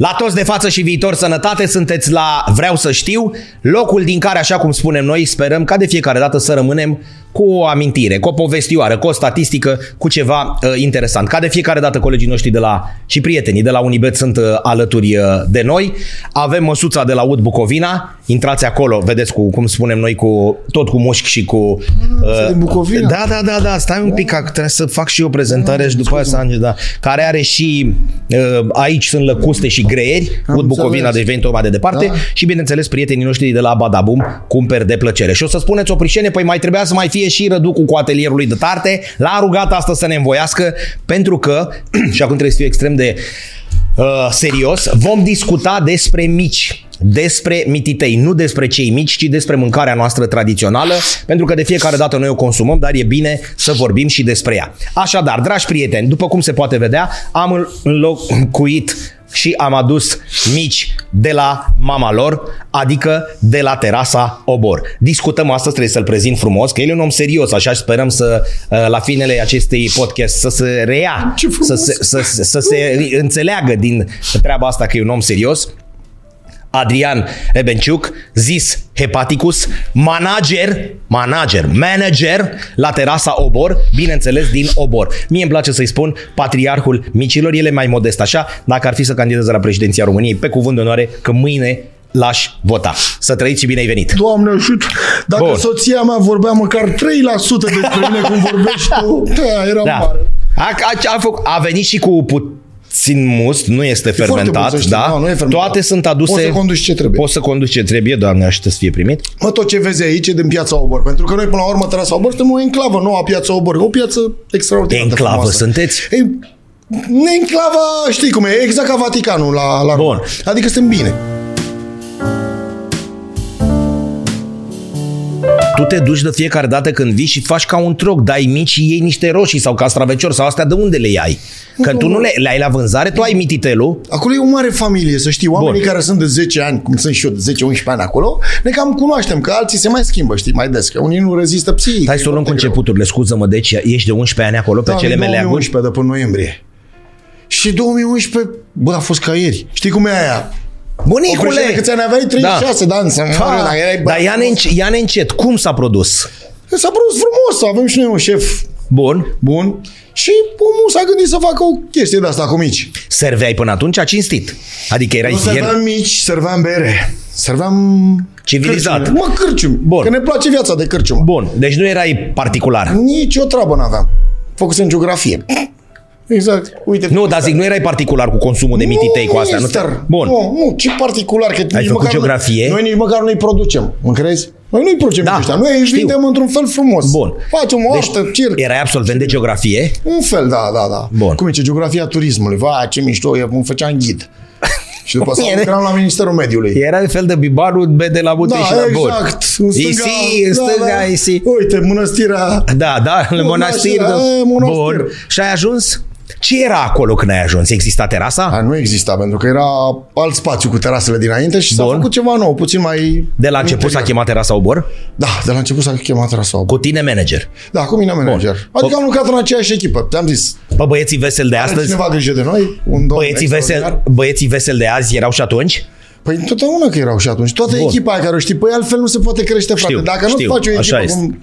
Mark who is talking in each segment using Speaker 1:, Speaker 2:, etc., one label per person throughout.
Speaker 1: La toți de față și viitor sănătate sunteți la Vreau să știu, locul din care, așa cum spunem noi, sperăm ca de fiecare dată să rămânem cu o amintire, cu o povestioară, cu o statistică, cu ceva uh, interesant. Ca de fiecare dată colegii noștri de la și prietenii de la Unibet sunt uh, alături uh, de noi. Avem măsuța de la Ud Bucovina, intrați acolo, vedeți cu, cum spunem noi, cu tot cu mușchi și cu... Uh,
Speaker 2: din Bucovina.
Speaker 1: Da, da, da, da, stai un pic, că trebuie să fac și eu prezentare și după aia să ajung, da. Care are și, uh, aici sunt lăcuste și greieri,
Speaker 2: Am
Speaker 1: Ud Bucovina,
Speaker 2: înțeles.
Speaker 1: deci veni mai de departe
Speaker 2: Da.
Speaker 1: și bineînțeles prietenii noștri de la Badabum cumperi de plăcere. Și o să spuneți o prișene, păi mai trebuia să mai fie și Răducu cu atelierul lui de tarte, l-a rugat asta să ne învoiască pentru că, și acum trebuie să fiu extrem de uh, serios, vom discuta despre mici despre mititei, nu despre cei mici, ci despre mâncarea noastră tradițională, pentru că de fiecare dată noi o consumăm, dar e bine să vorbim și despre ea. Așadar, dragi prieteni, după cum se poate vedea, am înlocuit și am adus mici de la mama lor, adică de la terasa Obor. Discutăm astăzi, trebuie să-l prezint frumos, că el e un om serios, așa și sperăm să uh, la finele acestei podcast să se reia,
Speaker 2: Ce frumos!
Speaker 1: să se, să, să, să se înțeleagă din treaba asta că e un om serios. Adrian Rebenciuc, zis Hepaticus, manager, manager, manager la terasa Obor, bineînțeles din Obor. Mie îmi place să-i spun patriarhul micilor, el e mai modest așa, dacă ar fi să candideze la președinția României, pe cuvânt de onoare că mâine l-aș vota. Să trăiți și bine ai venit!
Speaker 2: Doamne ajută! Dacă
Speaker 1: Bun.
Speaker 2: Bun. soția mea vorbea măcar 3% despre mine cum vorbești tu, da, era da. mare.
Speaker 1: A, a, a, făc, a venit și cu puțin must, nu este
Speaker 2: foarte
Speaker 1: fermentat,
Speaker 2: bun, să știi.
Speaker 1: da?
Speaker 2: Nu, nu e fermentat.
Speaker 1: Toate sunt aduse...
Speaker 2: Poți să conduci ce trebuie.
Speaker 1: Poți să conduci ce trebuie, doamne, aștept să fie primit.
Speaker 2: Mă, tot ce vezi aici e din piața Obor, pentru că noi până la urmă Terasa Obor suntem o enclavă, noua piața Obor, o piață extraordinară. de
Speaker 1: Enclavă
Speaker 2: frumoasă.
Speaker 1: sunteți?
Speaker 2: Ei, ne enclava, știi cum e, exact ca Vaticanul la, la Roma.
Speaker 1: Bun.
Speaker 2: Adică suntem bine.
Speaker 1: Tu te duci de fiecare dată când vii și faci ca un troc, dai mici și iei niște roșii sau castraveciori sau astea de unde le iai? Că tu nu le, le ai la vânzare, tu ai mititelul,
Speaker 2: Acolo e o mare familie, să știi, oamenii
Speaker 1: Bun.
Speaker 2: Bun. care sunt de 10 ani, cum sunt și eu, de 10-11 ani acolo, ne cam cunoaștem, că alții se mai schimbă, știi, mai des, că unii nu rezistă psihic.
Speaker 1: hai să o luăm cu începuturile, scuză-mă, deci ești de 11 ani acolo pe
Speaker 2: Da,
Speaker 1: cele
Speaker 2: din
Speaker 1: meleaguri?
Speaker 2: 2011 de până noiembrie. Și 2011, bă, a fost ca ieri. Știi cum e aia? O
Speaker 1: Bunicule!
Speaker 2: președinte, câți ani aveai? 36 de ani. să mă rog,
Speaker 1: Da,
Speaker 2: dacă erai-
Speaker 1: dar ia-ne, înc- ia-ne încet, cum s-a produs?
Speaker 2: S-a produs frumos, avem și noi un șef
Speaker 1: Bun,
Speaker 2: bun. Și omul s-a gândit să facă o chestie de asta cu mici.
Speaker 1: serveai până atunci a cinstit. Adică erai
Speaker 2: Nu serveam
Speaker 1: ieri,
Speaker 2: mici, serveam bere. Serveam...
Speaker 1: Civilizat.
Speaker 2: Cârciumi. Mă, cârciumi.
Speaker 1: Bun.
Speaker 2: Că ne place viața de cârciumă.
Speaker 1: Bun, deci nu erai particular.
Speaker 2: Nici o treabă n-aveam. Făcusem geografie. Exact. Uite.
Speaker 1: Nu, dar zic, nu erai particular cu consumul de mititei cu astea.
Speaker 2: mister.
Speaker 1: Nu? Bun.
Speaker 2: Nu, nu, ce particular. Că nici
Speaker 1: făcut
Speaker 2: măcar nu-
Speaker 1: geografie?
Speaker 2: Noi nici măcar nu-i producem, mă crezi? Noi nu-i producem
Speaker 1: Da,
Speaker 2: da, ăștia. Noi îi
Speaker 1: știu.
Speaker 2: vindem într-un fel frumos.
Speaker 1: Bun.
Speaker 2: Facem o deci, oștă, circ.
Speaker 1: Erai absolvent de geografie?
Speaker 2: Un fel, da, da, da.
Speaker 1: Bun.
Speaker 2: Cum e, ce geografia turismului. Va, ce mișto, eu îmi făceam ghid. și după asta
Speaker 1: Bine.
Speaker 2: lucram la Ministerul Mediului.
Speaker 1: Era un fel de bibarul B de la Bute și la
Speaker 2: Da,
Speaker 1: Bor.
Speaker 2: exact. În stânga,
Speaker 1: Isi, în
Speaker 2: da,
Speaker 1: stânga,
Speaker 2: da.
Speaker 1: isi.
Speaker 2: Uite, mănăstirea
Speaker 1: Da, da, în
Speaker 2: Nu,
Speaker 1: monastir.
Speaker 2: da,
Speaker 1: Da,
Speaker 2: e, monastir.
Speaker 1: Bun. Și ai ajuns? Ce era acolo când ai ajuns? Exista terasa?
Speaker 2: A, nu exista, pentru că era alt spațiu cu terasele dinainte și s-a
Speaker 1: Bun.
Speaker 2: făcut ceva nou, puțin mai...
Speaker 1: De la început s-a chemat terasa Obor?
Speaker 2: Da, de la început s-a chemat terasa Obor.
Speaker 1: Cu tine manager.
Speaker 2: Da, cu mine manager. Adică am lucrat în aceeași echipă, te-am zis.
Speaker 1: Bă, băieții veseli de
Speaker 2: Are
Speaker 1: astăzi?
Speaker 2: cineva grijă de noi? Un domn
Speaker 1: Băieții veseli,
Speaker 2: extraordinar?
Speaker 1: băieții veseli de azi erau și atunci?
Speaker 2: Păi întotdeauna că erau și atunci. Toată
Speaker 1: Bun.
Speaker 2: echipa aia care o știi, păi altfel nu se poate crește,
Speaker 1: Știu,
Speaker 2: frate. Dacă
Speaker 1: știu,
Speaker 2: nu faci o
Speaker 1: așa
Speaker 2: echipă
Speaker 1: este.
Speaker 2: cum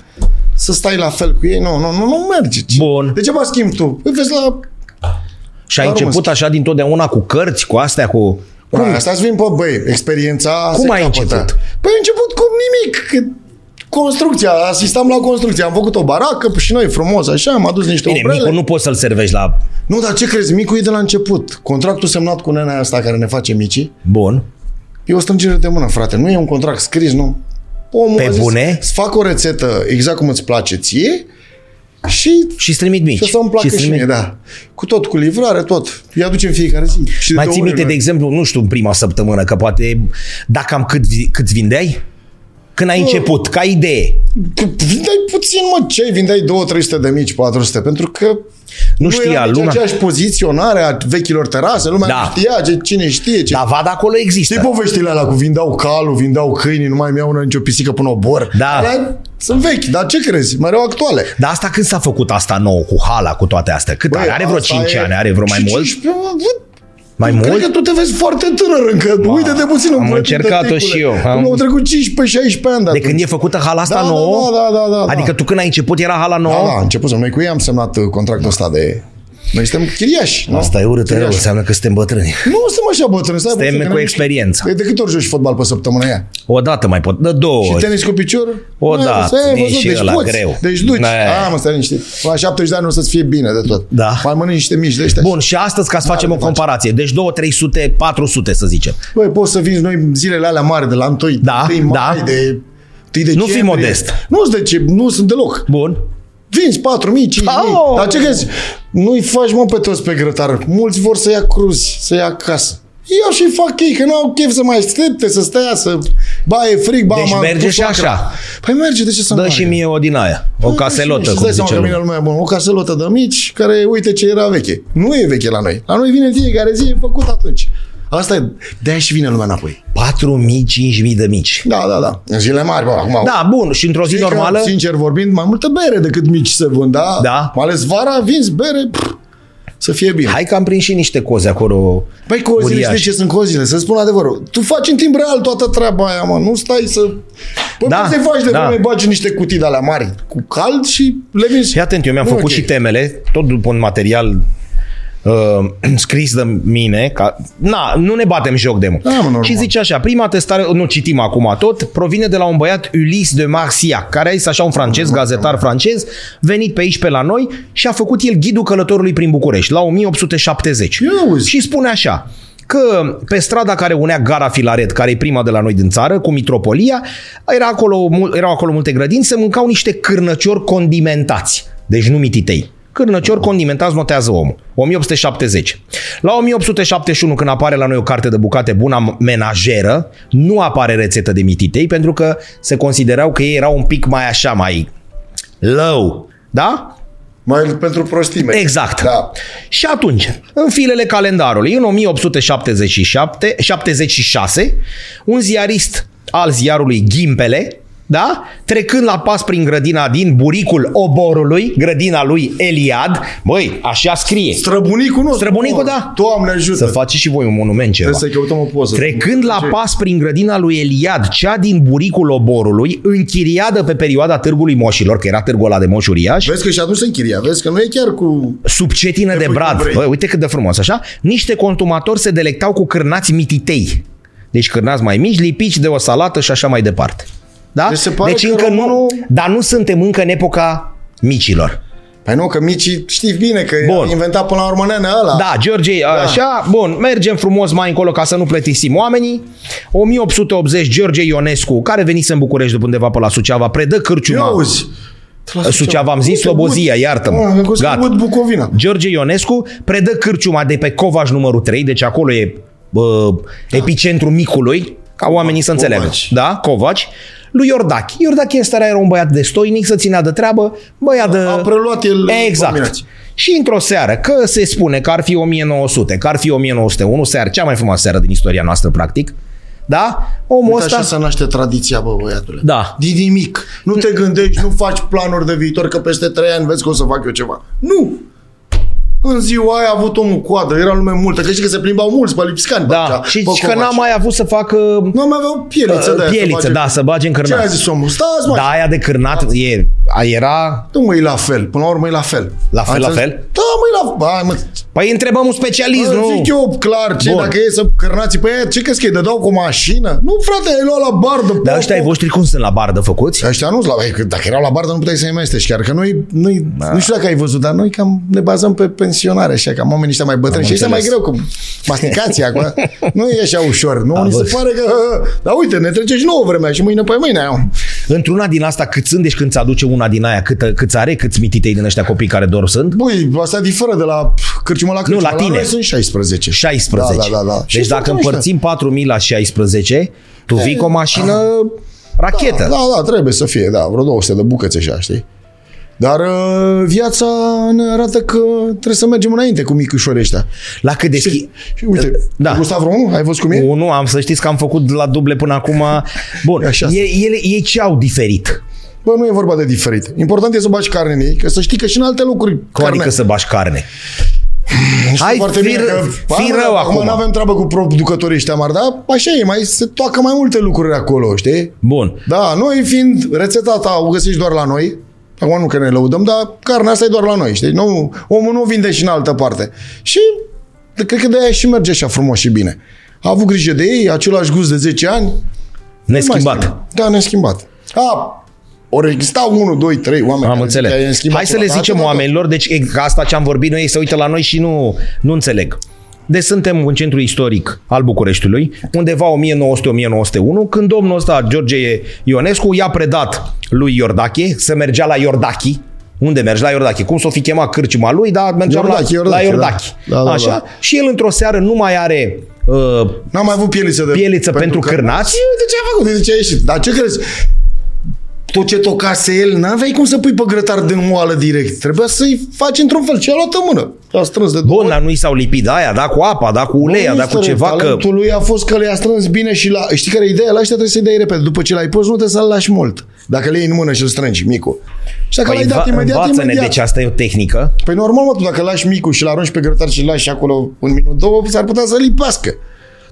Speaker 2: să stai la fel cu ei, nu, nu, nu, nu merge. Ce-
Speaker 1: Bun.
Speaker 2: De ce mă schimbi tu? Păi vezi la...
Speaker 1: Și ai
Speaker 2: Dar
Speaker 1: început așa dintotdeauna cu cărți, cu astea, cu...
Speaker 2: Cum? Asta îți vin pe băi, experiența
Speaker 1: Cum
Speaker 2: se
Speaker 1: ai
Speaker 2: capătă.
Speaker 1: început?
Speaker 2: Păi început cu nimic, că construcția, asistam la construcție, am făcut o baracă și noi frumos, așa, am adus niște
Speaker 1: Bine,
Speaker 2: obrele.
Speaker 1: micul nu poți să-l servești la...
Speaker 2: Nu, dar ce crezi, micul e de la început. Contractul semnat cu nenea asta care ne face micii,
Speaker 1: Bun.
Speaker 2: e o strângere de mână, frate, nu e un contract scris, nu. Omul
Speaker 1: Pe
Speaker 2: a zis,
Speaker 1: bune?
Speaker 2: Îți fac o rețetă exact cum îți place ție și
Speaker 1: Și trimit mici.
Speaker 2: și o să-mi placă și,
Speaker 1: Și-ți
Speaker 2: și
Speaker 1: trimit-
Speaker 2: mie, da. Cu tot, cu livrare, tot. Îi aducem fiecare zi. Și de
Speaker 1: Mai
Speaker 2: două
Speaker 1: ții
Speaker 2: ori
Speaker 1: minte, de
Speaker 2: noi.
Speaker 1: exemplu, nu știu, în prima săptămână, că poate, dacă am cât, câți vindeai? Când ai început, ca idee.
Speaker 2: Vindeai puțin, mă, ce ai? Vindeai 200-300 de mici, 400, pentru că
Speaker 1: Nu
Speaker 2: era
Speaker 1: știa
Speaker 2: nici
Speaker 1: lumea.
Speaker 2: aceeași poziționare a vechilor terase, lumea
Speaker 1: Da.
Speaker 2: da. nu știa ce, cine știe ce.
Speaker 1: Dar vad acolo există.
Speaker 2: Știi poveștile alea cu vindeau calul, vindeau câinii, nu mai mi-au nicio pisică până o bor.
Speaker 1: Da.
Speaker 2: Alea sunt vechi, dar ce crezi? Mereu actuale.
Speaker 1: Dar asta când s-a făcut asta nouă, cu hala, cu toate astea? Cât
Speaker 2: Băi,
Speaker 1: are? Are vreo
Speaker 2: asta
Speaker 1: 5
Speaker 2: e-
Speaker 1: ani, are vreo mai
Speaker 2: și
Speaker 1: mult?
Speaker 2: 15, mă, văd.
Speaker 1: Mai
Speaker 2: Cred
Speaker 1: mult?
Speaker 2: că tu te vezi foarte tânăr încă. Ba, Uite-te puțin în
Speaker 1: am
Speaker 2: bătrân,
Speaker 1: încercat-o
Speaker 2: tăticule.
Speaker 1: și eu. Am-
Speaker 2: Cum Au trecut 15-16 ani de
Speaker 1: De când e făcută hala asta
Speaker 2: Da, da,
Speaker 1: nouă?
Speaker 2: da, da, da, da.
Speaker 1: Adică tu când ai început era hala nouă?
Speaker 2: Da, da, începusem. Noi cu ei am semnat uh, contractul ăsta de... Noi suntem chiriași. nu?
Speaker 1: Asta e urât rău,
Speaker 2: Chiriași.
Speaker 1: înseamnă că suntem bătrâni.
Speaker 2: Nu suntem așa bătrâni, stai
Speaker 1: Suntem
Speaker 2: puțin, că
Speaker 1: cu
Speaker 2: ne-
Speaker 1: experiență.
Speaker 2: Păi de câte ori joci fotbal pe săptămână ea?
Speaker 1: O dată mai pot, dă două
Speaker 2: Și
Speaker 1: ori.
Speaker 2: tenis cu picior?
Speaker 1: Păi. O,
Speaker 2: Bă,
Speaker 1: da,
Speaker 2: să ai
Speaker 1: nici
Speaker 2: văzut,
Speaker 1: și
Speaker 2: deci
Speaker 1: ăla,
Speaker 2: poți,
Speaker 1: greu.
Speaker 2: Deci duci.
Speaker 1: Da.
Speaker 2: A, mă, stai liniștit. La 70 de ani o să-ți fie bine de tot.
Speaker 1: Da.
Speaker 2: Mai mănânci niște mici de ăștia.
Speaker 1: Bun, și astăzi ca să
Speaker 2: Da,
Speaker 1: facem o comparație. Deci 2, 300, 400 să zicem.
Speaker 2: Băi, poți să vinzi noi zilele alea mari de la 1
Speaker 1: Da,
Speaker 2: mai,
Speaker 1: da.
Speaker 2: de... 1
Speaker 1: Nu
Speaker 2: decembrie.
Speaker 1: fi modest.
Speaker 2: Nu, de ce, nu sunt deloc.
Speaker 1: Bun.
Speaker 2: Vinzi 4.000, 5.000.
Speaker 1: Au!
Speaker 2: Dar ce crezi? Nu-i faci, mă, pe toți pe grătar. Mulți vor să ia cruzi, să ia acasă. Eu și fac ei, că n-au chef să mai aștepte, să stea, să... Ba, e fric, ba,
Speaker 1: Deci
Speaker 2: m-am
Speaker 1: merge
Speaker 2: pus
Speaker 1: și
Speaker 2: lacră.
Speaker 1: așa.
Speaker 2: Păi merge, de ce să nu
Speaker 1: Dă și mie o din aia. O caselotă,
Speaker 2: și
Speaker 1: cum
Speaker 2: Păi, dai seama
Speaker 1: zice
Speaker 2: că vine
Speaker 1: lumea.
Speaker 2: lumea bună. O caselotă de mici, care uite ce era veche. Nu e veche la noi. La noi vine fiecare zi, e făcut atunci. Asta e, de-aia și vine lumea înapoi.
Speaker 1: 4.000, 5.000 de mici.
Speaker 2: Da, da, da. În zile mari, bă, acum.
Speaker 1: Da, bun, și într-o zi
Speaker 2: Știi că,
Speaker 1: normală...
Speaker 2: Sincer vorbind, mai multă bere decât mici se vând, da?
Speaker 1: Da.
Speaker 2: Mai ales vara, vinzi bere, pff, să fie bine.
Speaker 1: Hai că am prins și niște coze acolo.
Speaker 2: Păi cozile,
Speaker 1: Uriaș.
Speaker 2: știi ce sunt cozile? Să spun adevărul. Tu faci în timp real toată treaba aia, mă. Nu stai să... Păi
Speaker 1: Da,
Speaker 2: da, să faci de
Speaker 1: da.
Speaker 2: da. vreme, bagi niște cutii de alea mari cu cald și le vinzi.
Speaker 1: Și atent, eu mi-am
Speaker 2: Bun,
Speaker 1: făcut
Speaker 2: ok.
Speaker 1: și temele, tot după un material uh, scris de mine, ca, na, nu ne batem joc de mult.
Speaker 2: Da, mă, normal.
Speaker 1: și zice așa, prima testare, nu citim acum tot, provine de la un băiat Ulis de Marsiac, care este așa un francez, gazetar francez, venit pe aici pe la noi și a făcut el ghidul călătorului prin București, la 1870.
Speaker 2: Ia uzi.
Speaker 1: Și spune așa, că pe strada care unea gara Filaret, care e prima de la noi din țară, cu Mitropolia, era acolo, mul- erau acolo multe grădini, se mâncau niște cârnăciori condimentați, deci nu mititei. Cârnăciori condimentați notează omul. 1870. La 1871, când apare la noi o carte de bucate bună menajeră, nu apare rețetă de mititei, pentru că se considerau că ei erau un pic mai așa, mai low. Da?
Speaker 2: Mai pentru prostime.
Speaker 1: Exact.
Speaker 2: Da.
Speaker 1: Și atunci, în filele calendarului, în 1877, 76, un ziarist al ziarului Ghimpele, da? trecând la pas prin grădina din buricul oborului, grădina lui Eliad, băi, așa scrie.
Speaker 2: Străbunicul nostru.
Speaker 1: Străbunicul, da.
Speaker 2: Doamne ajută.
Speaker 1: Să faceți și voi un monument ceva.
Speaker 2: Trebuie să căutăm o poză.
Speaker 1: Trecând la
Speaker 2: Ce?
Speaker 1: pas prin grădina lui Eliad, cea din buricul oborului, închiriadă pe perioada târgului moșilor, că era târgul ăla de moș uriaș,
Speaker 2: Vezi că și atunci se închiria. Vezi că nu e chiar cu...
Speaker 1: sub cetină de
Speaker 2: pui cum
Speaker 1: brad.
Speaker 2: vrei.
Speaker 1: Bă, uite cât de frumos, așa? Niște consumatori se delectau cu cârnați mititei. Deci cârnați mai mici, lipici de o salată și așa mai departe. Da?
Speaker 2: Deci se pare că
Speaker 1: încă nu,
Speaker 2: românul-
Speaker 1: dar nu suntem încă în epoca micilor.
Speaker 2: Păi nu, că micii știi bine că
Speaker 1: Bun.
Speaker 2: Bun. inventat până la urmă nenea ăla.
Speaker 1: Da, George, așa, bun, mergem frumos mai încolo ca să nu plătisim oamenii. 1880, George Ionescu, care venise în București după undeva pe la Suceava, predă
Speaker 2: Ia
Speaker 1: cârciuma.
Speaker 2: auzi.
Speaker 1: Suceava, am zis Slobozia, iartă-mă.
Speaker 2: Gata.
Speaker 1: Gata.
Speaker 2: Bucovina.
Speaker 1: George Ionescu predă cârciuma de pe Covaș numărul 3, deci acolo e bă, epicentrul micului, ca oamenii să înțeleagă.
Speaker 2: Covaci.
Speaker 1: Da, Covaci. Lui Iordache. Iordache ăsta era un băiat destoinic, să ținea de treabă, băiat de...
Speaker 2: A preluat el
Speaker 1: Exact.
Speaker 2: combinații.
Speaker 1: Și într-o seară, că se spune că ar fi 1900, că ar fi 1901, seară, cea mai frumoasă seară din istoria noastră, practic, da? Omul
Speaker 2: Uite
Speaker 1: ăsta...
Speaker 2: așa se naște tradiția, bă, băiatule.
Speaker 1: Da.
Speaker 2: Din nimic. Nu te gândești, nu faci planuri de viitor, că peste trei ani vezi că o să fac eu ceva. Nu! În ziua aia a avut omul coadă, era lume multă, că știi că se plimbau mulți pe lipscani. pe
Speaker 1: Da,
Speaker 2: acea-
Speaker 1: și
Speaker 2: pe
Speaker 1: și că
Speaker 2: covaci.
Speaker 1: n-a mai avut să facă
Speaker 2: Nu mai aveau pieliță de aia să
Speaker 1: pieliță,
Speaker 2: bage.
Speaker 1: da, să bage în
Speaker 2: Ce a
Speaker 1: cârnați.
Speaker 2: zis omul? Stați, mă,
Speaker 1: Da, aia de cârnat e, a- era...
Speaker 2: Nu mă, e la fel. Până la urmă e la fel.
Speaker 1: La fel,
Speaker 2: Ai
Speaker 1: la
Speaker 2: înțeles?
Speaker 1: fel?
Speaker 2: Da, mă, e la Ba, mă,
Speaker 1: Păi întrebăm un specialist,
Speaker 2: nu.
Speaker 1: nu?
Speaker 2: zic eu clar, ce,
Speaker 1: Bun.
Speaker 2: dacă e să cărnați pe aia, ce crezi că îi dădeau cu o mașină? Nu, frate, ai luat la bardă.
Speaker 1: Dar
Speaker 2: pop,
Speaker 1: ăștia ai
Speaker 2: pop.
Speaker 1: voștri cum sunt la bardă făcuți?
Speaker 2: Ăștia nu la, că dacă erau la bardă nu puteai să-i mestești chiar, că noi, noi
Speaker 1: Da.
Speaker 2: nu știu dacă ai văzut, dar noi cam ne bazăm pe pensionare așa, cam oamenii ăștia mai bătrâni și ăștia mai
Speaker 1: înțeles.
Speaker 2: greu cu masticația acum. Nu e așa ușor, nu? Ni se
Speaker 1: văzut.
Speaker 2: pare că, dar uite, ne trece și nouă vremea și mâine pe mâine. am.
Speaker 1: Într-una din asta cât sunt, deci când ți aduce una din aia, cât, câți are, câți mititei din ăștia copii care dorm sunt?
Speaker 2: Băi, asta diferă de la cârciumă la cârciumă.
Speaker 1: la tine.
Speaker 2: noi sunt 16.
Speaker 1: 16.
Speaker 2: Da, da, da. da.
Speaker 1: Deci dacă împărțim 4.000 la 16, tu vii cu o mașină rachetă.
Speaker 2: Da, da, trebuie să fie, da, vreo 200 de bucăți așa, știi? Dar uh, viața ne arată că trebuie să mergem înainte cu micușorii ăștia.
Speaker 1: La cât de schi...
Speaker 2: Și, și uite,
Speaker 1: Da.
Speaker 2: da. Gustav Romu, ai văzut cum e?
Speaker 1: Unu, am să știți că am făcut la duble până acum. Bun,
Speaker 2: Așa.
Speaker 1: ei, ele, ei ce au diferit?
Speaker 2: Bă, nu e vorba de diferit. Important e să bagi carne în ei, că să știi că și în alte locuri
Speaker 1: Cum
Speaker 2: carne.
Speaker 1: adică să bași carne?
Speaker 2: Știu
Speaker 1: adică Hai,
Speaker 2: foarte
Speaker 1: fi
Speaker 2: bine
Speaker 1: ră-
Speaker 2: că-
Speaker 1: fi
Speaker 2: Hai, mă,
Speaker 1: rău acum.
Speaker 2: Nu avem treabă cu producătorii ăștia mari, dar așa e, mai se toacă mai multe lucruri acolo, știi?
Speaker 1: Bun.
Speaker 2: Da, noi fiind rețeta ta, o găsești doar la noi. Acum nu că ne lăudăm, dar carnea asta e doar la noi, știi? Nu, omul nu o vinde și în altă parte. Și cred că de aia și merge așa frumos și bine. A avut grijă de ei, același gust de 10 ani.
Speaker 1: Neschimbat.
Speaker 2: Da, ne-a schimbat. A, ori exista 1, 2, 3 oameni.
Speaker 1: Am
Speaker 2: care
Speaker 1: înțeles.
Speaker 2: ziceau, "I-am schimbat
Speaker 1: Hai să
Speaker 2: ceva",
Speaker 1: le
Speaker 2: dar
Speaker 1: zicem
Speaker 2: atâta tot.
Speaker 1: oamenilor, deci e, ca asta ce am vorbit noi, ei se uită la noi și nu, nu înțeleg. Deci suntem în centrul istoric al Bucureștiului, undeva 1900-1901, când domnul ăsta, George Ionescu, i-a predat lui Iordache, să mergea la Iordachi, unde mergi? La Iordache. Cum s-o fi chemat cârciuma lui, dar mergeam la
Speaker 2: Iordache, Iordache,
Speaker 1: la
Speaker 2: da.
Speaker 1: Iordache.
Speaker 2: Da, da,
Speaker 1: Așa.
Speaker 2: da.
Speaker 1: Și el într-o seară nu mai are uh,
Speaker 2: N-am mai avut pieliță de...
Speaker 1: pieliță pentru, pentru cârnați.
Speaker 2: Și uite ce a făcut, uite ce a ieșit. Dar ce crezi? Tot ce tocase el, n-aveai cum să pui pe grătar de moală direct. Trebuia să-i faci într-un fel. Și a luat în mână. A strâns de două
Speaker 1: Bun, dar nu i s-au lipit aia, da, cu apa, da, cu uleia, da, cu
Speaker 2: Misterul,
Speaker 1: ceva că...
Speaker 2: Talentul lui a fost că le-a strâns bine și la... Știi care e ideea? La ăștia trebuie să-i dai repede. După ce l-ai pus, nu trebuie să-l lași mult. Dacă le iei în mână și îl strângi, micul. Și dacă
Speaker 1: Păi,
Speaker 2: l-ai dat
Speaker 1: înva-
Speaker 2: imediat,
Speaker 1: învață-ne,
Speaker 2: imediat.
Speaker 1: deci asta e o tehnică.
Speaker 2: Păi normal, mă, tu dacă lași micul și-l arunci pe grătar și-l lași acolo un minut, două, s-ar putea să lipească.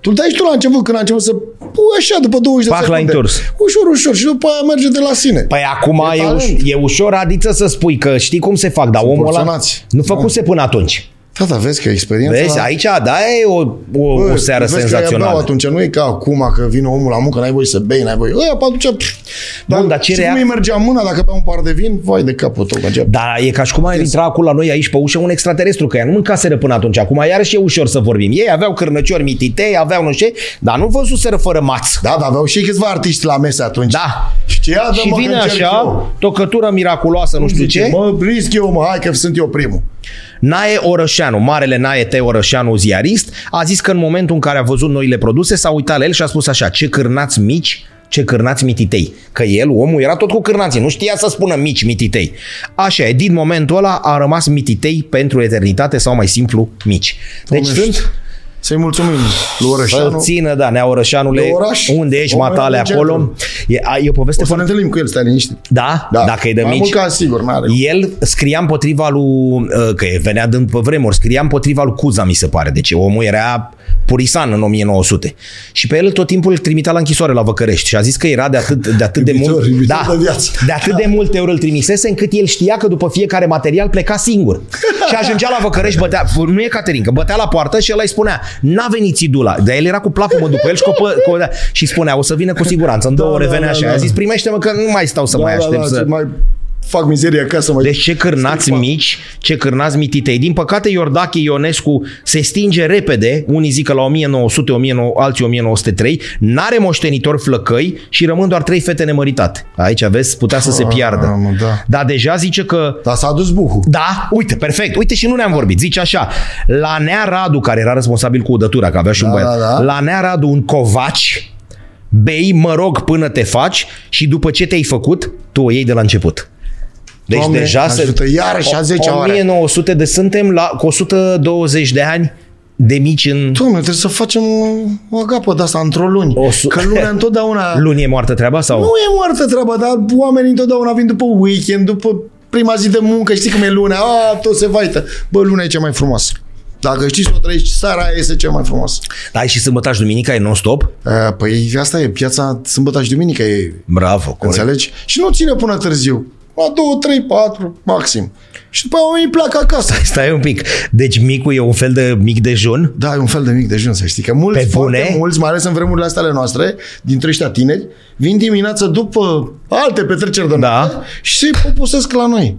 Speaker 2: Tu îl dai și tu la început, când a început să... Pui așa, după 20 de
Speaker 1: Pac, l-ai
Speaker 2: secunde.
Speaker 1: întors.
Speaker 2: Ușor, ușor. Și după aia merge de la sine.
Speaker 1: Păi acum
Speaker 2: E
Speaker 1: e,
Speaker 2: talent.
Speaker 1: uș- e ușor, adiță să spui că știi cum se fac, dar omul ăla
Speaker 2: porționați. Da.
Speaker 1: nu făcuse până atunci.
Speaker 2: Tata, vezi că experiența...
Speaker 1: Vezi, aici, da, e o, o, o seară
Speaker 2: vezi Că aia beau
Speaker 1: senzațională.
Speaker 2: atunci, nu e ca acum că vine omul la muncă, n-ai voie să bei, n-ai voie. Ăia pe atunci... pff,
Speaker 1: Bun, dar ce
Speaker 2: și cum
Speaker 1: rea-
Speaker 2: îi mergea mâna dacă bea un par de vin? Vai de capul tău, mergea.
Speaker 1: Dar e ca și cum ar intra acolo la noi aici pe ușă un extraterestru, că ea nu mâncaseră până atunci. Acum iarăși e ușor să vorbim. Ei aveau cârnăciori mititei, aveau nu știu, ce, dar nu văzuseră fără maț.
Speaker 2: Da, da, aveau și câțiva artiști la mese atunci.
Speaker 1: Da.
Speaker 2: Și, ia,
Speaker 1: Și
Speaker 2: dă-mă că
Speaker 1: vine
Speaker 2: încerc eu.
Speaker 1: așa, tocătură miraculoasă, nu știu ce.
Speaker 2: Mă, risc eu, mă, hai că sunt eu primul.
Speaker 1: Nae Orășanu, marele Nae T. Orășanu, ziarist, a zis că în momentul în care a văzut noile produse, s-a uitat la el și a spus așa, ce cârnați mici, ce cârnați mititei. Că el, omul, era tot cu cârnații, nu știa să spună mici mititei. Așa e, din momentul ăla a rămas mititei pentru eternitate sau mai simplu mici. Deci
Speaker 2: Omești.
Speaker 1: sunt
Speaker 2: Să-i mulțumim lui
Speaker 1: să
Speaker 2: Orășanu.
Speaker 1: țină, da, Nea Orășanule,
Speaker 2: De oraș,
Speaker 1: unde ești,
Speaker 2: omul
Speaker 1: matale,
Speaker 2: de centru.
Speaker 1: acolo. E, a, e o poveste
Speaker 2: O să ne
Speaker 1: foarte...
Speaker 2: întâlnim cu el, stai liniștit.
Speaker 1: Da?
Speaker 2: Da.
Speaker 1: Dacă e de
Speaker 2: Mai
Speaker 1: mici.
Speaker 2: mult ca sigur, n-are.
Speaker 1: El scria împotriva lui, uh, că venea dând pe vremuri, scria împotriva lui Cuza, mi se pare. Deci omul era purisan în 1900. Și pe el tot timpul îl trimitea la închisoare la Văcărești și a zis că era de atât de, atât de
Speaker 2: Iubitor,
Speaker 1: mult da,
Speaker 2: iubitor de viață.
Speaker 1: de atât de multe ori îl trimisese încât el știa că după fiecare material pleca singur. Și ajungea la Văcărești, bătea, nu e Caterin, că bătea la poartă și el îi spunea, n-a venit țidula. Dar el era cu placul mă după el și, copă, copă, da. și spunea, o să vină cu siguranță, în două
Speaker 2: Da,
Speaker 1: ore
Speaker 2: da,
Speaker 1: venea
Speaker 2: da,
Speaker 1: așa.
Speaker 2: da.
Speaker 1: A zis, primește-mă că nu mai stau să mai
Speaker 2: da,
Speaker 1: aștept
Speaker 2: da,
Speaker 1: să...
Speaker 2: ce mai fac mizerie acasă, mai...
Speaker 1: Deci ce cârnați mici, ce cârnați mititei. Din păcate, Iordache Ionescu se stinge repede, unii zic că la 1900, 1900 alții 1903, n-are moștenitor flăcăi și rămân doar trei fete nemăritate. Aici, vezi, putea să se piardă.
Speaker 2: mă, da.
Speaker 1: Dar deja zice că
Speaker 2: Dar s-a dus buhul.
Speaker 1: da, uite, perfect. Uite și nu ne-am vorbit. Zice așa, la Nea Radu, care era responsabil cu udătura, că avea și un
Speaker 2: Da,
Speaker 1: băiat,
Speaker 2: da, da.
Speaker 1: la Nea Radu un covaci, bei, mă rog, până te faci și după ce te-ai făcut, tu o iei de la început. Deci
Speaker 2: Doamne,
Speaker 1: deja
Speaker 2: ajută, iarăși a 10-a oară.
Speaker 1: 1900 de suntem la cu 120 de ani de mici în...
Speaker 2: Doamne, trebuie să facem uh, o agapă de asta într-o luni.
Speaker 1: O su-
Speaker 2: Că lumea întotdeauna...
Speaker 1: Luni e moartă treaba sau?
Speaker 2: Nu e moartă treaba, dar oamenii întotdeauna vin după weekend, după prima zi de muncă, știi cum e lunea, a, tot se vaită. Bă, luna e cea mai frumoasă. Dacă știi să o trăiești, seara aia este cea mai frumoasă.
Speaker 1: Ai și sâmbătă și duminica, Da, e non-stop?
Speaker 2: A, Păi asta e, piața sâmbătă și duminică e
Speaker 1: Bravo, corect.
Speaker 2: Înțelegi? Și nu ține până târziu. La 2, 3, 4 maxim. Și după aia oamenii pleacă acasă.
Speaker 1: Stai un pic. Deci micul e un fel de mic dejun?
Speaker 2: Da, e un fel de mic dejun, să știi. Că mulți,
Speaker 1: Pe bune?
Speaker 2: foarte mulți, mai ales în vremurile astea ale noastre, dintre ăștia tineri, vin dimineața după alte petreceri de
Speaker 1: Da.
Speaker 2: noapte și se popusesc la noi.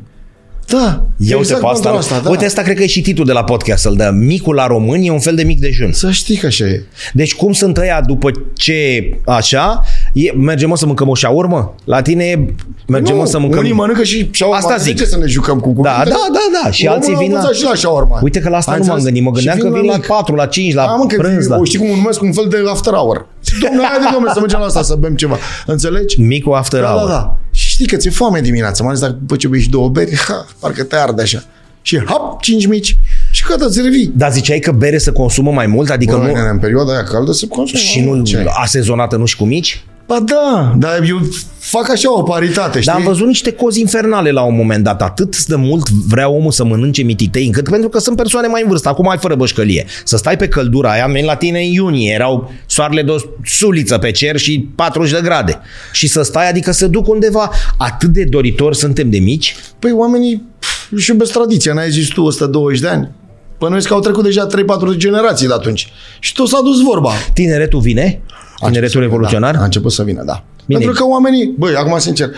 Speaker 2: Da.
Speaker 1: Ia uite pe asta.
Speaker 2: pentru
Speaker 1: asta
Speaker 2: da.
Speaker 1: Uite, asta cred că e și titlul de la podcast, să-l dă. Micul la români e un fel de mic dejun.
Speaker 2: Să știi că așa e.
Speaker 1: Deci cum sunt ăia după ce așa, e, mergem o să mâncăm o șaurmă? La tine e- mergem o să mâncăm...
Speaker 2: unii mănâncă și și
Speaker 1: Asta zic.
Speaker 2: De ce să ne jucăm cu
Speaker 1: Da,
Speaker 2: cuvintele?
Speaker 1: da, da, da. Și
Speaker 2: Omul
Speaker 1: alții
Speaker 2: a
Speaker 1: vin la...
Speaker 2: învățat și la șaorma.
Speaker 1: Uite că la asta
Speaker 2: Ai
Speaker 1: nu m-am
Speaker 2: înțeles?
Speaker 1: gântit. Mă
Speaker 2: Și
Speaker 1: gândeam că vin la 4, la 5, la
Speaker 2: Da, mă, că
Speaker 1: prânz, la...
Speaker 2: o știi cum o numesc? Un fel de after hour. Domnule, haide, domnule, să mergem la asta, să bem ceva. Înțelegi?
Speaker 1: Micul after
Speaker 2: Da,
Speaker 1: hour.
Speaker 2: da, da. Și știi că ți-e foame dimineața, mai ales dacă după ce bei și două beri, ha, parcă te arde așa. Și hop, cinci mici și gata, îți revii.
Speaker 1: Dar ziceai că bere se consumă mai mult, adică
Speaker 2: Bă,
Speaker 1: nu...
Speaker 2: nene, în perioada aia caldă se consumă.
Speaker 1: Și nu
Speaker 2: ce ai?
Speaker 1: asezonată, nu și cu mici?
Speaker 2: Ba da, dar eu fac așa o paritate, știi?
Speaker 1: Dar Da, am văzut niște cozi infernale la un moment dat. Atât de mult vrea omul să mănânce mititei, încât pentru că sunt persoane mai în vârstă, acum ai fără bășcălie. Să stai pe căldura aia, am venit la tine în iunie, erau soarele de o suliță pe cer și 40 de grade. Și să stai, adică să duc undeva. Atât de doritori suntem de mici.
Speaker 2: Păi oamenii pf, își iubesc tradiția, n-ai zis tu 120 de ani? Bănuiesc că au trecut deja 3-4 generații de atunci. Și tot s-a dus vorba.
Speaker 1: Tineretul vine, tineretul revoluționar.
Speaker 2: Da, a început să vină, da.
Speaker 1: Bine.
Speaker 2: Pentru că oamenii, băi, acum sincer,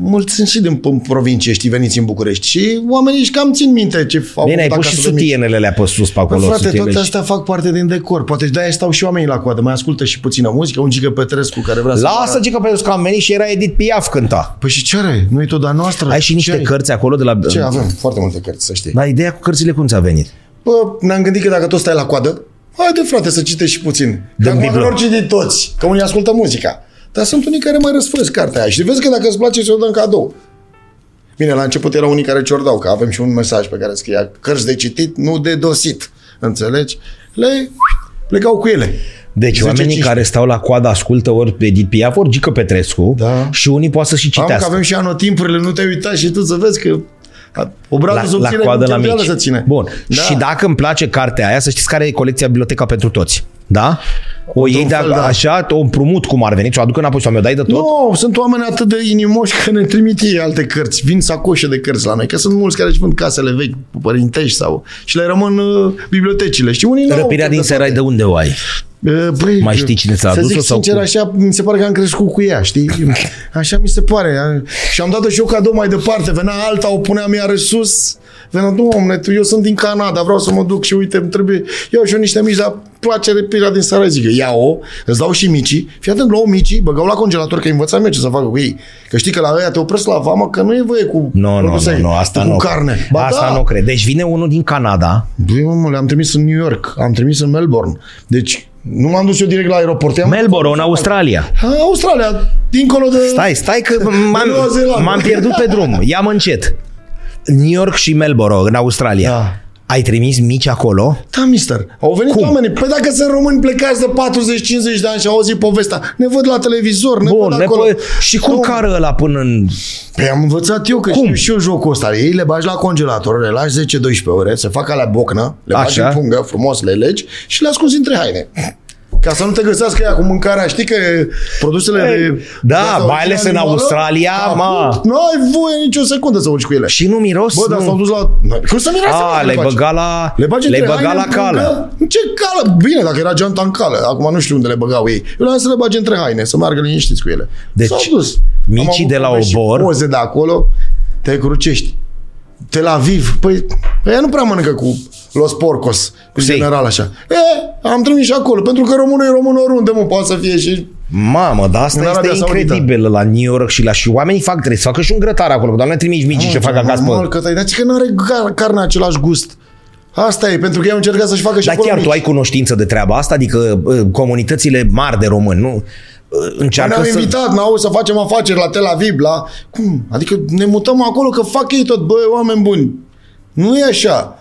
Speaker 2: mulți sunt și din p- provincie, știi, veniți în București și oamenii își cam țin minte ce au
Speaker 1: Bine, ai
Speaker 2: făcut
Speaker 1: pus și
Speaker 2: acasă de mici.
Speaker 1: sutienele alea pe sus, pe
Speaker 2: Bă,
Speaker 1: acolo.
Speaker 2: frate,
Speaker 1: sutienele
Speaker 2: toate
Speaker 1: și-
Speaker 2: astea fac parte din decor. Poate de-aia stau și oamenii la coadă. Mai ascultă și puțină muzică, un gică Petrescu care vrea să...
Speaker 1: Lasă, Gică, pentru că am venit și era Edith Piaf cânta.
Speaker 2: Păi și ce are? Nu e tot a noastră?
Speaker 1: Ai și niște
Speaker 2: ce
Speaker 1: cărți acolo de la...
Speaker 2: Ce avem? Foarte multe cărți, să știi.
Speaker 1: Dar ideea cu cărțile cum ți-a venit?
Speaker 2: Bă, ne-am gândit că dacă tot stai la coadă, haide frate să citești și puțin. Că
Speaker 1: Dăm
Speaker 2: acum
Speaker 1: biblă.
Speaker 2: vor citi toți, că unii ascultă muzica. Dar sunt unii care mai răsfrâns cartea aia și vezi că dacă îți place, ți-o dăm cadou. Bine, la început erau unii care ți-o dau, că avem și un mesaj pe care scria cărți de citit, nu de dosit. Înțelegi? Le plecau cu ele.
Speaker 1: Deci
Speaker 2: 10-15.
Speaker 1: oamenii care stau la coadă ascultă ori Edith Piaf, ori Gică Petrescu
Speaker 2: Da.
Speaker 1: și unii poate să și
Speaker 2: Am că
Speaker 1: citească.
Speaker 2: avem și anotimpurile, nu te uita și tu să vezi că obrazul
Speaker 1: la, la
Speaker 2: subțire
Speaker 1: coadă la mici.
Speaker 2: să ține. Da.
Speaker 1: Bun. Și dacă îmi place cartea aia, să știți care e colecția Biblioteca pentru Toți. Da? O iei de
Speaker 2: fel,
Speaker 1: da.
Speaker 2: da.
Speaker 1: așa, o împrumut cum ar veni, ți-o aduc înapoi sau mi-o dai de tot?
Speaker 2: Nu, sunt oameni atât de inimoși că ne trimit ei alte cărți. Vin sacoșe de cărți la noi, că sunt mulți care își vând casele vechi, părintești sau... Și le rămân uh, bibliotecile. Și unii nu au
Speaker 1: Răpirea
Speaker 2: chiar
Speaker 1: din
Speaker 2: de
Speaker 1: serai de unde o ai?
Speaker 2: E, Băi,
Speaker 1: Mai știi cine ți-a
Speaker 2: să
Speaker 1: adus-o
Speaker 2: zic
Speaker 1: sau
Speaker 2: sincer,
Speaker 1: cum?
Speaker 2: așa mi se pare că am crescut cu ea, știi? Așa mi se pare. A- Și am dat-o și eu cadou mai departe. Venea alta, o puneam iarăși sus. Venea, domne, tu, eu sunt din Canada, vreau să mă duc și uite, îmi trebuie... Iau și eu niște mici, dar place repira din seara zic, eu, ia-o, îți dau și micii. Fii atent, luau micii, băgau la congelator, că învățam eu ce să fac cu ei. Că știi că la ăia te opresc la vamă, că nu e voie cu
Speaker 1: Nu, nu,
Speaker 2: produse
Speaker 1: nu, nu, asta
Speaker 2: cu
Speaker 1: nu.
Speaker 2: carne. Ba
Speaker 1: asta
Speaker 2: da,
Speaker 1: nu cred. Deci vine unul din Canada,
Speaker 2: Băi, mă, le-am trimis în New York, am trimis în Melbourne. Deci, nu m-am dus eu direct la aeroport. I-am
Speaker 1: Melbourne, în Australia.
Speaker 2: Ha, Australia, dincolo de...
Speaker 1: Stai, stai că m-am,
Speaker 2: Noua Zeelandă.
Speaker 1: m-am pierdut pe drum. Ia-mă încet. New York și Melbourne, în Australia.
Speaker 2: Da.
Speaker 1: Ai trimis mici acolo?
Speaker 2: Da, mister. Au venit
Speaker 1: Cum?
Speaker 2: Cum? oamenii. Păi dacă sunt români plecați de 40-50 de ani și au auzit povestea, ne văd la televizor, ne
Speaker 1: Bun,
Speaker 2: văd acolo.
Speaker 1: nepoi, și cum
Speaker 2: Domn-
Speaker 1: cară ăla până în...
Speaker 2: Păi am învățat eu că
Speaker 1: Cum?
Speaker 2: știu și eu jocul ăsta. Ei le bagi la congelator, le lași 10-12 ore, se fac alea bocnă, le bagi
Speaker 1: Așa.
Speaker 2: în pungă, frumos le legi și le ascunzi între haine. Ca să nu te găsească ea cu mâncarea, știi că produsele de...
Speaker 1: da,
Speaker 2: de asta,
Speaker 1: mai ales în
Speaker 2: animală,
Speaker 1: Australia,
Speaker 2: da,
Speaker 1: ma.
Speaker 2: Nu ai voie nicio secundă să urci cu ele.
Speaker 1: Și nu miros?
Speaker 2: Bă, dar
Speaker 1: nu.
Speaker 2: s-au dus la... Cum să mireasă? mă,
Speaker 1: A,
Speaker 2: că
Speaker 1: le-ai
Speaker 2: faci?
Speaker 1: băgat la,
Speaker 2: Le bagi
Speaker 1: le-ai
Speaker 2: între
Speaker 1: băgat
Speaker 2: haine
Speaker 1: la
Speaker 2: în
Speaker 1: cală.
Speaker 2: pungă? Ce cală? Bine, dacă era geanta în cală. Acum nu știu unde le băgau ei. Eu le-am să le bagi între haine, să meargă liniștiți cu ele.
Speaker 1: Deci,
Speaker 2: S-au dus.
Speaker 1: micii
Speaker 2: Am avut
Speaker 1: de la
Speaker 2: poze și
Speaker 1: obor-
Speaker 2: poze de acolo, te crucești. Tel Aviv, păi, ea nu prea mănâncă cu Los Porcos, cu
Speaker 1: Sei.
Speaker 2: general așa. E, am trimis și acolo, pentru că românul e român oriunde, mă, poate să fie și...
Speaker 1: Mamă, dar asta
Speaker 2: În
Speaker 1: este
Speaker 2: Arabia Saudită.
Speaker 1: incredibil la New York și la... Și oamenii fac, trebuie să facă și un grătar acolo, dar nu le trimiți mici ce fac acasă.
Speaker 2: Normal
Speaker 1: Pe...
Speaker 2: că tai, dar zice că nu are gar- carnea același gust. Asta e, pentru că ei au încercat să-și facă și
Speaker 1: Dar
Speaker 2: acolo
Speaker 1: chiar
Speaker 2: mici.
Speaker 1: tu ai cunoștință de treaba asta? Adică uh, comunitățile mari de români, nu? Uh, Încearcă
Speaker 2: Ne-au
Speaker 1: să...
Speaker 2: Adică invitat, n-au să facem afaceri la Tel Aviv, la... Cum? Adică ne mutăm acolo că fac ei tot, băi, oameni buni. Nu e așa.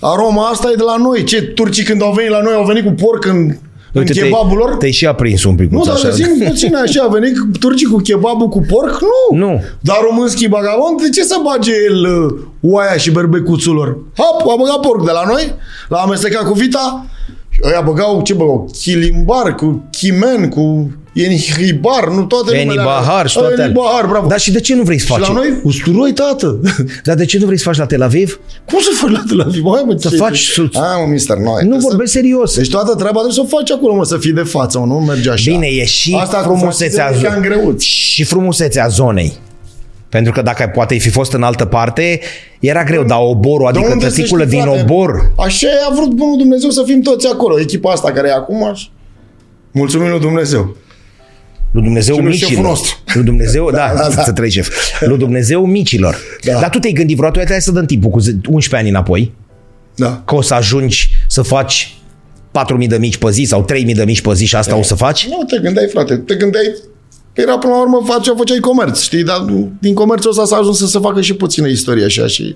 Speaker 2: Aroma asta e de la noi. Ce, turcii când au venit la noi au venit cu porc în, în
Speaker 1: Păi Uite, te-ai-
Speaker 2: kebabul lor?
Speaker 1: Te-ai și aprins un pic.
Speaker 2: Nu, dar rezimt puțin așa. A venit cu- turcii cu kebabul cu porc? Nu.
Speaker 1: Nu.
Speaker 2: Dar românschii bagavon, de ce să bage el uh, oaia și berbecuțul lor? Hop, a băgat porc de la noi, l-a amestecat cu vita. Ăia băgau, ce băgau? Chilimbar, cu chimen, cu enihibar, nu toate
Speaker 1: Eni
Speaker 2: numele alea.
Speaker 1: Bahar și toate alea.
Speaker 2: Enibahar, bravo.
Speaker 1: Dar și de ce nu vrei să
Speaker 2: și
Speaker 1: faci?
Speaker 2: la noi, usturoi, tată.
Speaker 1: Dar de ce nu vrei să faci la Tel Aviv?
Speaker 2: Cum să faci la Tel Aviv? Hai, mă,
Speaker 1: Să
Speaker 2: ce-
Speaker 1: faci sus.
Speaker 2: Hai, mă, mister, noi.
Speaker 1: Nu
Speaker 2: trebuie să-
Speaker 1: vorbesc serios.
Speaker 2: Deci toată treaba trebuie să o faci acolo, mă, să fii de față, mă, nu merge așa.
Speaker 1: Bine, e și
Speaker 2: Asta
Speaker 1: frumusețea
Speaker 2: zonei.
Speaker 1: zonei. Și frumusețea zonei. Pentru că dacă ai- poate ai fi fost în altă parte, era greu, dar oborul, adică
Speaker 2: unde să
Speaker 1: tăticulă
Speaker 2: știi,
Speaker 1: din
Speaker 2: frate?
Speaker 1: obor.
Speaker 2: Așa a vrut bunul Dumnezeu să fim toți acolo. Echipa asta care e acum. și- Mulțumim lui Dumnezeu.
Speaker 1: Lui Dumnezeu
Speaker 2: Și lui șeful
Speaker 1: micilor.
Speaker 2: nostru.
Speaker 1: Lui Dumnezeu, da, să treci șef. Lui Dumnezeu micilor.
Speaker 2: Da.
Speaker 1: Dar tu te-ai gândit vreodată, trebuie să dăm timpul cu ze- 11 ani înapoi,
Speaker 2: Da.
Speaker 1: că o să ajungi să faci 4.000 de mici pe zi sau 3.000 de mici pe zi și asta o să faci?
Speaker 2: Nu te gândeai, frate. Te gândeai era până la urmă face, făceai comerț, știi? Dar din comerțul ăsta s-a ajuns să se facă și puțină istorie așa și...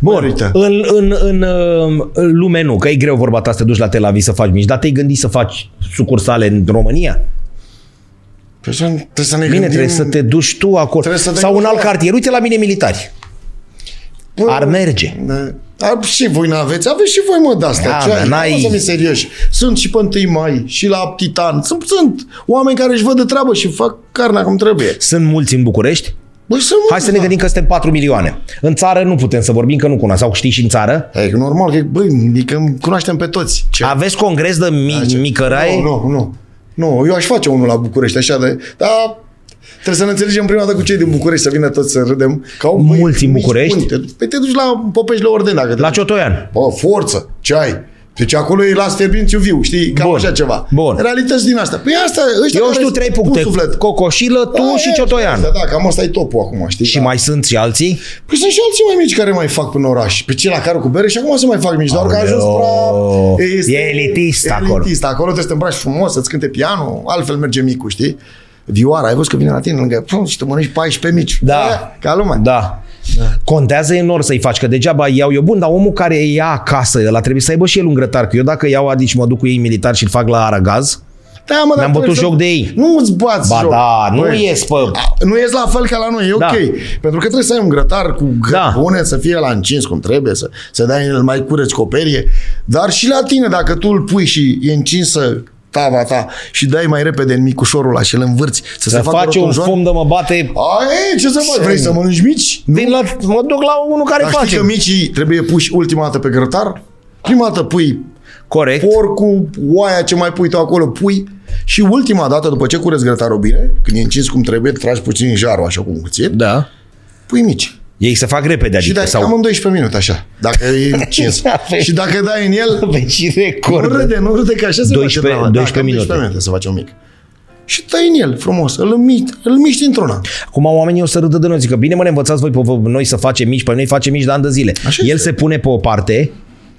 Speaker 1: Bun,
Speaker 2: Merită.
Speaker 1: în, în, în, uh, în lume nu, că e greu vorba ta să te duci la Tel Aviv să faci mici, dar te-ai gândit să faci sucursale în România?
Speaker 2: Păi așa trebuie să ne
Speaker 1: Bine,
Speaker 2: gândim...
Speaker 1: trebuie să te duci tu acolo.
Speaker 2: Trebuie să te
Speaker 1: Sau
Speaker 2: duci
Speaker 1: un alt
Speaker 2: la-
Speaker 1: cartier. Uite la mine militari.
Speaker 2: Bă,
Speaker 1: Ar merge.
Speaker 2: Da. Ar, și voi n-aveți, aveți și voi mă de
Speaker 1: Da,
Speaker 2: asta. Ce
Speaker 1: mă,
Speaker 2: ai?
Speaker 1: n-ai-
Speaker 2: Nu să fim serioși. Sunt și pe 1 mai, și la Titan. Sunt, sunt oameni care își văd de treabă și fac carnea cum trebuie.
Speaker 1: Sunt mulți în București.
Speaker 2: Băi, sunt
Speaker 1: Hai să ne gândim că suntem 4 milioane. În țară nu putem să vorbim, că nu cunoaște. Sau știi și în țară?
Speaker 2: E normal, că, băi, e că îmi cunoaștem pe toți. Ce Da,
Speaker 1: Aveți congres de mi- micărai?
Speaker 2: Nu, nu, nu. Nu, eu aș face unul la București, așa de... Dar trebuie să ne înțelegem prima dată cu cei din București, să vină toți să râdem. Ca au băi,
Speaker 1: Mulți în
Speaker 2: mici
Speaker 1: București?
Speaker 2: punte. Păi te duci la Popești la Orden, dacă te
Speaker 1: La
Speaker 2: duci.
Speaker 1: Ciotoian.
Speaker 2: Bă, forță, ce ai? Deci acolo îi las fierbințiu viu, știi? Cam
Speaker 1: Bun.
Speaker 2: așa ceva.
Speaker 1: Bun.
Speaker 2: Realități din asta. Păi asta, ăștia
Speaker 1: Eu
Speaker 2: care
Speaker 1: știu
Speaker 2: îți
Speaker 1: trei
Speaker 2: pun
Speaker 1: puncte.
Speaker 2: Suflet.
Speaker 1: Cocoșilă, tu
Speaker 2: Aia
Speaker 1: și
Speaker 2: e,
Speaker 1: Ciotoian.
Speaker 2: asta, Da, cam asta e topul acum, știi?
Speaker 1: Și
Speaker 2: da.
Speaker 1: mai sunt și alții?
Speaker 2: Păi sunt și alții mai mici care mai fac până oraș. Pe cei la care cu bere și acum se mai fac mici, doar că a ajuns
Speaker 1: Aoleo.
Speaker 2: prea...
Speaker 1: E elitist acolo.
Speaker 2: elitist acolo. trebuie să te îmbraci frumos, să-ți cânte pianul, altfel merge micul, știi? Vioara, ai văzut că vine la tine lângă pum, și te mănânci 14 mici.
Speaker 1: Da.
Speaker 2: Aia, Ca lumea.
Speaker 1: Da. Contează enorm să-i faci, că degeaba iau eu bun, dar omul care ia acasă, ăla trebuie să aibă și el un grătar, că eu dacă iau adici mă duc cu ei militar și îl fac la aragaz,
Speaker 2: Da, mă, dar
Speaker 1: Ne-am
Speaker 2: tu
Speaker 1: bătut
Speaker 2: ești-
Speaker 1: joc de ei.
Speaker 2: Nu îți bați
Speaker 1: ba
Speaker 2: joc.
Speaker 1: da, nu
Speaker 2: Băi,
Speaker 1: ies, pă,
Speaker 2: Nu ești la fel ca la noi, e ok.
Speaker 1: Da.
Speaker 2: Pentru că trebuie să ai un grătar cu
Speaker 1: Da.
Speaker 2: da. bune, să fie la încins cum trebuie, să, să dai în el mai cureți coperie. Dar și la tine, dacă tu îl pui și e încinsă tava ta și dai mai repede în micușorul ăla și îl învârți să,
Speaker 1: să
Speaker 2: se facă
Speaker 1: face un
Speaker 2: rotunjor.
Speaker 1: fum de mă bate,
Speaker 2: Ai, ce să faci? Vrei să mănânci mici?
Speaker 1: vin la, mă duc la unul care
Speaker 2: Dar știi
Speaker 1: face.
Speaker 2: că micii trebuie puși ultima dată pe grătar? Prima dată pui
Speaker 1: Corect.
Speaker 2: porc cu oaia ce mai pui tu acolo, pui. Și ultima dată, după ce cureți grătarul bine, când e încins cum trebuie, tragi puțin jarul așa cum cuțit,
Speaker 1: Da.
Speaker 2: pui mici.
Speaker 1: Ei se fac repede,
Speaker 2: Și
Speaker 1: adică,
Speaker 2: dai cam
Speaker 1: sau
Speaker 2: în 12 minute așa, dacă e încins. și dacă dai în el,
Speaker 1: pe și
Speaker 2: nu
Speaker 1: record.
Speaker 2: râde, nu râde, că așa se
Speaker 1: 12
Speaker 2: face treaba.
Speaker 1: 12
Speaker 2: da, cam
Speaker 1: minute.
Speaker 2: minute se face un mic. Și tai în el frumos, îl miști, îl miști într-una.
Speaker 1: Acum oamenii o să râdă de noi, zic că bine mă ne învățați voi pe vă- noi să facem mici, pe noi facem mici de ani de zile.
Speaker 2: Așa
Speaker 1: El
Speaker 2: este.
Speaker 1: se pune pe o parte,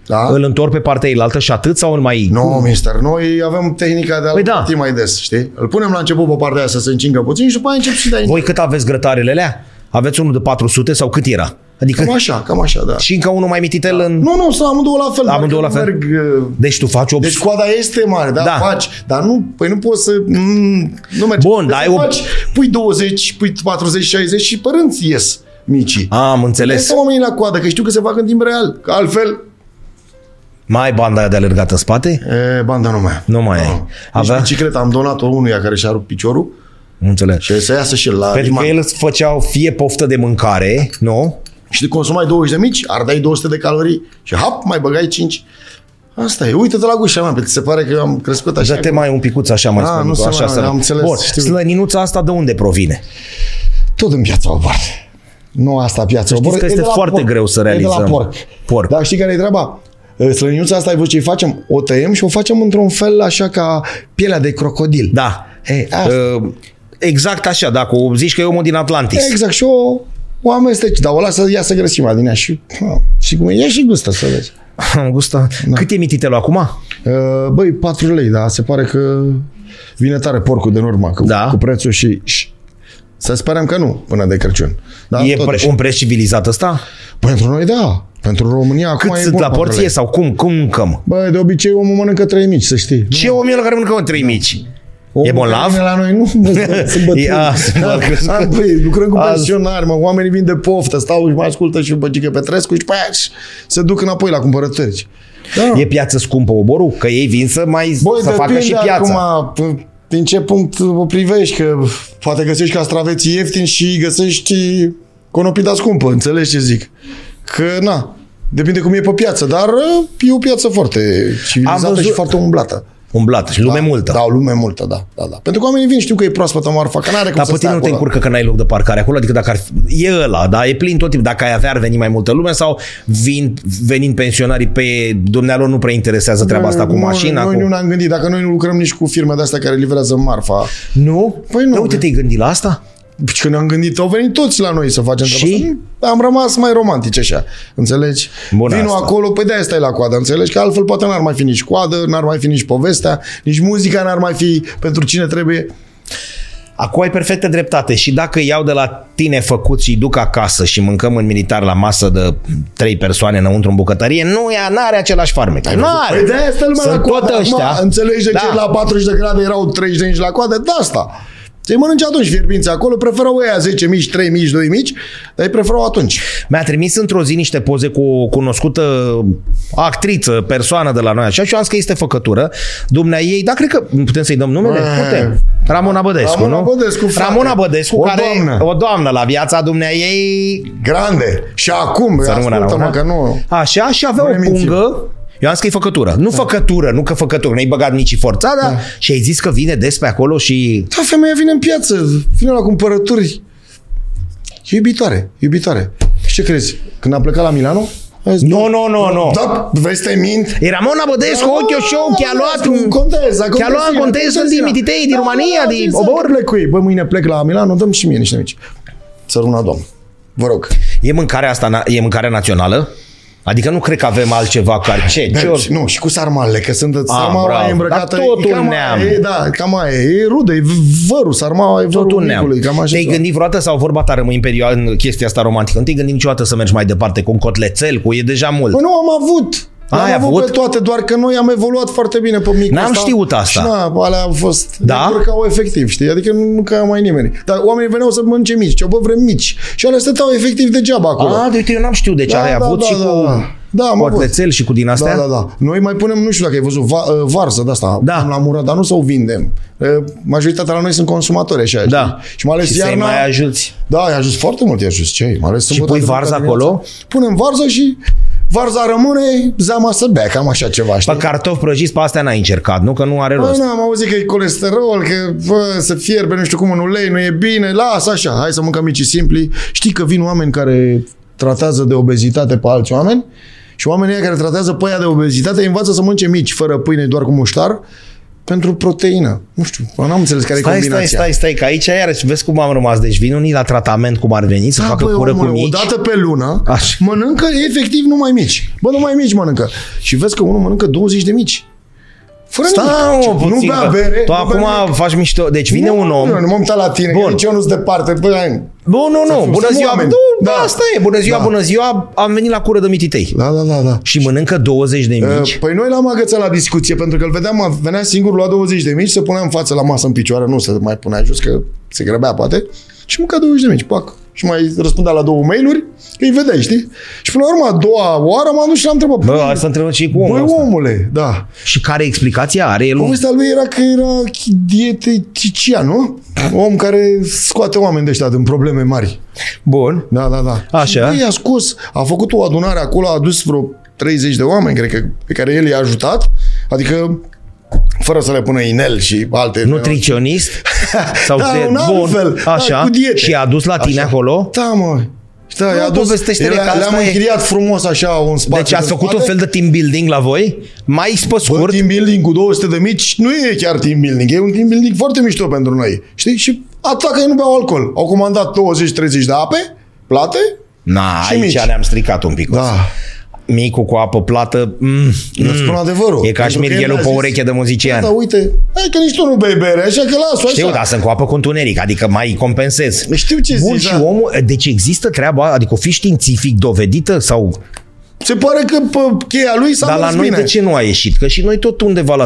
Speaker 2: Da?
Speaker 1: îl întorc pe partea elaltă și atât sau îl mai...
Speaker 2: Nu, no, mister, noi avem tehnica de a-l
Speaker 1: Păi da.
Speaker 2: da. mai des, știi? Îl punem la început pe partea aia să se încingă puțin și după aia încep și dai în el.
Speaker 1: Voi cât aveți grătarele alea? Aveți unul de 400 sau cât era? Adică
Speaker 2: Cam așa, cam așa, da.
Speaker 1: și încă unul mai mititel în...
Speaker 2: Nu, nu, sunt amândouă la fel.
Speaker 1: Amândouă
Speaker 2: Dacă
Speaker 1: la fel.
Speaker 2: Merg, uh,
Speaker 1: Deci tu faci 800.
Speaker 2: deci coada este mare, da,
Speaker 1: Da.
Speaker 2: da. faci, dar nu, păi nu poți să, mm, nu merge.
Speaker 1: Bun,
Speaker 2: Trebuie
Speaker 1: dar
Speaker 2: să
Speaker 1: ai o-
Speaker 2: faci, pui 20, pui 40, 60 și părinți ies micii.
Speaker 1: Am
Speaker 2: Lăsa
Speaker 1: înțeles.
Speaker 2: oamenii la coadă, că știu că se fac în timp real. Că altfel,
Speaker 1: Mai ai banda aia de alergat în spate?
Speaker 2: e, banda nu mai am.
Speaker 1: Nu mai ai.
Speaker 2: Nu.
Speaker 1: Avea-
Speaker 2: Avea... Deci bicicleta am donat-o unuia care și-a rupt piciorul
Speaker 1: Nu înțeles.
Speaker 2: și să iasă și el la
Speaker 1: Pentru
Speaker 2: liman.
Speaker 1: că el Deci, adică îți făceau fie poftă de mâncare, nu?
Speaker 2: Și te consumai 20 de mici, ardai 200 de calorii și hap, mai băgai 5. Asta e. Uite-te la gușa mea, ți se pare că am crescut așa.
Speaker 1: Dă-te mai un picuț așa mai
Speaker 2: Ah,
Speaker 1: spun,
Speaker 2: nu
Speaker 1: tu,
Speaker 2: se
Speaker 1: așa
Speaker 2: mai- am înțeles,
Speaker 1: Bun,
Speaker 2: știu.
Speaker 1: slăninuța asta de unde provine?
Speaker 2: Tot în piața aparte. Nu asta piața
Speaker 1: știți
Speaker 2: aparte.
Speaker 1: că este
Speaker 2: E de la
Speaker 1: foarte
Speaker 2: porc.
Speaker 1: greu să
Speaker 2: E
Speaker 1: realizăm.
Speaker 2: de la porc.
Speaker 1: Porc.
Speaker 2: Dar știi care e treaba? Ă, Slăniuța asta, ai văzut ce facem? O tăiem și o facem într-un fel așa ca pielea de crocodil.
Speaker 1: Da.
Speaker 2: Hei, asta.
Speaker 1: Uh, Exact așa, dacă o zici că e omul din Atlantis.
Speaker 2: Exact. Și o, o amesteci. Dar o lasă, ia să grăsimea din ea și, ha, și cum e, ia și gustă să vezi.
Speaker 1: Am gustat. Cât e mititelul acum?
Speaker 2: Uh, Băi, 4 lei, dar se pare că vine tare porcul din urmă cu,
Speaker 1: Da.
Speaker 2: cu prețul și, și... Să sperăm că nu până de Crăciun. Da,
Speaker 1: E
Speaker 2: totuși.
Speaker 1: pre- un preț civilizat ăsta?
Speaker 2: Pentru noi, da. Pentru România,
Speaker 1: Cât
Speaker 2: acum e
Speaker 1: sunt
Speaker 2: bun
Speaker 1: la
Speaker 2: 4
Speaker 1: porție
Speaker 2: lei.
Speaker 1: sau cum? Cum mâncăm?
Speaker 2: Bă, de obicei omul mănâncă trei mici, să știi.
Speaker 1: Ce om e la care mănâncă în trei mici?
Speaker 2: Omul
Speaker 1: E bolnav?
Speaker 2: care vine La noi nu, bă, sunt bătrâni.
Speaker 1: E- a, sunt
Speaker 2: Da,
Speaker 1: bătrâni.
Speaker 2: da, băi, lucrăm cu
Speaker 1: Azi.
Speaker 2: pensionari, mă, oamenii vin de poftă, stau și mai ascultă și băgică Petrescu și după aia și se duc înapoi la cumpărături. Da.
Speaker 1: E piață scumpă oborul? Că ei vin să mai
Speaker 2: Băi,
Speaker 1: să facă
Speaker 2: depinde
Speaker 1: și piața.
Speaker 2: acum p- din ce punct o privești, că poate găsești castraveți ieftin și găsești conopida scumpă, înțelegi ce zic? Că na, depinde cum e pe piață, dar e o piață foarte civilizată
Speaker 1: Am văzut-
Speaker 2: și foarte umblată.
Speaker 1: Umblată și lume multă.
Speaker 2: Da, o lume multă, da, da, da. Pentru că oamenii vin, știu că e proaspătă marfa, că n-are cum
Speaker 1: Dar
Speaker 2: să
Speaker 1: pe tine
Speaker 2: stea
Speaker 1: nu te
Speaker 2: acolo.
Speaker 1: încurcă că n-ai loc de parcare acolo? Adică dacă ar fi, e ăla, da? E plin tot timpul. Dacă ai avea, ar veni mai multă lume sau vin, venind pensionarii pe dumnealor nu prea interesează treaba asta cu
Speaker 2: Noi-
Speaker 1: mașina?
Speaker 2: Noi
Speaker 1: cu...
Speaker 2: nu ne-am gândit, dacă noi nu lucrăm nici cu firme de astea care livrează marfa,
Speaker 1: Nu?
Speaker 2: Păi nu.
Speaker 1: Dar uite, te-ai gândit la asta?
Speaker 2: Și că ne-am gândit, au venit toți la noi să facem
Speaker 1: Și?
Speaker 2: treaba asta. Am rămas mai romantici așa, înțelegi?
Speaker 1: Bună
Speaker 2: Vinul
Speaker 1: asta.
Speaker 2: acolo, păi de-aia stai la coadă, înțelegi? Că altfel poate n-ar mai fi nici coadă, n-ar mai fi nici povestea, nici muzica n-ar mai fi pentru cine trebuie.
Speaker 1: Acum ai perfectă dreptate și dacă iau de la tine făcut și duc acasă și mâncăm în militar la masă de trei persoane înăuntru în bucătărie, nu ea, n-are același farmec. Nu are.
Speaker 2: Păi de-aia stai lumea
Speaker 1: Sunt
Speaker 2: la coadă.
Speaker 1: tot
Speaker 2: Acum,
Speaker 1: ăștia.
Speaker 2: înțelegi de
Speaker 1: Da.
Speaker 2: ce la 40 de grade erau 30 de la coadă? De Da, asta. Ți-ai mănânci atunci fierbința acolo, preferau ăia 10 mici, 3 mici, 2 mici, dar îi preferau atunci.
Speaker 1: Mi-a trimis într-o zi niște poze cu o cunoscută actriță, persoană de la noi, așa, și eu am zis că este făcătură. Dumnea ei, da, cred că putem să-i dăm numele?
Speaker 2: Bă.
Speaker 1: Putem. Ramona Bădescu,
Speaker 2: Ramona
Speaker 1: nu?
Speaker 2: Bădescu, frate.
Speaker 1: Ramona Bădescu,
Speaker 2: O
Speaker 1: care
Speaker 2: doamnă.
Speaker 1: o doamnă la viața dumnea ei,
Speaker 2: Grande. Și acum,
Speaker 1: rămână
Speaker 2: ascultă-mă
Speaker 1: Ramona.
Speaker 2: Păi că nu...
Speaker 1: așa, și avea
Speaker 2: Nu
Speaker 1: o
Speaker 2: ne mințim. Da.
Speaker 1: pungă. Eu am zis că e făcătură. Nu făcătură, nu că făcătură. Nu-i băgat nici forța, dar și ai zis că vine des pe acolo și
Speaker 2: Da, femeia vine în piață, vine la cumpărături. E iubitoare, iubitoare. Și ce crezi? Când am plecat la Milano? am zis,
Speaker 1: Nu, nu, nu, nu.
Speaker 2: Da, vrei să te mint?
Speaker 1: E Ramona Bădescu, ochiul show, chiar a luat...
Speaker 2: Conteza,
Speaker 1: chiar a luat conteza din
Speaker 2: da.
Speaker 1: Mititei, din România, din
Speaker 2: exact.
Speaker 1: Obor.
Speaker 2: Plec cu ei. Bă, mâine plec la Milano, dăm și mie niște mici. Țăruna, domn. Vă rog.
Speaker 1: E mâncarea asta, na- e mâncarea națională? Adică nu cred că avem altceva ca ce? ce
Speaker 2: Deci, nu, și cu sarmalele, că sunt sarmala
Speaker 1: Ah, bravo.
Speaker 2: e îmbrăcată.
Speaker 1: Dar tot
Speaker 2: e
Speaker 1: un
Speaker 2: cam aia,
Speaker 1: neam.
Speaker 2: E, da, cam aia, e. E rudă, e vărul, sarmala e vărul
Speaker 1: tot un
Speaker 2: micului,
Speaker 1: neam.
Speaker 2: cam așa.
Speaker 1: Te-ai
Speaker 2: ceva.
Speaker 1: gândit vreodată sau vorba ta rămâi în, perioadă, în chestia asta romantică? Nu te-ai gândit niciodată să mergi mai departe cu un cotlețel, cu e deja mult.
Speaker 2: Bă, Păi nu am avut.
Speaker 1: Ai
Speaker 2: am avut,
Speaker 1: avut?
Speaker 2: pe toate, doar că noi am evoluat foarte bine pe micul
Speaker 1: N-am
Speaker 2: ăsta.
Speaker 1: știut asta.
Speaker 2: Și na, alea au fost.
Speaker 1: Da?
Speaker 2: Ne Încurcau efectiv, știi? Adică nu mâncau mai nimeni. Dar oamenii veneau să mănânce mici. Ce bă, vrem mici. Și alea stăteau efectiv degeaba acolo.
Speaker 1: A, de uite, eu n-am știut de ce
Speaker 2: Da,
Speaker 1: ai
Speaker 2: da,
Speaker 1: avut
Speaker 2: da,
Speaker 1: și
Speaker 2: da,
Speaker 1: cu
Speaker 2: da. Da, am avut.
Speaker 1: cotlețel și cu din astea?
Speaker 2: Da, da, da. Noi mai punem, nu știu dacă ai văzut, va, uh, varză de asta,
Speaker 1: Da.
Speaker 2: punem la mură, dar nu să o vindem. Uh, Majoritatea la noi sunt consumatori așa,
Speaker 1: Da.
Speaker 2: știi? Și mai ales
Speaker 1: Și să-i
Speaker 2: iarna.
Speaker 1: mai ajuți.
Speaker 2: Da, i-a ajuns foarte mult, i-a ajuns cei, mai ales sâmbătă,
Speaker 1: pui
Speaker 2: duminică
Speaker 1: varză
Speaker 2: dimineața.
Speaker 1: acolo?
Speaker 2: Punem varză și varza rămâne, zeama să bea, cam așa ceva, știi?
Speaker 1: Pe cartofi prăjiți, pe astea n-ai încercat, nu? Că Păi- nu are
Speaker 2: Păi
Speaker 1: rost.
Speaker 2: n-am auzit că e colesterol, că bă, să fierbe, nu știu cum, în ulei, nu e bine, lasă așa, hai să mâncăm mici simpli. Știi că vin oameni care tratează de obezitate pe alți oameni și oamenii ăia care tratează pe aia de obezitate îi învață să mănânce mici, fără pâine, doar cu muștar, pentru proteină. Nu știu, bă, n-am înțeles care e
Speaker 1: Stai,
Speaker 2: combinația.
Speaker 1: stai, stai, stai, că aici iarăși vezi cum am rămas. Deci vin unii la tratament cum ar veni, să facă
Speaker 2: băi,
Speaker 1: cură cu
Speaker 2: omule,
Speaker 1: mici.
Speaker 2: O dată pe lună
Speaker 1: Așa.
Speaker 2: mănâncă efectiv numai mici. Bă, numai mici mănâncă. Și vezi că unul mănâncă 20 de mici. Fără
Speaker 1: Stai,
Speaker 2: nimic.
Speaker 1: mă,
Speaker 2: nu
Speaker 1: puțin,
Speaker 2: bea
Speaker 1: că
Speaker 2: bere.
Speaker 1: Tu
Speaker 2: nu bea nimic.
Speaker 1: acum faci mișto. Deci vine un om.
Speaker 2: Nu, nu m-am uitat la tine, Bun.
Speaker 1: Bun.
Speaker 2: că nici eu nu sunt departe. Bă, hai.
Speaker 1: Nu, nu, nu.
Speaker 2: fim-
Speaker 1: Bună
Speaker 2: suntem
Speaker 1: ziua.
Speaker 2: oameni.
Speaker 1: Nu, da.
Speaker 2: Da.
Speaker 1: asta e. Bună ziua,
Speaker 2: Da.
Speaker 1: bună ziua. Am venit la cură de mititei.
Speaker 2: Da, da, da, da.
Speaker 1: Și mănâncă 20 de mici.
Speaker 2: Uh, Păi noi l-am agățat la discuție pentru că îl vedeam, venea singur, lua 20 de mici, se punea în față la masă în picioare, nu se mai punea jos că se grăbea poate și mânca 20 de mici, pac. Și mai răspundea la două mail-uri, că îi vedeai, știi? Și până la urmă, a doua oară m-am dus și l-am întrebat, "Păi,
Speaker 1: Bă, hai să întrebăm și cu
Speaker 2: Băi,
Speaker 1: omul ăsta.
Speaker 2: omule, da.
Speaker 1: Și care explicația are el? un-
Speaker 2: Povestea lui era că era dietetician, nu? Om care scoate oameni de ăștia din probleme mari.
Speaker 1: Bun.
Speaker 2: Da, da, da.
Speaker 1: Așa.
Speaker 2: Și băi, a scos, a făcut o adunare acolo, a adus vreo 30 de oameni, cred că, pe care el i-a ajutat. Adică, fără să le pună inel și alte...
Speaker 1: Nutriționist? Sau
Speaker 2: Da,
Speaker 1: se-
Speaker 2: un alt
Speaker 1: Bun.
Speaker 2: fel. Da,
Speaker 1: Așa.
Speaker 2: cu diete.
Speaker 1: Și a dus la tine acolo? Deci
Speaker 2: Da, mă. Da, i-a adus,
Speaker 1: povestește-ne că
Speaker 2: le-
Speaker 1: asta
Speaker 2: le-am
Speaker 1: e-
Speaker 2: închiriat frumos așa un spațiu.
Speaker 1: Deci ați
Speaker 2: de
Speaker 1: făcut un
Speaker 2: spate.
Speaker 1: fel de team building la voi? Mai pe
Speaker 2: Bă,
Speaker 1: scurt?
Speaker 2: team building cu 200 de mici nu e chiar team building, e un team building foarte mișto pentru noi. Știi? Și atacă ei nu beau alcool. Au comandat 20-30 de ape, plate.
Speaker 1: Na,
Speaker 2: și
Speaker 1: aici
Speaker 2: mici.
Speaker 1: ne-am stricat un pic.
Speaker 2: Da.
Speaker 1: Micul cu apă plată. Mm.
Speaker 2: Eu spun adevărul.
Speaker 1: E ca
Speaker 2: Pentru că el
Speaker 1: șmirghelul
Speaker 2: a
Speaker 1: pe
Speaker 2: zis,
Speaker 1: ureche de muzician.
Speaker 2: Da, uite, hai că nici tu nu bei bere, așa că las-o așa.
Speaker 1: Știu, dar sunt cu apă cu întuneric, adică mai compensez.
Speaker 2: Știu ce
Speaker 1: Bun,
Speaker 2: zici,
Speaker 1: și
Speaker 2: da.
Speaker 1: omul, deci există treaba, adică o fi științific dovedită sau...
Speaker 2: Da, Se pare că pe cheia lui s-a
Speaker 1: Dar la
Speaker 2: mers
Speaker 1: noi
Speaker 2: bine.
Speaker 1: de ce nu a ieșit? Că și noi tot undeva la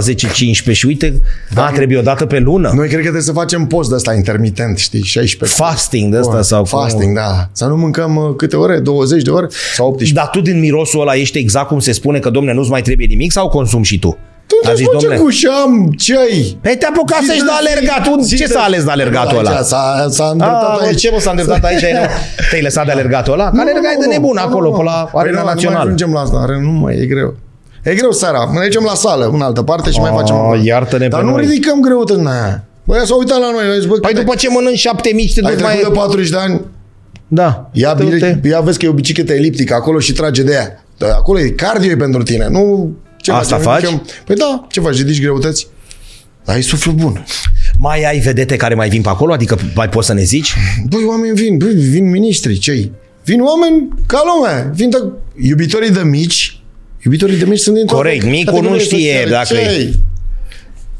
Speaker 1: 10-15 și uite, da, a, trebuie o dată pe lună.
Speaker 2: Noi cred că trebuie să facem post de ăsta intermitent, știi, 16.
Speaker 1: Fasting de ăsta sau... cum-
Speaker 2: Fasting, da. Să nu mâncăm uh, câte ore? 20 de ore? Sau 18?
Speaker 1: Dar tu din mirosul ăla ești exact cum se spune că, domne, nu-ți mai trebuie nimic sau consumi și tu?
Speaker 2: Tu
Speaker 1: A
Speaker 2: te
Speaker 1: zis,
Speaker 2: face
Speaker 1: domne,
Speaker 2: cu șam, ce ai?
Speaker 1: Păi te apuca
Speaker 2: Zi
Speaker 1: să ești
Speaker 2: de
Speaker 1: de
Speaker 2: zi,
Speaker 1: alergat. Un-
Speaker 2: zi
Speaker 1: Ce
Speaker 2: de-
Speaker 1: s-a ales de alergatul
Speaker 2: Aici
Speaker 1: ăla?
Speaker 2: S-a, s-a îndreptat
Speaker 1: Ah,
Speaker 2: aici.
Speaker 1: ce mă s-a îndreptat aici? Era- Te-ai lăsat de alergatul ăla? Care alergai de nebun acolo, pe la
Speaker 2: Păi
Speaker 1: Arena
Speaker 2: nu, Nu mai
Speaker 1: Națională.
Speaker 2: ajungem la asta, are- nu mai e greu. E greu seara, ne ducem la sală, în altă parte și mai
Speaker 1: Ah,
Speaker 2: facem. acolo.
Speaker 1: iartă-ne
Speaker 2: Dar
Speaker 1: pe
Speaker 2: nu
Speaker 1: noi.
Speaker 2: ridicăm greută în aia. Băi, s-a uitat la noi, a zis, bă,
Speaker 1: Păi
Speaker 2: cât
Speaker 1: după ce mănânci șapte mici, te
Speaker 2: ai
Speaker 1: duci
Speaker 2: trecut
Speaker 1: mai...
Speaker 2: de 40 de ani,
Speaker 1: Da.
Speaker 2: ia,
Speaker 1: Te-
Speaker 2: bile,
Speaker 1: te-
Speaker 2: ia vezi că e o bicicletă eliptică acolo și trage de ea. Da, Acolo e cardio e pentru tine, nu... Ce
Speaker 1: Asta
Speaker 2: facem?
Speaker 1: faci?
Speaker 2: Ridicăm- Păi da, ce faci, ridici greutăți? Dar ai suflet bun.
Speaker 1: Mai ai vedete care mai vin pe acolo? Adică mai poți să ne zici?
Speaker 2: Băi, oameni vin, băi, vin miniștri, cei? Vin oameni ca lumea, vin de, iubitorii de mici, iubitorii de mici sunt din toate
Speaker 1: Corect, micul nu
Speaker 2: categoriile
Speaker 1: știe
Speaker 2: sociale.
Speaker 1: dacă e-
Speaker 2: Cei?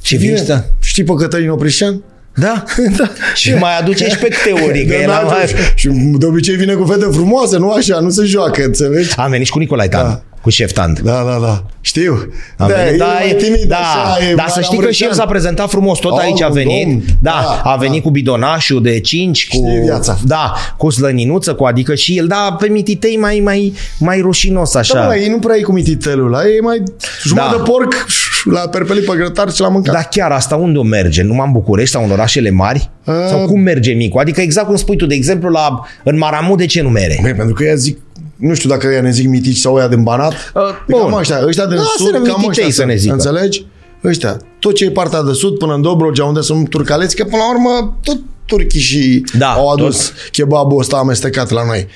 Speaker 1: Și vin ăsta?
Speaker 2: Știi pe Cătălin Oprișan? Da,
Speaker 1: Da. Și mai aduce și pe câte ori, că
Speaker 2: De
Speaker 1: el
Speaker 2: la-
Speaker 1: am,
Speaker 2: Și de obicei vine cu fete frumoase, nu așa, nu se joacă, înțelegi?
Speaker 1: am venit și cu Nicolae Dan. cu șef Tand.
Speaker 2: Da, da, da. Știu.
Speaker 1: Am
Speaker 2: da,
Speaker 1: venit,
Speaker 2: e
Speaker 1: da,
Speaker 2: mai
Speaker 1: e-
Speaker 2: timid,
Speaker 1: da,
Speaker 2: așa, e
Speaker 1: da,
Speaker 2: mai
Speaker 1: să știi că și el
Speaker 2: amărâtean.
Speaker 1: s-a prezentat frumos, tot
Speaker 2: Oh,
Speaker 1: aici a
Speaker 2: un
Speaker 1: venit.
Speaker 2: domn.
Speaker 1: da,
Speaker 2: Da,
Speaker 1: a venit cu bidonașul de 5, cu
Speaker 2: Știe viața.
Speaker 1: da, cu slăninuță, cu adică și el, da, pe mititei mai mai mai rușinos așa.
Speaker 2: Da, mă, ei nu prea e cu mititelul ăla, e mai jumătate
Speaker 1: Da.
Speaker 2: de porc, șș, l-a perpelit pe grătar și l-a mâncat.
Speaker 1: Dar chiar asta unde o merge? Numai în București sau în orașele mari?
Speaker 2: Uh.
Speaker 1: Sau cum merge micul? Adică exact cum spui tu, de exemplu, la, în Maramu de ce nu mere?
Speaker 2: Băi, Păi, pentru că ea zic, nu știu dacă ea ne zic mitici sau ea din Banat.
Speaker 1: Uh,
Speaker 2: Păi,
Speaker 1: bun.
Speaker 2: cam ăștia, ăștia din
Speaker 1: Da, să ne
Speaker 2: sud, cam
Speaker 1: mititei
Speaker 2: ăștia
Speaker 1: să ne
Speaker 2: sunt,
Speaker 1: zică.
Speaker 2: Înțelegi? Ăștia, tot ce e partea de sud până în Dobrogea, unde sunt turcaleți, că până la urmă tot turchii și
Speaker 1: Da,
Speaker 2: au adus kebabul ăsta amestecat la noi.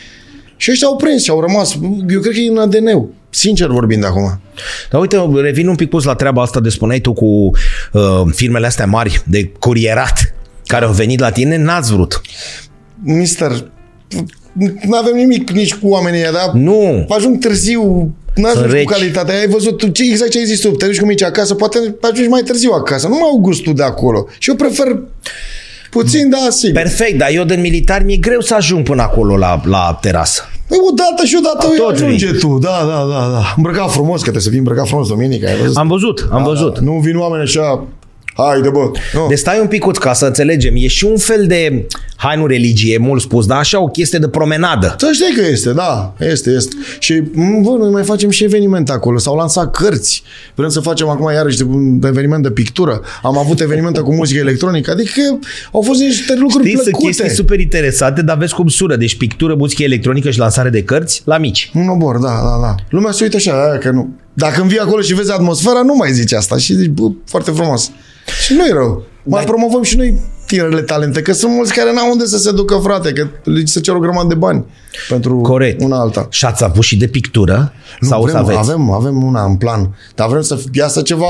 Speaker 2: Și ăștia au prins și au rămas, eu cred că e în ADN-ul, sincer vorbind acum.
Speaker 1: Dar uite, revin un pic pus la treaba asta de spuneai tu cu uh, firmele astea mari de curierat care au venit la tine, n-ați vrut.
Speaker 2: Mister, nu avem nimic nici cu oamenii ăia, dar
Speaker 1: Nu.
Speaker 2: ajung târziu, nu ajungi
Speaker 1: reci.
Speaker 2: cu calitatea. Ai văzut tu ce, exact ce ai zis tu, te duci cu mici acasă, poate ajungi mai târziu acasă, nu mai au gustul de acolo. Și eu prefer puțin, da, sigur.
Speaker 1: Perfect, dar eu din militar mi-e greu să ajung până acolo la, la terasă.
Speaker 2: Păi odată și odată
Speaker 1: tot
Speaker 2: ajunge tu, da, da, da, da. Îmbrăcat frumos, că trebuie să fii îmbrăcat frumos duminică, ai văzut?
Speaker 1: Am văzut, am văzut.
Speaker 2: Da, nu vin oameni așa, haide bă. Nu.
Speaker 1: De da. Deci stai un picuț ca să înțelegem. E și un fel de, hai nu religie, mult spus, dar așa o chestie de promenadă.
Speaker 2: Să știi că este, da, este, este. Și, m, bă, noi mai facem și evenimente acolo. S-au lansat cărți. Vrem să facem acum iarăși un eveniment de pictură. Am avut evenimente cu muzică electronică. Adică au fost niște lucruri
Speaker 1: Știi, sunt
Speaker 2: plăcute.
Speaker 1: chestii super interesante, dar vezi cum sună. Deci pictură, muzică electronică și lansare de cărți la mici.
Speaker 2: Un obor, da, da, da. Lumea se uită așa, aia că nu. Dacă vii acolo și vezi atmosfera, nu mai zici asta. Și zici, bă, foarte frumos. Și nu e rău. Mai promovăm și noi tinerele talente, că sunt mulți care n-au unde să se ducă, frate, că le se cer o grămadă de bani pentru
Speaker 1: Corect.
Speaker 2: una alta.
Speaker 1: Și ați avut și de pictură?
Speaker 2: Nu,
Speaker 1: sau
Speaker 2: vrem,
Speaker 1: să aveți?
Speaker 2: avem, avem una în plan, dar vrem să iasă ceva,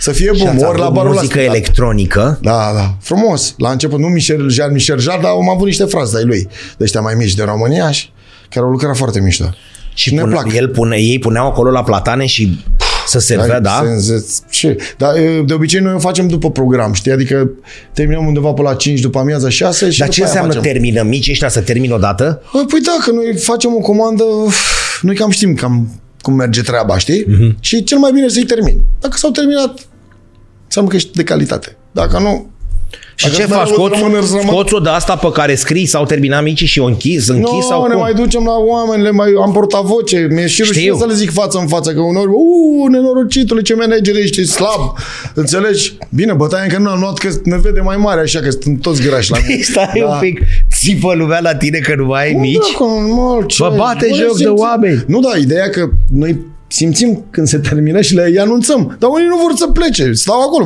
Speaker 2: să fie
Speaker 1: Și
Speaker 2: bun,
Speaker 1: ați
Speaker 2: ori la
Speaker 1: avut
Speaker 2: barul ăla
Speaker 1: muzică
Speaker 2: spital.
Speaker 1: electronică?
Speaker 2: Da, da, frumos. La început nu Michel Jean, Michel Jean, dar am avut niște frați de lui, de ăștia mai mici de România și care au lucrat foarte mișto.
Speaker 1: Și
Speaker 2: ne
Speaker 1: pune,
Speaker 2: plac.
Speaker 1: el pune, ei puneau acolo la platane și să servea, da?
Speaker 2: Sens- Ce? Dar e, de obicei noi o facem după program, știi? Adică terminăm undeva pe la 5 după amiaza 6 și
Speaker 1: Dar
Speaker 2: după
Speaker 1: ce
Speaker 2: aia
Speaker 1: înseamnă
Speaker 2: facem.
Speaker 1: termină? Mici ăștia să termină odată?
Speaker 2: Bă, Păi da, că noi facem o comandă, uf, noi cam știm cam cum merge treaba, știi?
Speaker 1: Mhm.
Speaker 2: Mm-hmm. Și cel mai bine să-i termin. Dacă s-au terminat, înseamnă că ești de calitate. Dacă nu...
Speaker 1: Și
Speaker 2: Dacă
Speaker 1: ce
Speaker 2: n-ai
Speaker 1: faci?
Speaker 2: avut rămâne,
Speaker 1: Scoți,
Speaker 2: rămâne.
Speaker 1: scoți-o de asta pe care scrii sau termina micii și o închizi, închizi
Speaker 2: Nu,
Speaker 1: sau
Speaker 2: ne
Speaker 1: cum?
Speaker 2: mai ducem la oameni, le mai, am portavoce, mi-e și rușine
Speaker 1: Știu.
Speaker 2: să le zic față în față, că uneori, uuu, nenorocitule, ce manager ești, ești slab, înțelegi? Bine, bătaia încă nu am luat, că ne vede mai mare, așa că sunt toți grași la mine.
Speaker 1: Stai
Speaker 2: Da.
Speaker 1: un pic, țipă lumea la tine că nu mai ai mici?
Speaker 2: Da, normal, ce?
Speaker 1: Vă bate
Speaker 2: Bă,
Speaker 1: joc de oameni.
Speaker 2: Nu, da, ideea că noi simțim când se termină și le îi anunțăm. Dar unii nu vor să plece, stau acolo.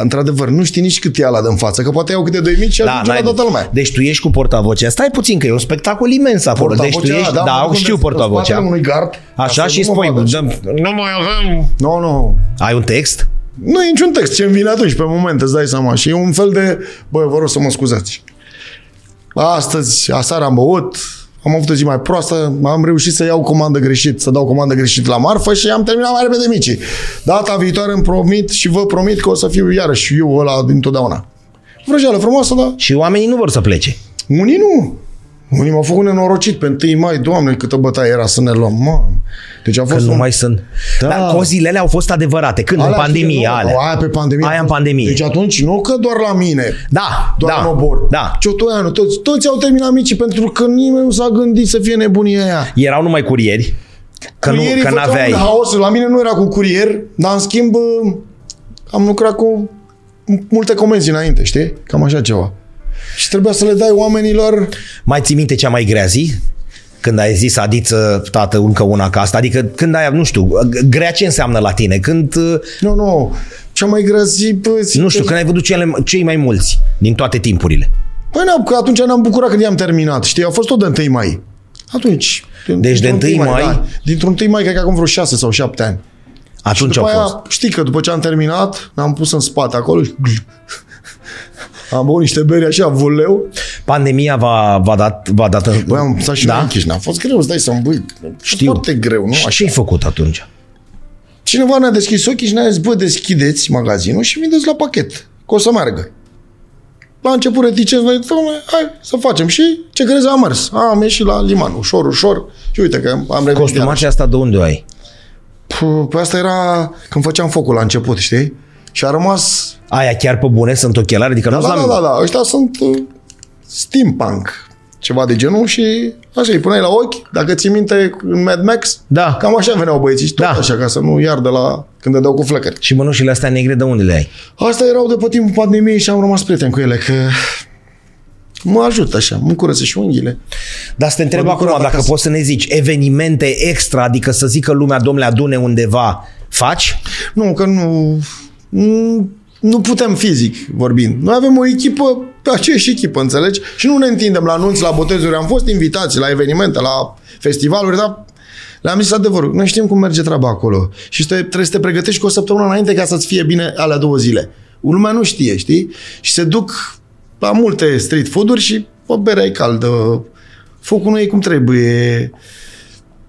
Speaker 2: Într-adevăr, nu știi nici cât e ala de în față, că poate iau câte doi mici și da, ajunge la
Speaker 1: n-ai-
Speaker 2: toată lumea.
Speaker 1: Deci tu ești cu portavocea. Stai puțin că e un spectacol imens acolo. Deci tu ești, da,
Speaker 2: mă
Speaker 1: știu
Speaker 2: duc unde- în spatele
Speaker 1: portavocea.
Speaker 2: unui gard, ca
Speaker 1: Așa
Speaker 2: să
Speaker 1: și
Speaker 2: nu mă
Speaker 1: spui,
Speaker 2: vadă.
Speaker 1: dăm- nu mai avem.
Speaker 2: Nu, nu.
Speaker 1: Ai un text?
Speaker 2: Nu e niciun text, ce-mi vine atunci, pe moment, îți dai seama. Și e un fel de, bă, vă rog să mă scuzați. Astăzi, aseară am băut, am avut o zi mai proastă, am reușit să iau comandă greșit, să dau comandă greșit la marfă și am terminat mai repede micii. Data viitoare îmi promit și vă promit că o să fiu iarăși eu ăla dintotdeauna. Vrăjeală frumoasă, dar
Speaker 1: Și oamenii nu vor să plece.
Speaker 2: unii nu. Unii m-au făcut nenorocit pe 1 mai, doamne, câtă bătaie era să ne luăm, mamă. Deci a fost
Speaker 1: Că nu
Speaker 2: un-
Speaker 1: mai sunt.
Speaker 2: Da.
Speaker 1: Dar cozile alea au fost adevărate. Când? În
Speaker 2: Alea, știi,
Speaker 1: pandemie
Speaker 2: nu,
Speaker 1: alea.
Speaker 2: Aia pe pandemie.
Speaker 1: Aia în pandemie.
Speaker 2: Deci atunci nu că doar la mine.
Speaker 1: Da,
Speaker 2: Doar
Speaker 1: da,
Speaker 2: în obor.
Speaker 1: da.
Speaker 2: Ciotoianu, toți, toți au terminat micii pentru că nimeni nu s-a gândit să fie nebunia aia.
Speaker 1: Erau numai curieri. Că, nu,
Speaker 2: Curierii
Speaker 1: că
Speaker 2: făceau
Speaker 1: n-aveai.
Speaker 2: un Haos. La mine nu era cu curier, dar în schimb bă, am lucrat cu multe comenzi înainte, știi? Cam așa ceva. Și trebuia să le dai oamenilor...
Speaker 1: Mai ții minte cea mai grea zi? Când ai zis, adiță, tată, încă una ca asta. Adică când ai, nu știu, grea ce înseamnă la tine? Când, uh,
Speaker 2: Nu, nu, cea mai grea zi... Bă,
Speaker 1: nu știu, când ai văzut cele, cei mai mulți din toate timpurile.
Speaker 2: Păi nu, că atunci ne-am bucurat când i-am terminat, știi? A fost tot de 1 mai. Atunci. din-
Speaker 1: Deci de
Speaker 2: dintr-un
Speaker 1: 1 mai?
Speaker 2: da. Dintr-un 1 mai, cred că acum vreo 6 sau 7 ani.
Speaker 1: Atunci
Speaker 2: După
Speaker 1: au fost.
Speaker 2: aia, știi că după ce am terminat, ne-am pus în spate acolo și... Am băut niște beri așa, vuleu.
Speaker 1: Pandemia va, va dat, va dat în...
Speaker 2: Băi, am stat și da? închis. N-a fost greu, îți dai seama, băi, Știu. foarte greu, nu?
Speaker 1: Și
Speaker 2: Așa.
Speaker 1: ce-ai făcut atunci?
Speaker 2: Cineva ne-a deschis ochii și ne-a zis, bă, deschideți magazinul și vindeți la pachet, că o să meargă. la început reticenți, noi, domnule, hai să facem. Și ce crezi, am mers. Am ieșit la liman, ușor, ușor. Și uite că am revenit. iarăși.
Speaker 1: Costumația asta de unde o ai?
Speaker 2: Puh, Păi asta era când făceam focul la început, știi? Și a rămas...
Speaker 1: Aia chiar pe bune sunt ochelari? Adică
Speaker 2: Da,
Speaker 1: nu-ți
Speaker 2: da, da, da, da. Ăștia sunt uh, steampunk, ceva de genul și așa îi puneai la ochi, dacă ții minte în Mad Max,
Speaker 1: Da.
Speaker 2: cam așa veneau băieții și tot
Speaker 1: Da.
Speaker 2: da. așa, ca să nu iar de la când dădeau cu flăcări.
Speaker 1: Și mănușile astea negre de unde le ai?
Speaker 2: Asta erau de pe timpul pandemiei și am rămas prieten cu ele, că mă ajută așa, mă curăță și unghiile.
Speaker 1: Dar să te întreb
Speaker 2: Mă duc
Speaker 1: acum,
Speaker 2: la
Speaker 1: dacă
Speaker 2: acasă.
Speaker 1: poți să ne zici, evenimente extra, adică să zică lumea, domnule, adune undeva, faci?
Speaker 2: Nu, că nu, nu, nu putem fizic vorbind. Noi avem o echipă, aceeași echipă, înțelegi? Și nu ne întindem la anunți, la botezuri. Am fost invitați la evenimente, la festivaluri, dar le-am zis adevărul. Noi știm cum merge treaba acolo. Și te, trebuie să te pregătești cu o săptămână înainte ca să-ți fie bine alea două zile. Lumea nu știe, știi? Și se duc la multe street food-uri și o bere e caldă. Focul nu e cum trebuie.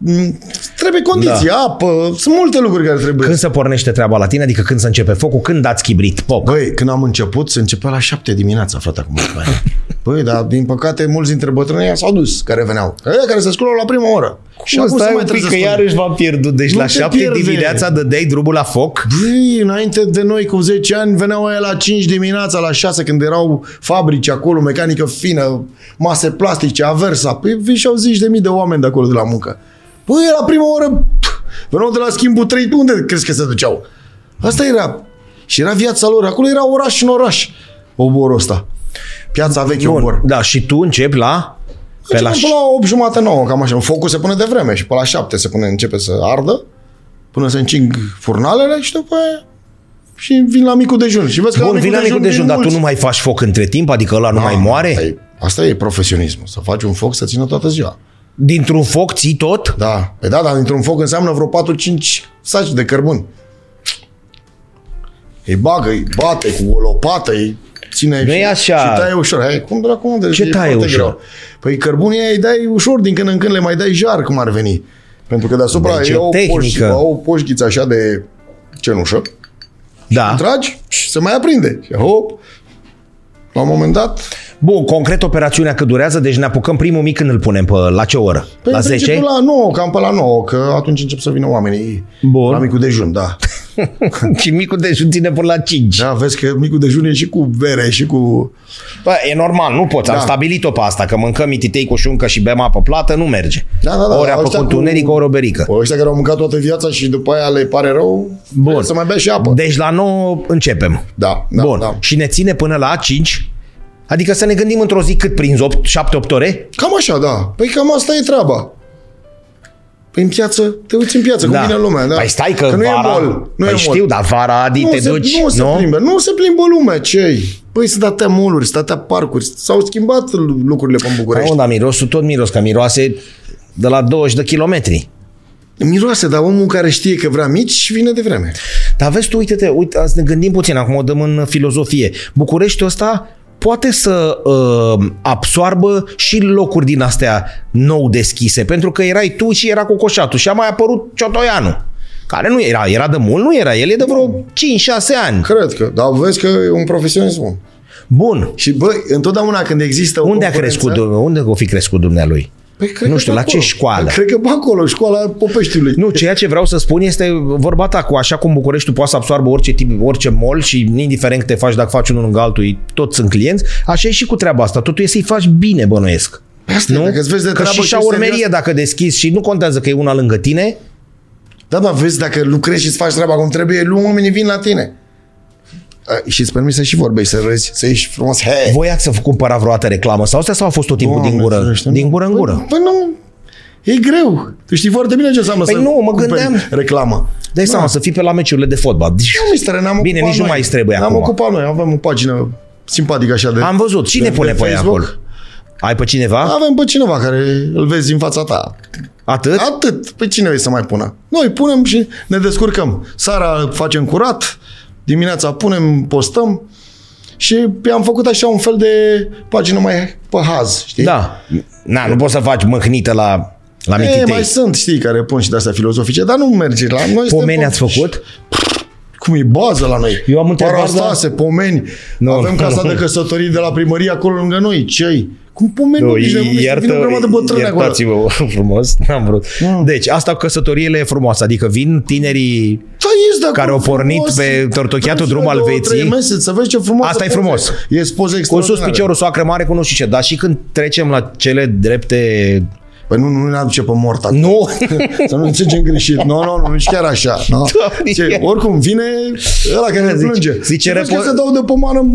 Speaker 2: Mm, Trebuie condiții, da. apă, sunt multe lucruri care trebuie.
Speaker 1: Când se pornește treaba la tine? Adică când se începe focul? Când dați chibrit? Poc.
Speaker 2: Băi, când am început, se începea la șapte dimineața, frate, acum. mulți ani. Băi, dar din păcate, mulți dintre bătrânii s-au dus, care veneau. Ăia care se sculau la prima oră.
Speaker 1: Și asta
Speaker 2: se
Speaker 1: e un pic că
Speaker 2: trezească
Speaker 1: iarăși v-am pierdut. Deci
Speaker 2: Nu
Speaker 1: la
Speaker 2: te
Speaker 1: șapte
Speaker 2: pierde.
Speaker 1: dimineața dădeai drumul la foc?
Speaker 2: Băi, înainte de noi, cu 10 ani, veneau aia la 5 dimineața, la 6, când erau fabrici acolo, mecanică fină, mase plastice, aversa. Păi vii și au zeci de mii de oameni de acolo de la muncă. Băi, la prima oră, pf, veneau de la schimbul 3, unde crezi că se duceau? Asta era. Și era viața lor. Acolo era oraș în oraş, oborul ăsta. Piața veche, obor.
Speaker 1: Da, și tu începi la... Pe la...
Speaker 2: Începem până la 8 jumate, 9, cam așa. Focul se pune de vreme și până la 7 se pune, începe să ardă, până se încing furnalele și după aia și vin la micul dejun. Și vezi că
Speaker 1: Bun,
Speaker 2: la
Speaker 1: vin la micul dejun, dar tu nu mai faci foc între timp? Adică ăla nu mai
Speaker 2: Asta
Speaker 1: moare?
Speaker 2: e, Păi, asta e profesionismul, să faci un foc să țină toată ziua.
Speaker 1: Dintr-un foc ții tot?
Speaker 2: Da, pe da, dar dintr-un foc înseamnă vreo 4-5 saci de cărbun. Îi bagă, îi bate cu o lopată, îi ține
Speaker 1: Nu
Speaker 2: și,
Speaker 1: e așa.
Speaker 2: și taie ușor. Hai, cum dracu, mă, deci
Speaker 1: Ce
Speaker 2: e
Speaker 1: taie
Speaker 2: foarte
Speaker 1: ușor?
Speaker 2: Greu. Păi cărbunii aia îi dai ușor, din când în când le mai dai jar, cum ar veni. Pentru că deasupra
Speaker 1: Deci e
Speaker 2: e o, poș,
Speaker 1: tehnică.
Speaker 2: o poșghiță așa de cenușă,
Speaker 1: Da.
Speaker 2: tragi și se mai aprinde. Și hop, la un moment dat,
Speaker 1: Bun, concret operațiunea că durează, deci ne apucăm primul mic când îl punem pe la ce oră?
Speaker 2: Păi
Speaker 1: la
Speaker 2: în
Speaker 1: 10?
Speaker 2: principiu la 9, cam pe la 9, că atunci încep să vină oamenii
Speaker 1: Bun.
Speaker 2: la micul dejun, da.
Speaker 1: și micul dejun ține până la 5.
Speaker 2: Da, vezi că micul dejun e și cu bere și cu...
Speaker 1: Bă, e normal, nu poți. Da. Am
Speaker 2: Da.
Speaker 1: stabilit-o pe asta, că mâncăm mititei cu șuncă și bem apă plată, nu merge.
Speaker 2: Da, da, da,
Speaker 1: ori apă cu
Speaker 2: ăștia cu-
Speaker 1: întuneric, ori o berică.
Speaker 2: Păi ăștia care au mâncat toată viața și după aia le pare rău,
Speaker 1: Bun.
Speaker 2: să mai bea și apă. De-
Speaker 1: Deci la 9 începem.
Speaker 2: da, da,
Speaker 1: Bun.
Speaker 2: da.
Speaker 1: Și ne ține până la 5? Adică să ne gândim într-o zi cât prinzi 8, 7-8 ore?
Speaker 2: Cam așa, da. Păi cam asta e treaba. Păi în piață, te uiți în piață, cum vine lumea. Da.
Speaker 1: Păi stai că, vara...
Speaker 2: nu e mol. Nu
Speaker 1: păi
Speaker 2: e
Speaker 1: știu,
Speaker 2: mol.
Speaker 1: dar vara, Adi,
Speaker 2: nu
Speaker 1: te
Speaker 2: se,
Speaker 1: duci,
Speaker 2: nu, se plimbă, nu se plimbă lumea, cei. Păi sunt atâtea moluri, sunt atâtea parcuri, s-au schimbat lucrurile pe București.
Speaker 1: Nu, dar mirosul tot miros, că miroase de la 20 de kilometri. Da,
Speaker 2: Miroase, dar omul care știe că vrea mici vine de vreme.
Speaker 1: Dar vezi tu, uite-te, uite, azi ne gândim puțin, acum o dăm în filozofie. Bucureștiul ăsta poate să uh, absoarbă și locuri din astea nou deschise, pentru că erai tu și era Cocoșatu și a mai apărut Ciotoianu, care nu era, era de mult, nu era, el e de vreo 5-6 ani.
Speaker 2: Cred că, dar vezi că e un profesionism. bun.
Speaker 1: Bun,
Speaker 2: Și bă, întotdeauna când există o
Speaker 1: unde a
Speaker 2: concurență-
Speaker 1: crescut, dum- unde o fi crescut dumnealui?
Speaker 2: Păi, cred
Speaker 1: Nu
Speaker 2: că
Speaker 1: știu,
Speaker 2: pe
Speaker 1: la ce
Speaker 2: acolo.
Speaker 1: școală?
Speaker 2: Cred că pe acolo, școala Popeștiului.
Speaker 1: Nu, ceea ce vreau să spun este vorba ta cu așa cum Bucureștiul poate să absoarbă orice tip, orice mol și indiferent că te faci, dacă faci unul lângă altul, toți sunt clienți, așa e și cu treaba asta. Totul e să-i faci bine, bănuiesc.
Speaker 2: Păi Asta e,
Speaker 1: nu?
Speaker 2: dacă îți vezi de
Speaker 1: că
Speaker 2: treabă
Speaker 1: și
Speaker 2: și
Speaker 1: șaurmerie
Speaker 2: serios-
Speaker 1: dacă deschizi și nu contează că e una lângă tine,
Speaker 2: Da, dar vezi, dacă lucrezi și îți faci treaba cum trebuie, lu- oamenii vin la tine. A, Și îți permis să și vorbești, să râzi, să ieși frumos. He!
Speaker 1: voi ați să cumpăra vreodată reclamă sau asta sau a fost tot timpul din
Speaker 2: Doamne,
Speaker 1: gură,
Speaker 2: ferește,
Speaker 1: din
Speaker 2: nu.
Speaker 1: gură în gură?
Speaker 2: Păi, păi nu, e greu. Tu știi foarte bine ce înseamnă
Speaker 1: Păi
Speaker 2: să
Speaker 1: nu, mă
Speaker 2: cumperi
Speaker 1: gândeam.
Speaker 2: reclamă.
Speaker 1: Dai seama,
Speaker 2: Da.
Speaker 1: să fii pe la meciurile de fotbal. Deci,
Speaker 2: Nu, mister, ne-am
Speaker 1: Bine,
Speaker 2: ocupat
Speaker 1: nici nu
Speaker 2: noi.
Speaker 1: mai îți trebuie
Speaker 2: ne-am
Speaker 1: acum.
Speaker 2: ocupat noi, avem o pagină simpatică așa de
Speaker 1: Am văzut. Cine
Speaker 2: de-
Speaker 1: pune
Speaker 2: de
Speaker 1: pe aia
Speaker 2: Facebook.
Speaker 1: acolo? Ai pe cineva?
Speaker 2: Avem pe cineva care îl vezi în fața ta.
Speaker 1: Atât?
Speaker 2: Atât. Pe cine vei să mai pună? Noi punem și ne descurcăm. Sara facem curat, dimineața punem, postăm și am făcut așa un fel de pagină mai pe haz, știi?
Speaker 1: Da. Na, nu poți să faci mâhnită la, la
Speaker 2: E,
Speaker 1: mititei.
Speaker 2: mai sunt, știi, care pun și de-astea filozofice, dar nu merge la noi. suntem
Speaker 1: Pomeni
Speaker 2: pe-
Speaker 1: ați făcut?
Speaker 2: Cum e bază la noi?
Speaker 1: Eu am întrebat,
Speaker 2: Parastase, pomeni.
Speaker 1: Nu,
Speaker 2: Avem casa
Speaker 1: nu.
Speaker 2: de căsătorii de la primărie acolo lângă noi. Ce-i? Cum pomeni? Nu, nici de unde să vină o grămadă de bătrâni acolo. Da.
Speaker 1: iertați-mă frumos, n-am vrut. Deci, asta cu căsătoriile frumoase, adică vin tinerii
Speaker 2: Da, ești de acolo,
Speaker 1: care au pornit
Speaker 2: frumos,
Speaker 1: pe tortocheatul
Speaker 2: treci
Speaker 1: drum
Speaker 2: vreo
Speaker 1: al
Speaker 2: două,
Speaker 1: vieții.
Speaker 2: trei mese, să vezi ce frumos.
Speaker 1: Asta e frumos.
Speaker 2: E spoză
Speaker 1: cu sus
Speaker 2: extraordinară.
Speaker 1: piciorul, soacră mare, cu nu știu ce. Dar și când trecem la cele drepte...
Speaker 2: Păi nu, nu ne aduce pe morta.
Speaker 1: Nu!
Speaker 2: Să nu înțelegem greșit. Nu, nu, nu, nici chiar așa. No.
Speaker 1: Doamne,
Speaker 2: Ce,
Speaker 1: e-
Speaker 2: oricum vine ăla
Speaker 1: Zice-
Speaker 2: care zice, plânge.
Speaker 1: zice
Speaker 2: Și vezi
Speaker 1: repo-
Speaker 2: că se dau de pomană.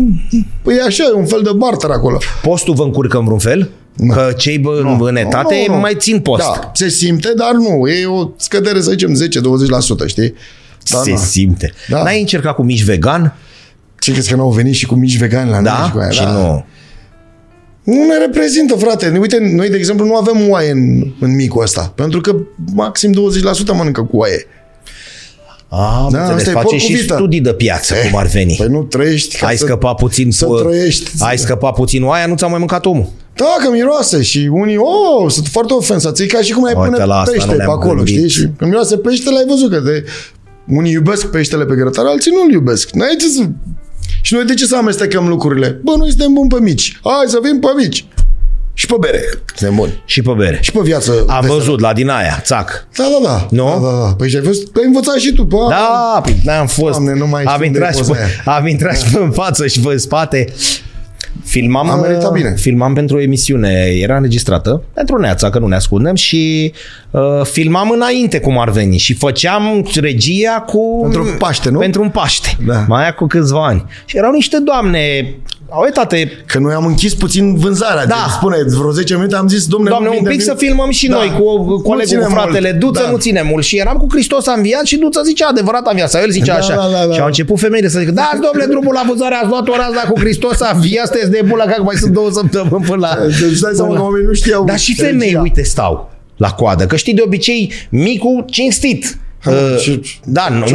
Speaker 2: Păi e așa, e un fel de barter acolo.
Speaker 1: Postul vă încurcă în vreun fel? Că cei bă, în etate
Speaker 2: Nu, nu.
Speaker 1: mai țin post.
Speaker 2: Da, se simte, dar nu. E o scădere, să zicem, 10-20%, știi? Da, Dar
Speaker 1: Se
Speaker 2: nu.
Speaker 1: simte.
Speaker 2: Da.
Speaker 1: N-ai încercat cu mici vegan?
Speaker 2: Ce crezi că n-au venit și cu mici vegani la noi?
Speaker 1: Da?
Speaker 2: și cu aia?
Speaker 1: și
Speaker 2: da.
Speaker 1: nu.
Speaker 2: Nu ne reprezintă, frate. Uite, noi, de exemplu, nu avem oaie în, în micul ăsta. Pentru că maxim 20% mănâncă cu oaie.
Speaker 1: A,
Speaker 2: Da,
Speaker 1: da, înțeles,
Speaker 2: asta e
Speaker 1: face
Speaker 2: porc
Speaker 1: și
Speaker 2: cu vită.
Speaker 1: studii de piață, cum ar veni.
Speaker 2: Păi nu trăiești. ca
Speaker 1: ai
Speaker 2: să-
Speaker 1: scăpat puțin
Speaker 2: să
Speaker 1: tu-
Speaker 2: trăiești.
Speaker 1: Ai scăpat puțin oaia, nu ți-a mai mâncat omul.
Speaker 2: Da, că miroase și unii, oh, sunt foarte ofensați. E ca și cum ai
Speaker 1: Uite,
Speaker 2: pune
Speaker 1: la asta
Speaker 2: pește
Speaker 1: nu
Speaker 2: pe
Speaker 1: ne-am
Speaker 2: acolo,
Speaker 1: gândit.
Speaker 2: știi? Și când miroase peștele, ai văzut că de... unii iubesc peștele pe grătar, alții nu-l iubesc. N-ai ce să... Și noi de ce să amestecăm lucrurile? Bă, noi suntem buni pe mici. Hai să vin pe mici. Și pe bere. Suntem buni.
Speaker 1: Și pe bere.
Speaker 2: Și pe viață.
Speaker 1: Am văzut la din aia, țac.
Speaker 2: Da, da, da.
Speaker 1: Nu?
Speaker 2: Da, da, da. Păi și ai văzut, ai învățat și tu. Bă,
Speaker 1: Da, păi, n-am fost.
Speaker 2: Doamne, nu mai
Speaker 1: am,
Speaker 2: știu
Speaker 1: intrat și
Speaker 2: unde e
Speaker 1: pe,
Speaker 2: poza
Speaker 1: am intrat și pe în față și pe în spate. Filmam,
Speaker 2: A meritat
Speaker 1: uh,
Speaker 2: bine.
Speaker 1: filmam pentru o emisiune, era înregistrată, pentru neața, că nu ne ascundem, și uh, filmam înainte cum ar veni și făceam regia cu...
Speaker 2: Pentru un Paște, nu?
Speaker 1: Pentru un Paște,
Speaker 2: Da.
Speaker 1: mai cu câțiva ani. Și erau niște doamne, au etate
Speaker 2: Că noi am închis puțin vânzarea.
Speaker 1: Da.
Speaker 2: Deci, Spune, vreo 10 minute am zis, domne,
Speaker 1: Doamne,
Speaker 2: nu
Speaker 1: un pic
Speaker 2: vindem
Speaker 1: să filmăm și
Speaker 2: Da.
Speaker 1: noi cu,
Speaker 2: Nu
Speaker 1: cu colegul, cu
Speaker 2: ține
Speaker 1: fratele
Speaker 2: mult.
Speaker 1: Duță,
Speaker 2: Da.
Speaker 1: nu ține mult. Și eram cu Hristos a înviat și Duță zicea adevărat a înviat. Sau el zicea
Speaker 2: Da,
Speaker 1: așa.
Speaker 2: da, da, da.
Speaker 1: Și au început femeile să zică, da, domnule, drumul la vânzare ați luat o raza cu Hristos a înviat, sunteți de bulă, că mai sunt două săptămâni până la...
Speaker 2: Deci dai seama că oamenii nu știau.
Speaker 1: Dar și
Speaker 2: regia.
Speaker 1: femei, uite, stau la coadă. Că știi, de obicei, micul cinstit.
Speaker 2: Ha,
Speaker 1: Uh,
Speaker 2: și-
Speaker 1: da,
Speaker 2: ce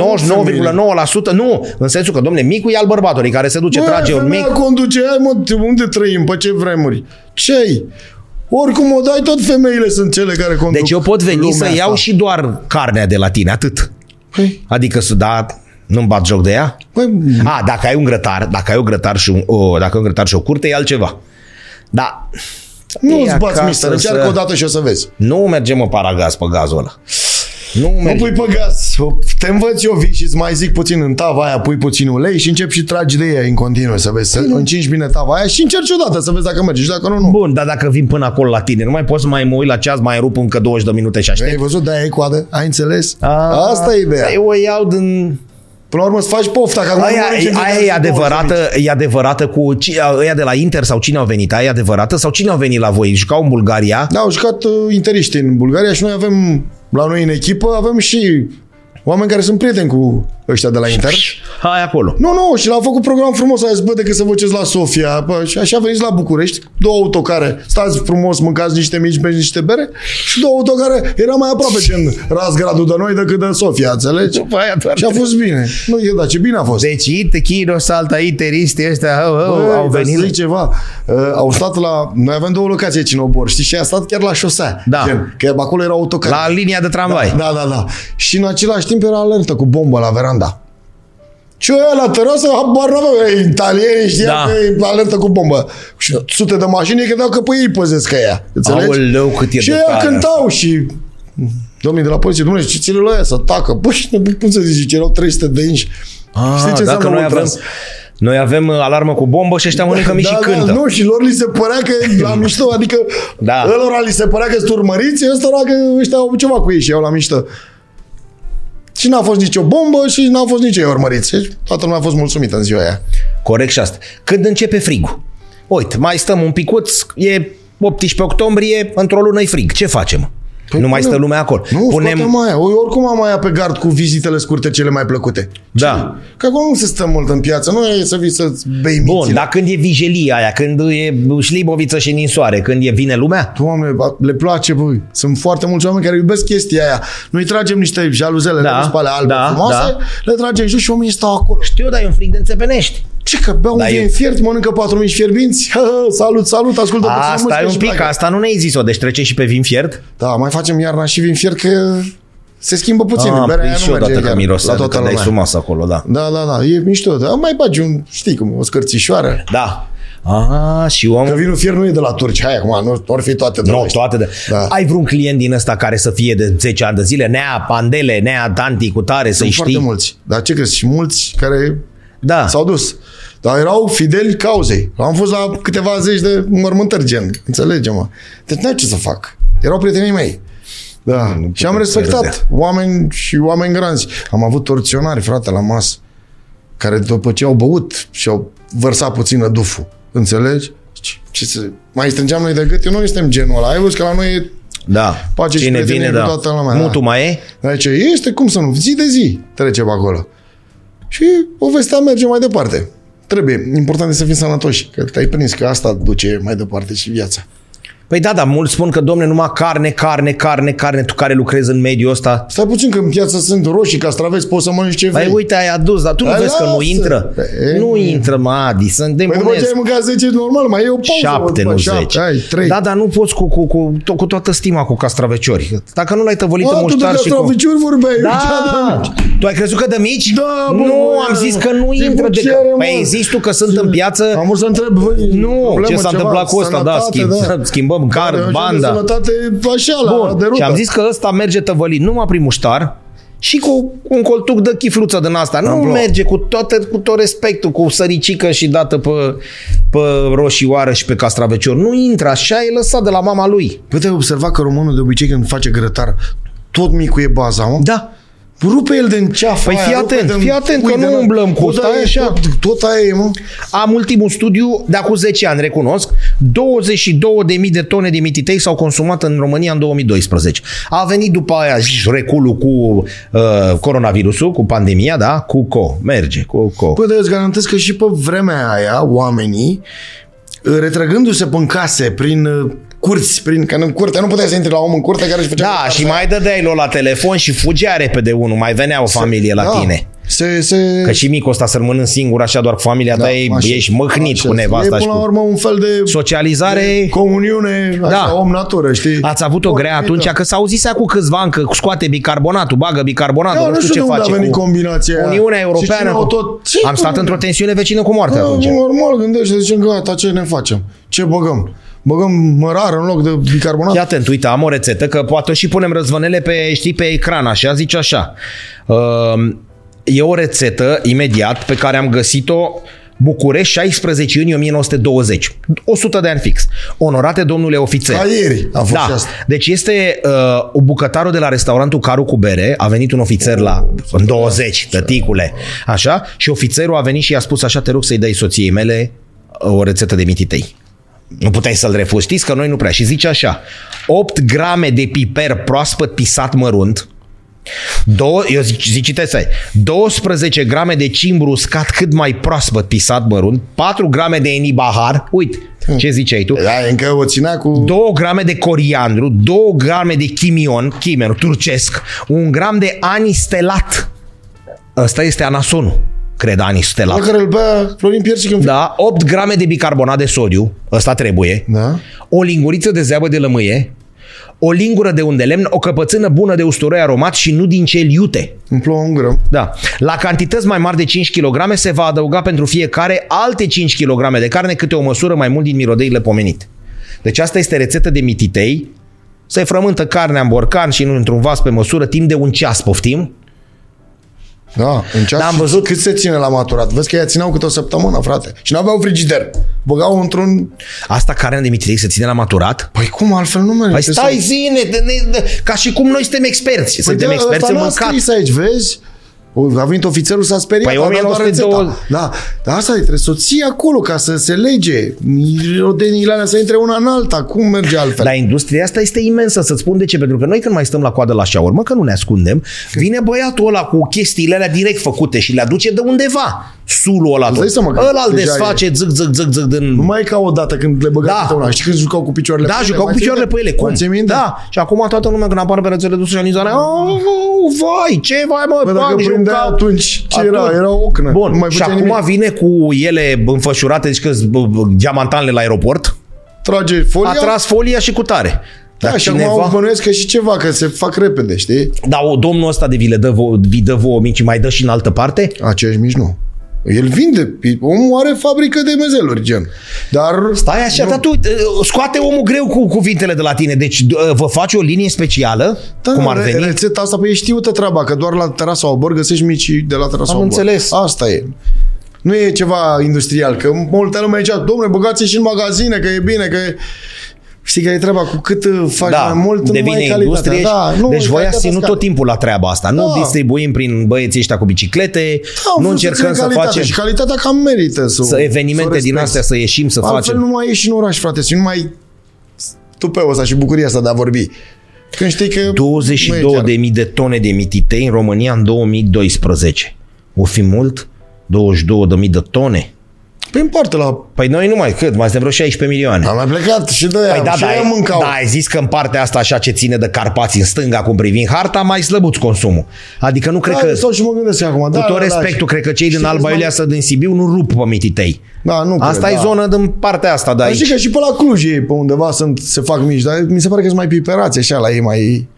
Speaker 1: 99,9% nu, în sensul că, domne, micul e al bărbatului care se duce,
Speaker 2: Bă,
Speaker 1: trage un
Speaker 2: femeia
Speaker 1: mic.
Speaker 2: conduce, hai mă, de unde trăim, pe ce vremuri? ce Oricum o dai, tot femeile sunt cele care conduc
Speaker 1: Deci eu pot veni
Speaker 2: lumea
Speaker 1: să
Speaker 2: asta.
Speaker 1: iau și doar carnea de la tine, atât.
Speaker 2: Păi,
Speaker 1: Adică să da, nu-mi bat joc de ea?
Speaker 2: păi,
Speaker 1: A, dacă ai un grătar, dacă ai un grătar și un, o, dacă ai un grătar și o curte, e altceva. Da,
Speaker 2: nu
Speaker 1: e
Speaker 2: îți bați
Speaker 1: acasă
Speaker 2: mister, încearcă
Speaker 1: să-
Speaker 2: o dată și o să vezi.
Speaker 1: nu mergem în paragaz pe gazul ăla. Nu
Speaker 2: Nu
Speaker 1: mergem.
Speaker 2: pui pe gaz, te învăț eu, vii și îți mai zic puțin în tava aia, pui puțin ulei și începi și tragi de ea în continuu să vezi, să
Speaker 1: Păi
Speaker 2: încingi bine tava aia și încerci odată să vezi dacă merge și dacă nu, nu.
Speaker 1: Bun, dar dacă vin până acolo la tine, nu mai poți să mai mă uit la ceas, mai rup încă 20 de minute și
Speaker 2: Ai
Speaker 1: aștept.
Speaker 2: văzut, de-aia e coadă? Ai înțeles? Asta e ideea.
Speaker 1: Păi Eu o iau din...
Speaker 2: Până la urmă îți faci pofta. Că acum
Speaker 1: Aia,
Speaker 2: nu mănânci
Speaker 1: aia
Speaker 2: încă
Speaker 1: e,
Speaker 2: de două ori.
Speaker 1: adevărată, e adevărată cu... ci- Aia de la Inter sau cine au venit? Aia e adevărată? Sau cine au venit la voi? Jucau în Bulgaria?
Speaker 2: Da, au jucat uh, interiști în Bulgaria și noi avem, la noi în echipă, avem și oameni care sunt prieteni cu ăștia de la Inter.
Speaker 1: Hai acolo.
Speaker 2: Nu, nu, și l-au făcut program frumos, a zis, bă, decât să vă duceți la Sofia, bă, și așa veniți la București, două autocare, stați frumos, mâncați niște mici, beți niște bere și două autocare, era mai aproape gen Razgradul de noi decât de Sofia, înțelegi?
Speaker 1: După aia doar
Speaker 2: Și a fost bine. Nu, e, da, ce bine a fost.
Speaker 1: Deci, it, chino, salta, iteristi, ăștia, hă, hă,
Speaker 2: Băi,
Speaker 1: au
Speaker 2: dar
Speaker 1: venit.
Speaker 2: să zic ceva. Uh, au stat la... Noi avem două locații aici în Obor, știi? Și a stat chiar la șosea.
Speaker 1: Da.
Speaker 2: Gen, că acolo era autocar.
Speaker 1: La linia de tramvai.
Speaker 2: Da, da, da. Și în același timp era alertă cu bombă la veranda. Și eu la terasă, habar n-aveam, italieni știa
Speaker 1: Da.
Speaker 2: că e alertă cu bombă. Și sute de mașini credeau că pe ei păzesc că ea. Înțelegi?
Speaker 1: Aoleu, cât e
Speaker 2: și
Speaker 1: de
Speaker 2: ea
Speaker 1: tare
Speaker 2: cântau și domnii de la poliție, domnule, ce ține la ea să tacă? Bă, și nebun, cum să zici, erau 300 de inși.
Speaker 1: Ah, dacă noi avem,
Speaker 2: ultras?
Speaker 1: noi avem uh, alarmă cu bombă și ăștia mănâncă mici și cântă.
Speaker 2: Da, nu, și lor li se părea că e la mișto, adică
Speaker 1: Da.
Speaker 2: da. lor li se părea că sunt urmăriți, ăstora că ăștia au ceva cu ei și iau la mișto. Și n-a fost nicio bombă și n-au fost nici ei urmăriți. Și toată lumea a fost mulțumită în ziua aia.
Speaker 1: Corect și asta. Când începe frigul? Uite, mai stăm un picuț, e 18 octombrie, într-o lună e frig. Ce facem? nu mai stă
Speaker 2: punem-
Speaker 1: lumea acolo.
Speaker 2: Păi Nu, Punem... scoatem aia. Eu oricum am aia pe gard cu vizitele scurte cele mai plăcute.
Speaker 1: Da.
Speaker 2: Că acolo nu se stă mult în piață, nu e să vii să-ți bei
Speaker 1: Bun, da.
Speaker 2: mințile.
Speaker 1: dar când e vijelia aia, când e șliboviță și ninsoare, când e vine lumea?
Speaker 2: Doamne, ba- le place, băi. Sunt foarte mulți oameni care iubesc chestia aia. Noi tragem niște jaluzele,
Speaker 1: Da,
Speaker 2: da, spale albe
Speaker 1: da,
Speaker 2: da, frumoase,
Speaker 1: da.
Speaker 2: da. le tragem jos și oamenii stau acolo.
Speaker 1: Știu, dar e un frig de înțepenești.
Speaker 2: Ce că bea un
Speaker 1: Da,
Speaker 2: da,
Speaker 1: eu-
Speaker 2: vin fiert, mănâncă patru mici fierbinți? Hă, hă, salut, salut, ascultă puțin
Speaker 1: Asta
Speaker 2: muzică
Speaker 1: e un
Speaker 2: și
Speaker 1: pic,
Speaker 2: pleacă.
Speaker 1: asta nu ne-ai zis-o, deci trece și pe vin fiert?
Speaker 2: Da, mai facem iarna și vin fiert că Se schimbă puțin.
Speaker 1: Ah,
Speaker 2: berea aia
Speaker 1: prins și
Speaker 2: nu merge
Speaker 1: odată că
Speaker 2: chiar
Speaker 1: mirosea,
Speaker 2: la
Speaker 1: adică
Speaker 2: toată
Speaker 1: dai
Speaker 2: lumea.
Speaker 1: sumas acolo, da.
Speaker 2: Da, da, da, e mișto. Dar mai bagi un, știi cum, o scârțișoară.
Speaker 1: Da. Ah, și
Speaker 2: Că
Speaker 1: om...
Speaker 2: vinul fier nu e de la turci, hai acum, nu, ori fi toate de
Speaker 1: Nu,
Speaker 2: la-
Speaker 1: toate de... Da.
Speaker 2: Da.
Speaker 1: Ai vreun client din ăsta care să fie de 10 ani de zile? Nea Pandele, Nea Tanti, cu tare, să-i
Speaker 2: Sunt foarte
Speaker 1: știi?
Speaker 2: mulți. Dar ce crezi? Și mulți care
Speaker 1: Da.
Speaker 2: s-au dus. Dar erau fideli cauzei. Am fost la câteva zeci de mormântări gen. Înțelege, mă. Deci n-ai ce să fac. Erau prietenii mei. Da. și am respectat
Speaker 1: pierde.
Speaker 2: oameni și oameni granzi. Am avut torționari, frate, la masă, care după ce au băut și au vărsat puțină duful. Înțelegi? Ce, ce să... Mai strângeam noi de gât? Eu nu suntem genul ăla. Ai văzut că la noi e
Speaker 1: Da.
Speaker 2: Pace și
Speaker 1: Cine
Speaker 2: prietenie
Speaker 1: vine,
Speaker 2: cu
Speaker 1: da.
Speaker 2: toată lumea, da.
Speaker 1: Mutu mai e?
Speaker 2: Deci este cum să nu, zi de zi trece pe acolo. Și povestea merge mai departe. Trebuie, important este să fii sănătoși, că te-ai prins că asta duce mai departe și viața.
Speaker 1: Păi da, dar mulți spun că, domne, numai carne, carne, carne, carne, tu care lucrezi în mediul ăsta.
Speaker 2: Stai puțin că în piață sunt roșii, castraveți, poți să mănânci ce vrei.
Speaker 1: Păi uite, ai adus, dar tu nu
Speaker 2: Păi
Speaker 1: vezi că nu
Speaker 2: lasă.
Speaker 1: intră?
Speaker 2: Păi,
Speaker 1: Nu intră, mă, Adi, să
Speaker 2: păi după ce ai
Speaker 1: îndemânesc.
Speaker 2: mâncat 10, normal, mai e o pauză.
Speaker 1: 7,
Speaker 2: bă,
Speaker 1: nu
Speaker 2: Păi, șapte,
Speaker 1: 10.
Speaker 2: Ai, 3.
Speaker 1: Da, dar nu poți cu, cu, cu, to- cu toată stima cu castraveciori. Dacă nu l-ai tăvălit în
Speaker 2: A, tu de
Speaker 1: muștar și cu...
Speaker 2: castraveciuri vorbeai.
Speaker 1: Da! Tu ai crezut că de mici?
Speaker 2: Da, bă,
Speaker 1: Nu,
Speaker 2: bă,
Speaker 1: am zis că nu
Speaker 2: ce
Speaker 1: intră de...
Speaker 2: bucere, mă.
Speaker 1: Păi zici tu că sunt în piață...
Speaker 2: Am vrut să întreb, băi,
Speaker 1: Nu,
Speaker 2: problemă,
Speaker 1: ce s-a
Speaker 2: ceva,
Speaker 1: întâmplat cu ăsta, da,
Speaker 2: sănătate,
Speaker 1: schimb, schimbăm
Speaker 2: Da, de
Speaker 1: card, banda.
Speaker 2: Sănătate așa, la, de
Speaker 1: Bun.
Speaker 2: rută.
Speaker 1: Și am zis că ăsta merge tăvălit numai prin muștar și cu un coltuc de chifluță din asta. Nu
Speaker 2: Amploa.
Speaker 1: merge cu, toate, cu tot respectul, cu săricică și dată pe, pe roșioară și pe castravecior. Nu intră, așa e lăsat de la mama lui.
Speaker 2: Păi te-ai observat că românul de obicei când face grătar, tot micul e baza, mă?
Speaker 1: Da.
Speaker 2: Rupe el din ceafă
Speaker 1: Păi
Speaker 2: aia,
Speaker 1: fii
Speaker 2: rupe
Speaker 1: atent,
Speaker 2: din
Speaker 1: fii atent
Speaker 2: pui
Speaker 1: că
Speaker 2: de
Speaker 1: nu
Speaker 2: la-
Speaker 1: umblăm cu
Speaker 2: Tot
Speaker 1: ăsta,
Speaker 2: aia e,
Speaker 1: e așa.
Speaker 2: Tot, tot aia e, mă.
Speaker 1: Am ultimul studiu, de acum 10 ani, recunosc, 22.000 de tone de mititei s-au consumat în România în 2012. A venit după aia zi, reculul cu uh, coronavirusul, cu pandemia, da? Cu co, merge, cu co.
Speaker 2: Păi, dar eu îți garantez că și pe vremea aia, oamenii, retrăgându-se prin case, prin uh, curți, prin, că în curte, nu puteai să intri la om în curte care își făcea
Speaker 1: Da,
Speaker 2: grătar.
Speaker 1: și mai dădeai lor la telefon și fugea repede unul, mai venea o familie la
Speaker 2: Da.
Speaker 1: tine.
Speaker 2: Se, se...
Speaker 1: Că și micul ăsta să rămână singur așa doar cu familia ta, e-
Speaker 2: așa.
Speaker 1: ești măhnit
Speaker 2: Da, Așa.
Speaker 1: cu nevasta
Speaker 2: E
Speaker 1: și
Speaker 2: până la
Speaker 1: cu...
Speaker 2: urmă un fel de
Speaker 1: Socializare...
Speaker 2: comuniune, așa,
Speaker 1: Da.
Speaker 2: om-natură, știi?
Speaker 1: Ați avut o grea atunci, că s-au zis acum câțiva ani că scoate bicarbonatul, bagă bicarbonatul,
Speaker 2: Da,
Speaker 1: nu știu ce
Speaker 2: de unde
Speaker 1: face
Speaker 2: a venit
Speaker 1: cu
Speaker 2: combinația aia.
Speaker 1: Uniunea
Speaker 2: Și
Speaker 1: Europeană.
Speaker 2: cine au
Speaker 1: cu-
Speaker 2: tot... Ce
Speaker 1: Am stat într-o tensiune vecină cu moartea atunci.
Speaker 2: Da, normal, gândește, zicem, gata, ce ne facem? Ce băgăm? Băgăm mărar în loc de bicarbonat?
Speaker 1: Fii atent, uite, am o rețetă, că poate și punem răzvănele pe, știi, pe ecran, așa, zice așa. Um, E o rețetă, imediat, pe care am găsit-o București, 16 iunie 1920. 100 de ani fix. Onorate domnule ofițer.
Speaker 2: Ca ieri a fost
Speaker 1: da.
Speaker 2: și asta.
Speaker 1: Deci este uh, bucătarul de la restaurantul Caru cu bere, a venit un ofițer la
Speaker 2: Oh,
Speaker 1: în 20, tăticule, așa, și ofițerul a venit și i-a spus așa, te rog să-i dai soției mele uh, o rețetă de mititei. Nu puteai să-l refuzi, știți că noi nu prea. Și zice așa, 8 grame de piper proaspăt pisat mărunt, Două, eu zic, zic citesc aici. 12 grame de cimbru uscat cât mai proaspăt pisat mărunt, 4 grame de enibahar, uite ce ziceai tu,
Speaker 2: Da, e încă o ținea cu...
Speaker 1: 2 grame de coriandru, 2 grame de chimion, chimion turcesc, 1 gram de anistelat. Ăsta este anasonul, cred
Speaker 2: La
Speaker 1: anistelat.
Speaker 2: care îl bea Florin Piersic în
Speaker 1: Da, 8 grame de bicarbonat de sodiu, ăsta trebuie.
Speaker 2: da.
Speaker 1: O linguriță de zeabă de lămâie, o lingură de unt de lemn, o căpățână bună de usturoi aromat și nu din cel iute.
Speaker 2: Îmi plouă un grăm.
Speaker 1: Da. La cantități mai mari de 5 kg se va adăuga pentru fiecare alte 5 kg de carne, câte o măsură mai mult din mirodeile pomenite. Deci asta este rețetă de mititei. Se frământă carnea în borcan și nu într-un vas pe măsură timp de un ceas, poftim.
Speaker 2: Da, în ceas.
Speaker 1: Da, am văzut-
Speaker 2: Cât se ține la maturat? Vezi că ea țineau câte o săptămână, frate. Și n-aveau frigider. Băgau într-un...
Speaker 1: Asta carnea de mititei se ține la maturat?
Speaker 2: Păi cum, altfel nu merge.
Speaker 1: Păi stai zine, de- de- de- ca și cum noi suntem experți. suntem
Speaker 2: da,
Speaker 1: experți
Speaker 2: ăsta
Speaker 1: în
Speaker 2: n-a
Speaker 1: mâncat.
Speaker 2: scris aici, vezi? O, A venit ofițerul, s-a speriat.
Speaker 1: Păi
Speaker 2: a dat doar
Speaker 1: 1920.
Speaker 2: rețeta. Da, dar asta e, trebuie să o ții acolo ca să se lege. Rodenile alea să intre una în alta. Cum merge altfel?
Speaker 1: Dar industria asta este imensă, să-ți spun de ce. Pentru că noi când mai stăm la coadă la șaurmă, că nu ne ascundem, vine băiatul ăla cu chestiile alea direct făcute și le aduce de undeva. Sulul ăla.
Speaker 2: dai seama că
Speaker 1: Ăla îl
Speaker 2: deja
Speaker 1: desface zic, zic, zic, zic din...
Speaker 2: Numai ca o dată când le băga
Speaker 1: Da.
Speaker 2: da. una. Știi când jucau cu picioarele
Speaker 1: Da, jucau cu
Speaker 2: Mai
Speaker 1: picioarele
Speaker 2: ții
Speaker 1: pe ele.
Speaker 2: minte?
Speaker 1: Cum?
Speaker 2: Mai ții minte?
Speaker 1: Da. Și acum toată lumea când apare pe rețele de socializare, "Au, vai, ce vai, mă,
Speaker 2: Bă, dacă
Speaker 1: bag,
Speaker 2: prindea
Speaker 1: jucau."
Speaker 2: atunci, ce
Speaker 1: Atunci-
Speaker 2: era? Era o ocnă.
Speaker 1: Bun,
Speaker 2: nu mai
Speaker 1: și
Speaker 2: făcea
Speaker 1: acum
Speaker 2: nimic.
Speaker 1: vine cu ele înfășurate, deci că diamantanele la aeroport.
Speaker 2: trage folia.
Speaker 1: A tras folia și cu tare.
Speaker 2: Păi Da, și acum au bănuiesc că și ceva, că se fac repede, știi?
Speaker 1: Dar Da, o, domnul ăsta de vi le dă, vouă- vi dă vouă mici, mai dă și în altă parte?
Speaker 2: Acești mici nu. El vinde, omul are fabrică de mezeluri, gen. Dar
Speaker 1: Stai așa, dar tu uh, scoate omul greu cu cuvintele de la tine. Deci uh, vă faci o linie specială, da, cum ar
Speaker 2: re-
Speaker 1: veni?
Speaker 2: Rețeta asta, păi e știută treaba, că doar la terasa obor găsești micii de la terasa
Speaker 1: Am
Speaker 2: obor.
Speaker 1: înțeles.
Speaker 2: Asta e. Nu e ceva industrial, că multă lume zicea, domnule, băgați și în magazine, că e bine, că e... Știi că e treaba, cu cât uh, faci
Speaker 1: Da,
Speaker 2: mai mult,
Speaker 1: devine
Speaker 2: mai e calitatea.
Speaker 1: industrie.
Speaker 2: Da,
Speaker 1: și- deci
Speaker 2: e
Speaker 1: voi
Speaker 2: calitatea
Speaker 1: ați ținut
Speaker 2: scade.
Speaker 1: tot timpul la treaba asta. Nu
Speaker 2: Da.
Speaker 1: distribuim prin băieții ăștia cu biciclete,
Speaker 2: Da, am
Speaker 1: nu
Speaker 2: vrut să
Speaker 1: încercăm
Speaker 2: țin
Speaker 1: să
Speaker 2: calitate
Speaker 1: facem
Speaker 2: Și calitatea cam merită să,
Speaker 1: să evenimente
Speaker 2: să o
Speaker 1: din
Speaker 2: respecti.
Speaker 1: astea, să ieșim, să
Speaker 2: Altfel
Speaker 1: facem.
Speaker 2: nu mai ieși în oraș, frate, și nu mai tupeul ăsta și bucuria asta de a vorbi. Când știi că... nu e chiar.
Speaker 1: 22.000 de tone de mititei în România în 2012. O fi mult? 22.000 de tone?
Speaker 2: Păi împarte la...
Speaker 1: Păi noi nu mai cât, mai suntem vreo 16 milioane.
Speaker 2: Am mai plecat și de aia,
Speaker 1: Păi da,
Speaker 2: și
Speaker 1: da,
Speaker 2: aia
Speaker 1: ai-
Speaker 2: mâncau.
Speaker 1: da, ai zis că în partea asta așa ce ține de Carpați în stânga, cum privind harta, mai slăbuți consumul. Adică nu cred
Speaker 2: da,
Speaker 1: că,
Speaker 2: stau și mă gândesc acum.
Speaker 1: cu
Speaker 2: da,
Speaker 1: tot
Speaker 2: da, da,
Speaker 1: respectul, cred că cei din
Speaker 2: Știi că
Speaker 1: Alba
Speaker 2: sunt
Speaker 1: Iulia sau din Sibiu nu rup pe mititei.
Speaker 2: Da, nu
Speaker 1: Asta
Speaker 2: cred,
Speaker 1: e
Speaker 2: da.
Speaker 1: zonă din partea asta de
Speaker 2: Dar știi
Speaker 1: aici.
Speaker 2: că și pe la Cluj ei pe undeva sunt, se fac mici, dar mi se pare că sunt mai piperați așa la ei, mai...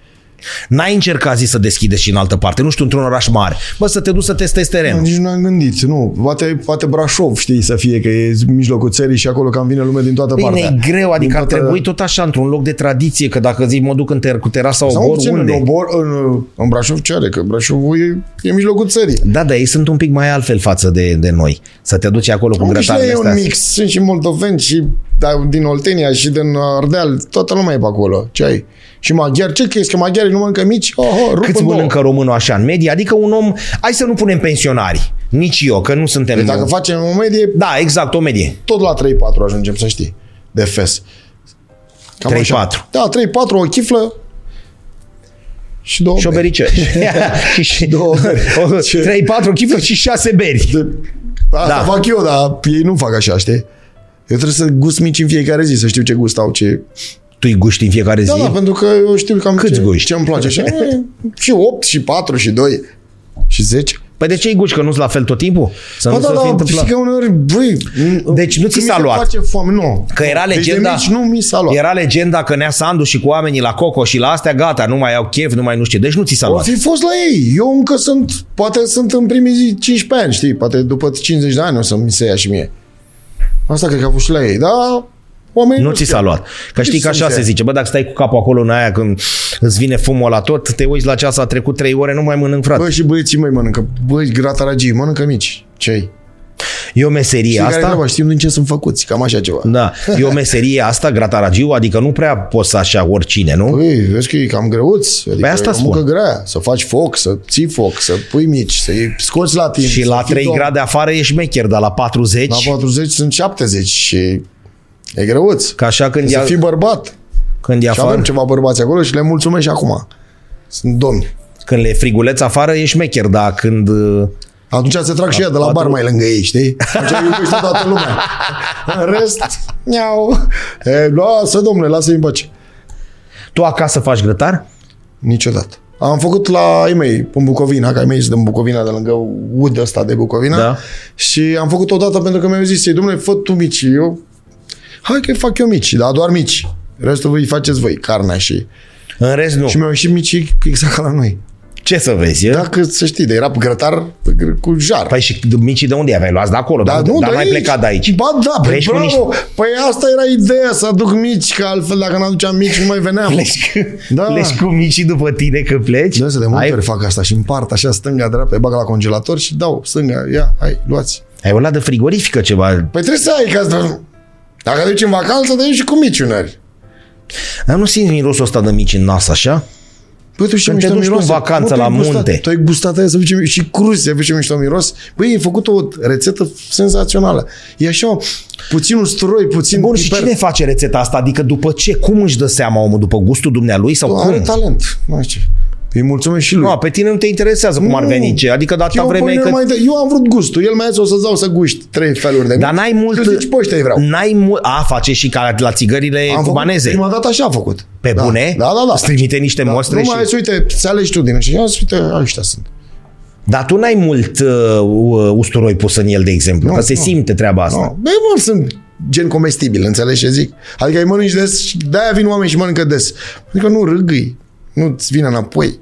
Speaker 1: N-ai încercat zi să deschideți și în altă parte, nu știu, într-un oraș mare. Bă, să te duci să testezi terenul.
Speaker 2: Nici nu am gândit, nu. Poate, poate Brașov, știi, să fie că e mijlocul țării și acolo cam vine lume din toată
Speaker 1: Bine,
Speaker 2: partea.
Speaker 1: e greu,
Speaker 2: Din
Speaker 1: adică ar
Speaker 2: toată-
Speaker 1: trebui tot așa, într-un loc de tradiție, că dacă zici mă duc în ter- cu terasa
Speaker 2: Sau
Speaker 1: obor,
Speaker 2: puțin
Speaker 1: unde?
Speaker 2: În, obor, în, în Brașov ce are? Că Brașovul e, e mijlocul țării.
Speaker 1: Da, da, ei sunt un pic mai altfel față de, de noi. Să te duci acolo cu
Speaker 2: Unde și la
Speaker 1: grătarele
Speaker 2: ei e
Speaker 1: astea.
Speaker 2: un mix. Sunt și moldoveni și da, din Oltenia și din uh, Ardeal. Toată lumea e pe acolo. Ce ai? Și maghiari. Ce crezi că maghiarii nu mănâncă mici? Oh, oh, rup
Speaker 1: Câți
Speaker 2: în două.
Speaker 1: mănâncă românul așa în medie? Adică un om, hai să nu punem pensionari, nici eu, că nu suntem...
Speaker 2: Deci dacă facem o medie,
Speaker 1: Da, exact, o medie.
Speaker 2: tot la 3-4 ajungem, să știi, de fes.
Speaker 1: 3-4.
Speaker 2: așa. Da, 3-4, o chiflă și două
Speaker 1: Și o
Speaker 2: beri.
Speaker 1: berice. și, și
Speaker 2: Două beri.
Speaker 1: o-
Speaker 2: Ce?
Speaker 1: Trei, patru chifluri și șase beri.
Speaker 2: De- Asta
Speaker 1: Da.
Speaker 2: da. fac eu, dar ei nu fac așa, știi? Eu trebuie să gust mici în fiecare zi, să știu ce gust au, ce...
Speaker 1: Tu îi guști în fiecare zi?
Speaker 2: Da, da, pentru că eu știu cam
Speaker 1: Câți
Speaker 2: ce,
Speaker 1: guști?
Speaker 2: ce îmi place. Și, e, și 8, și 4, și 2, și 10.
Speaker 1: Păi de ce îi guști? Că nu-ți la fel tot timpul? Să
Speaker 2: Ba
Speaker 1: nu se fi
Speaker 2: da, da,
Speaker 1: întâmplat.
Speaker 2: știi că uneori, băi, m-
Speaker 1: Deci nu ți
Speaker 2: când
Speaker 1: s-a
Speaker 2: mi se
Speaker 1: luat.
Speaker 2: face foame, nu.
Speaker 1: Că era legenda,
Speaker 2: Deci de mici nu mi s-a luat.
Speaker 1: era legenda că Nea Sandu și cu oamenii la Coco și la astea, gata, nu mai au chef, nu mai nu știu. ce. Deci nu ți s-a
Speaker 2: O
Speaker 1: luat.
Speaker 2: fi fost la ei. Eu încă sunt, poate sunt în primii zi 15 ani, știi? Poate după 50 de ani o să mi se ia și mie. Asta cred că a fost și la ei, dar oamenii
Speaker 1: Nu ți s-a
Speaker 2: știu.
Speaker 1: luat. Că
Speaker 2: Ce
Speaker 1: știi că
Speaker 2: să
Speaker 1: așa
Speaker 2: zice?
Speaker 1: se zice. Bă, dacă stai cu capul acolo în aia când îți vine fumul la tot, te uiți la ceas, a trecut trei ore, nu mai mănânc, frate.
Speaker 2: Bă, și băieții mei mănâncă. Băi, grataragii, mănâncă mici. Ce-i?
Speaker 1: E o meserie
Speaker 2: Asta? Care
Speaker 1: asta.
Speaker 2: treaba, știm din ce sunt făcuți, cam așa ceva.
Speaker 1: Da, e o meserie asta, grataragiu, adică nu prea poți să așa oricine, nu?
Speaker 2: Păi, vezi că e cam greuț. Adică
Speaker 1: Păi asta
Speaker 2: e o
Speaker 1: spun.
Speaker 2: muncă grea. Să faci foc, să ții foc, să pui mici, să-i scoți la tine.
Speaker 1: Și
Speaker 2: să
Speaker 1: la
Speaker 2: fii
Speaker 1: 3
Speaker 2: domn.
Speaker 1: grade afară ești mecher, dar la 40,
Speaker 2: La 40 sunt 70 și e greuț.
Speaker 1: că așa când
Speaker 2: Să
Speaker 1: e,
Speaker 2: fii bărbat.
Speaker 1: când e
Speaker 2: Și avem
Speaker 1: afară,
Speaker 2: ceva bărbați acolo și le mulțumesc și acum. Sunt domni.
Speaker 1: când le e friguleț afară, ești mecher, dar când... uh,
Speaker 2: Atunci se trag și ea de la bar mai lângă ei, știi? Atunci iubește toată lumea. În rest, iau. E, lasă, domnule, lasă-i în pace.
Speaker 1: Tu acasă faci grătar?
Speaker 2: Niciodată. Am făcut la ei mei, în Bucovina, că ai mei sunt din Bucovina, de lângă ud ăsta de Bucovina.
Speaker 1: Da.
Speaker 2: Și am făcut odată pentru că mi-au zis, ei, domnule, fă tu mici, eu... Hai că fac eu mici, dar doar mici. Restul voi faceți voi, carnea și...
Speaker 1: În rest nu.
Speaker 2: Și mi-au ieșit mici exact ca la noi.
Speaker 1: Ce să vezi, da.
Speaker 2: Dacă să știi, de era grătar cu jar.
Speaker 1: Păi și micii de unde aveai? Luați de acolo,
Speaker 2: Da,
Speaker 1: dar,
Speaker 2: nu,
Speaker 1: dar
Speaker 2: de
Speaker 1: n-ai
Speaker 2: aici.
Speaker 1: plecat de aici.
Speaker 2: Ba da, păi
Speaker 1: Pleci cu
Speaker 2: bravo.
Speaker 1: niște-
Speaker 2: Păi asta era ideea, să aduc mici, că altfel dacă nu aduceam mici, nu mai veneam.
Speaker 1: Pleci, da.
Speaker 2: Da.
Speaker 1: pleci cu micii după tine că pleci?
Speaker 2: De asta de multe
Speaker 1: ai,
Speaker 2: ori fac asta și împart așa stânga, dreapta, îi bag la congelator și dau stânga, ia, hai, luați.
Speaker 1: ai o ladă frigorifică ceva.
Speaker 2: Păi trebuie să ai, ca să... Dacă duci în vacanță, te duci și cu mici uneori.
Speaker 1: Dar nu simți mirosul ăsta de mici în nas așa?
Speaker 2: Păi tu și
Speaker 1: Când te duci tu în vacanță la munte.
Speaker 2: Tu ai gustat aia să ducem și cruzi, să ducem mișto miros. Băi, e făcut o rețetă senzațională. E așa, puțin usturoi, puțin
Speaker 1: Bun, și
Speaker 2: piper.
Speaker 1: cine face rețeta asta? Adică după ce? Cum își dă seama omul? După gustul dumnealui sau
Speaker 2: Are
Speaker 1: cum?
Speaker 2: talent. Nu știu. Îi mulțumesc și lui.
Speaker 1: Nu, pe tine nu te interesează cum ar
Speaker 2: Nu.
Speaker 1: veni ce. Adică de atâta
Speaker 2: eu,
Speaker 1: vreme
Speaker 2: păi,
Speaker 1: că...
Speaker 2: nu mai dă- eu am vrut gustul. El mi-a zis o să-ți dau să guști trei feluri de
Speaker 1: Dar
Speaker 2: mici.
Speaker 1: n-ai mult...
Speaker 2: Și eu zici, pe ăștia îi vreau.
Speaker 1: N-ai mult... A, face și ca la țigările
Speaker 2: Am
Speaker 1: cubaneze.
Speaker 2: Făcut, prima dată așa a făcut.
Speaker 1: Pe
Speaker 2: da.
Speaker 1: bune?
Speaker 2: Da, da, da.
Speaker 1: Îți trimite niște
Speaker 2: da.
Speaker 1: mostre
Speaker 2: nu
Speaker 1: și...
Speaker 2: mai și... uite, ți alegi tu din ăștia. Ia zi, uite, ăștia sunt.
Speaker 1: Dar tu n-ai mult uh, u- usturoi pus în el, de exemplu.
Speaker 2: Nu,
Speaker 1: că se
Speaker 2: nu.
Speaker 1: simte treaba asta.
Speaker 2: No. Băi, mă, Ah, sunt gen comestibil, înțelegi ce zic? Adică îi mănânci des și de-aia vin oameni și mănâncă des. Adică nu râgâi, nu-ți vine înapoi.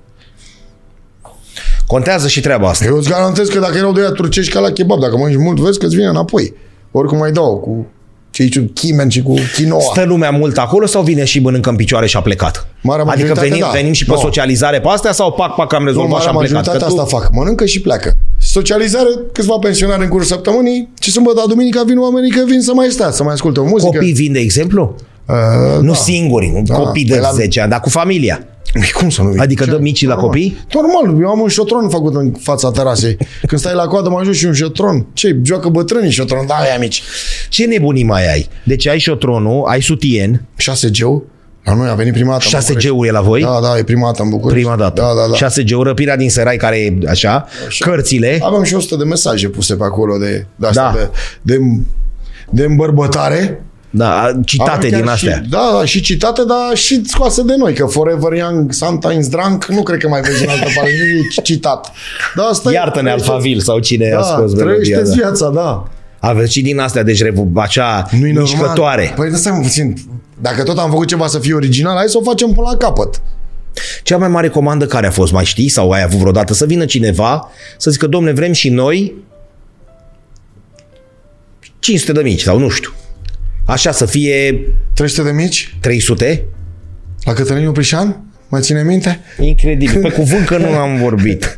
Speaker 1: Contează și treaba asta.
Speaker 2: Eu îți garantez că dacă erau de aia turcești ca la kebab, dacă mănânci mult, vezi că îți vine înapoi. Oricum mai dau cu cei cu chimen și cu quinoa.
Speaker 1: Stă lumea mult acolo sau vine și mănâncă în picioare și a plecat?
Speaker 2: Marea
Speaker 1: adică
Speaker 2: majoritate,
Speaker 1: venim,
Speaker 2: da.
Speaker 1: venim și pe
Speaker 2: Nu.
Speaker 1: socializare pe astea sau pac, pac, am
Speaker 2: Nu,
Speaker 1: rezolvat și
Speaker 2: marea
Speaker 1: am plecat? Că
Speaker 2: majoritatea
Speaker 1: tu...
Speaker 2: asta fac. Mănâncă și pleacă. Socializare, câțiva pensionari în cursul săptămânii și sâmbătă, duminica vin oamenii că vin să mai stea, să mai asculte o muzică.
Speaker 1: Copii vin, de exemplu?
Speaker 2: Uh,
Speaker 1: Nu singuri, copii de
Speaker 2: păi la-
Speaker 1: 10 ani, dar cu familia.
Speaker 2: Păi cum să nu vii?
Speaker 1: Adică
Speaker 2: Ce?
Speaker 1: dă micii la
Speaker 2: Normal.
Speaker 1: copii?
Speaker 2: Normal, eu am un șotron făcut în fața terasei. Când stai la coadă, mă ajut și un șotron. Ce, joacă bătrânii șotron? Da, ai amici.
Speaker 1: Ce nebunii mai ai? Deci ai șotronul, ai sutien,
Speaker 2: 6G-ul? La noi a venit prima dată. în
Speaker 1: 6G-ul e la voi?
Speaker 2: București. Da, da, e prima dată în București.
Speaker 1: Prima dată.
Speaker 2: Da, da, da.
Speaker 1: 6G-ul, răpirea din sărai care e așa, cărțile.
Speaker 2: Aveam și 100 de mesaje puse pe acolo de, de,
Speaker 1: Da.
Speaker 2: astea, de, de, de îmbărbătare.
Speaker 1: Da, citate
Speaker 2: Aveam
Speaker 1: din
Speaker 2: chiar
Speaker 1: astea.
Speaker 2: Și, da, da, și citate, dar și scoase de noi, că Forever Young, Sometimes Drunk, nu cred că mai vezi în altă parte, nici e citat. Da, asta e-
Speaker 1: Iartă-ne
Speaker 2: trăiește-
Speaker 1: Alfavil sau cine a
Speaker 2: Da,
Speaker 1: scos melodia.
Speaker 2: trăiește
Speaker 1: Da.
Speaker 2: viața, da.
Speaker 1: Aveți și din astea, deci revu, așa,
Speaker 2: Nu-i normal.
Speaker 1: mișcătoare.
Speaker 2: Păi stai mă puțin. Dacă tot am făcut ceva să fie original, hai să o facem până la capăt.
Speaker 1: Cea mai mare comandă care a fost, mai știi, sau ai avut vreodată, să vină cineva să zică, domne, vrem și noi 500 de mici, sau nu știu. Așa să fie
Speaker 2: 300 de mici
Speaker 1: 300?
Speaker 2: la Cătălin Oprișan? Mai ține minte?
Speaker 1: Incredibil. Pe cuvânt că nu am vorbit.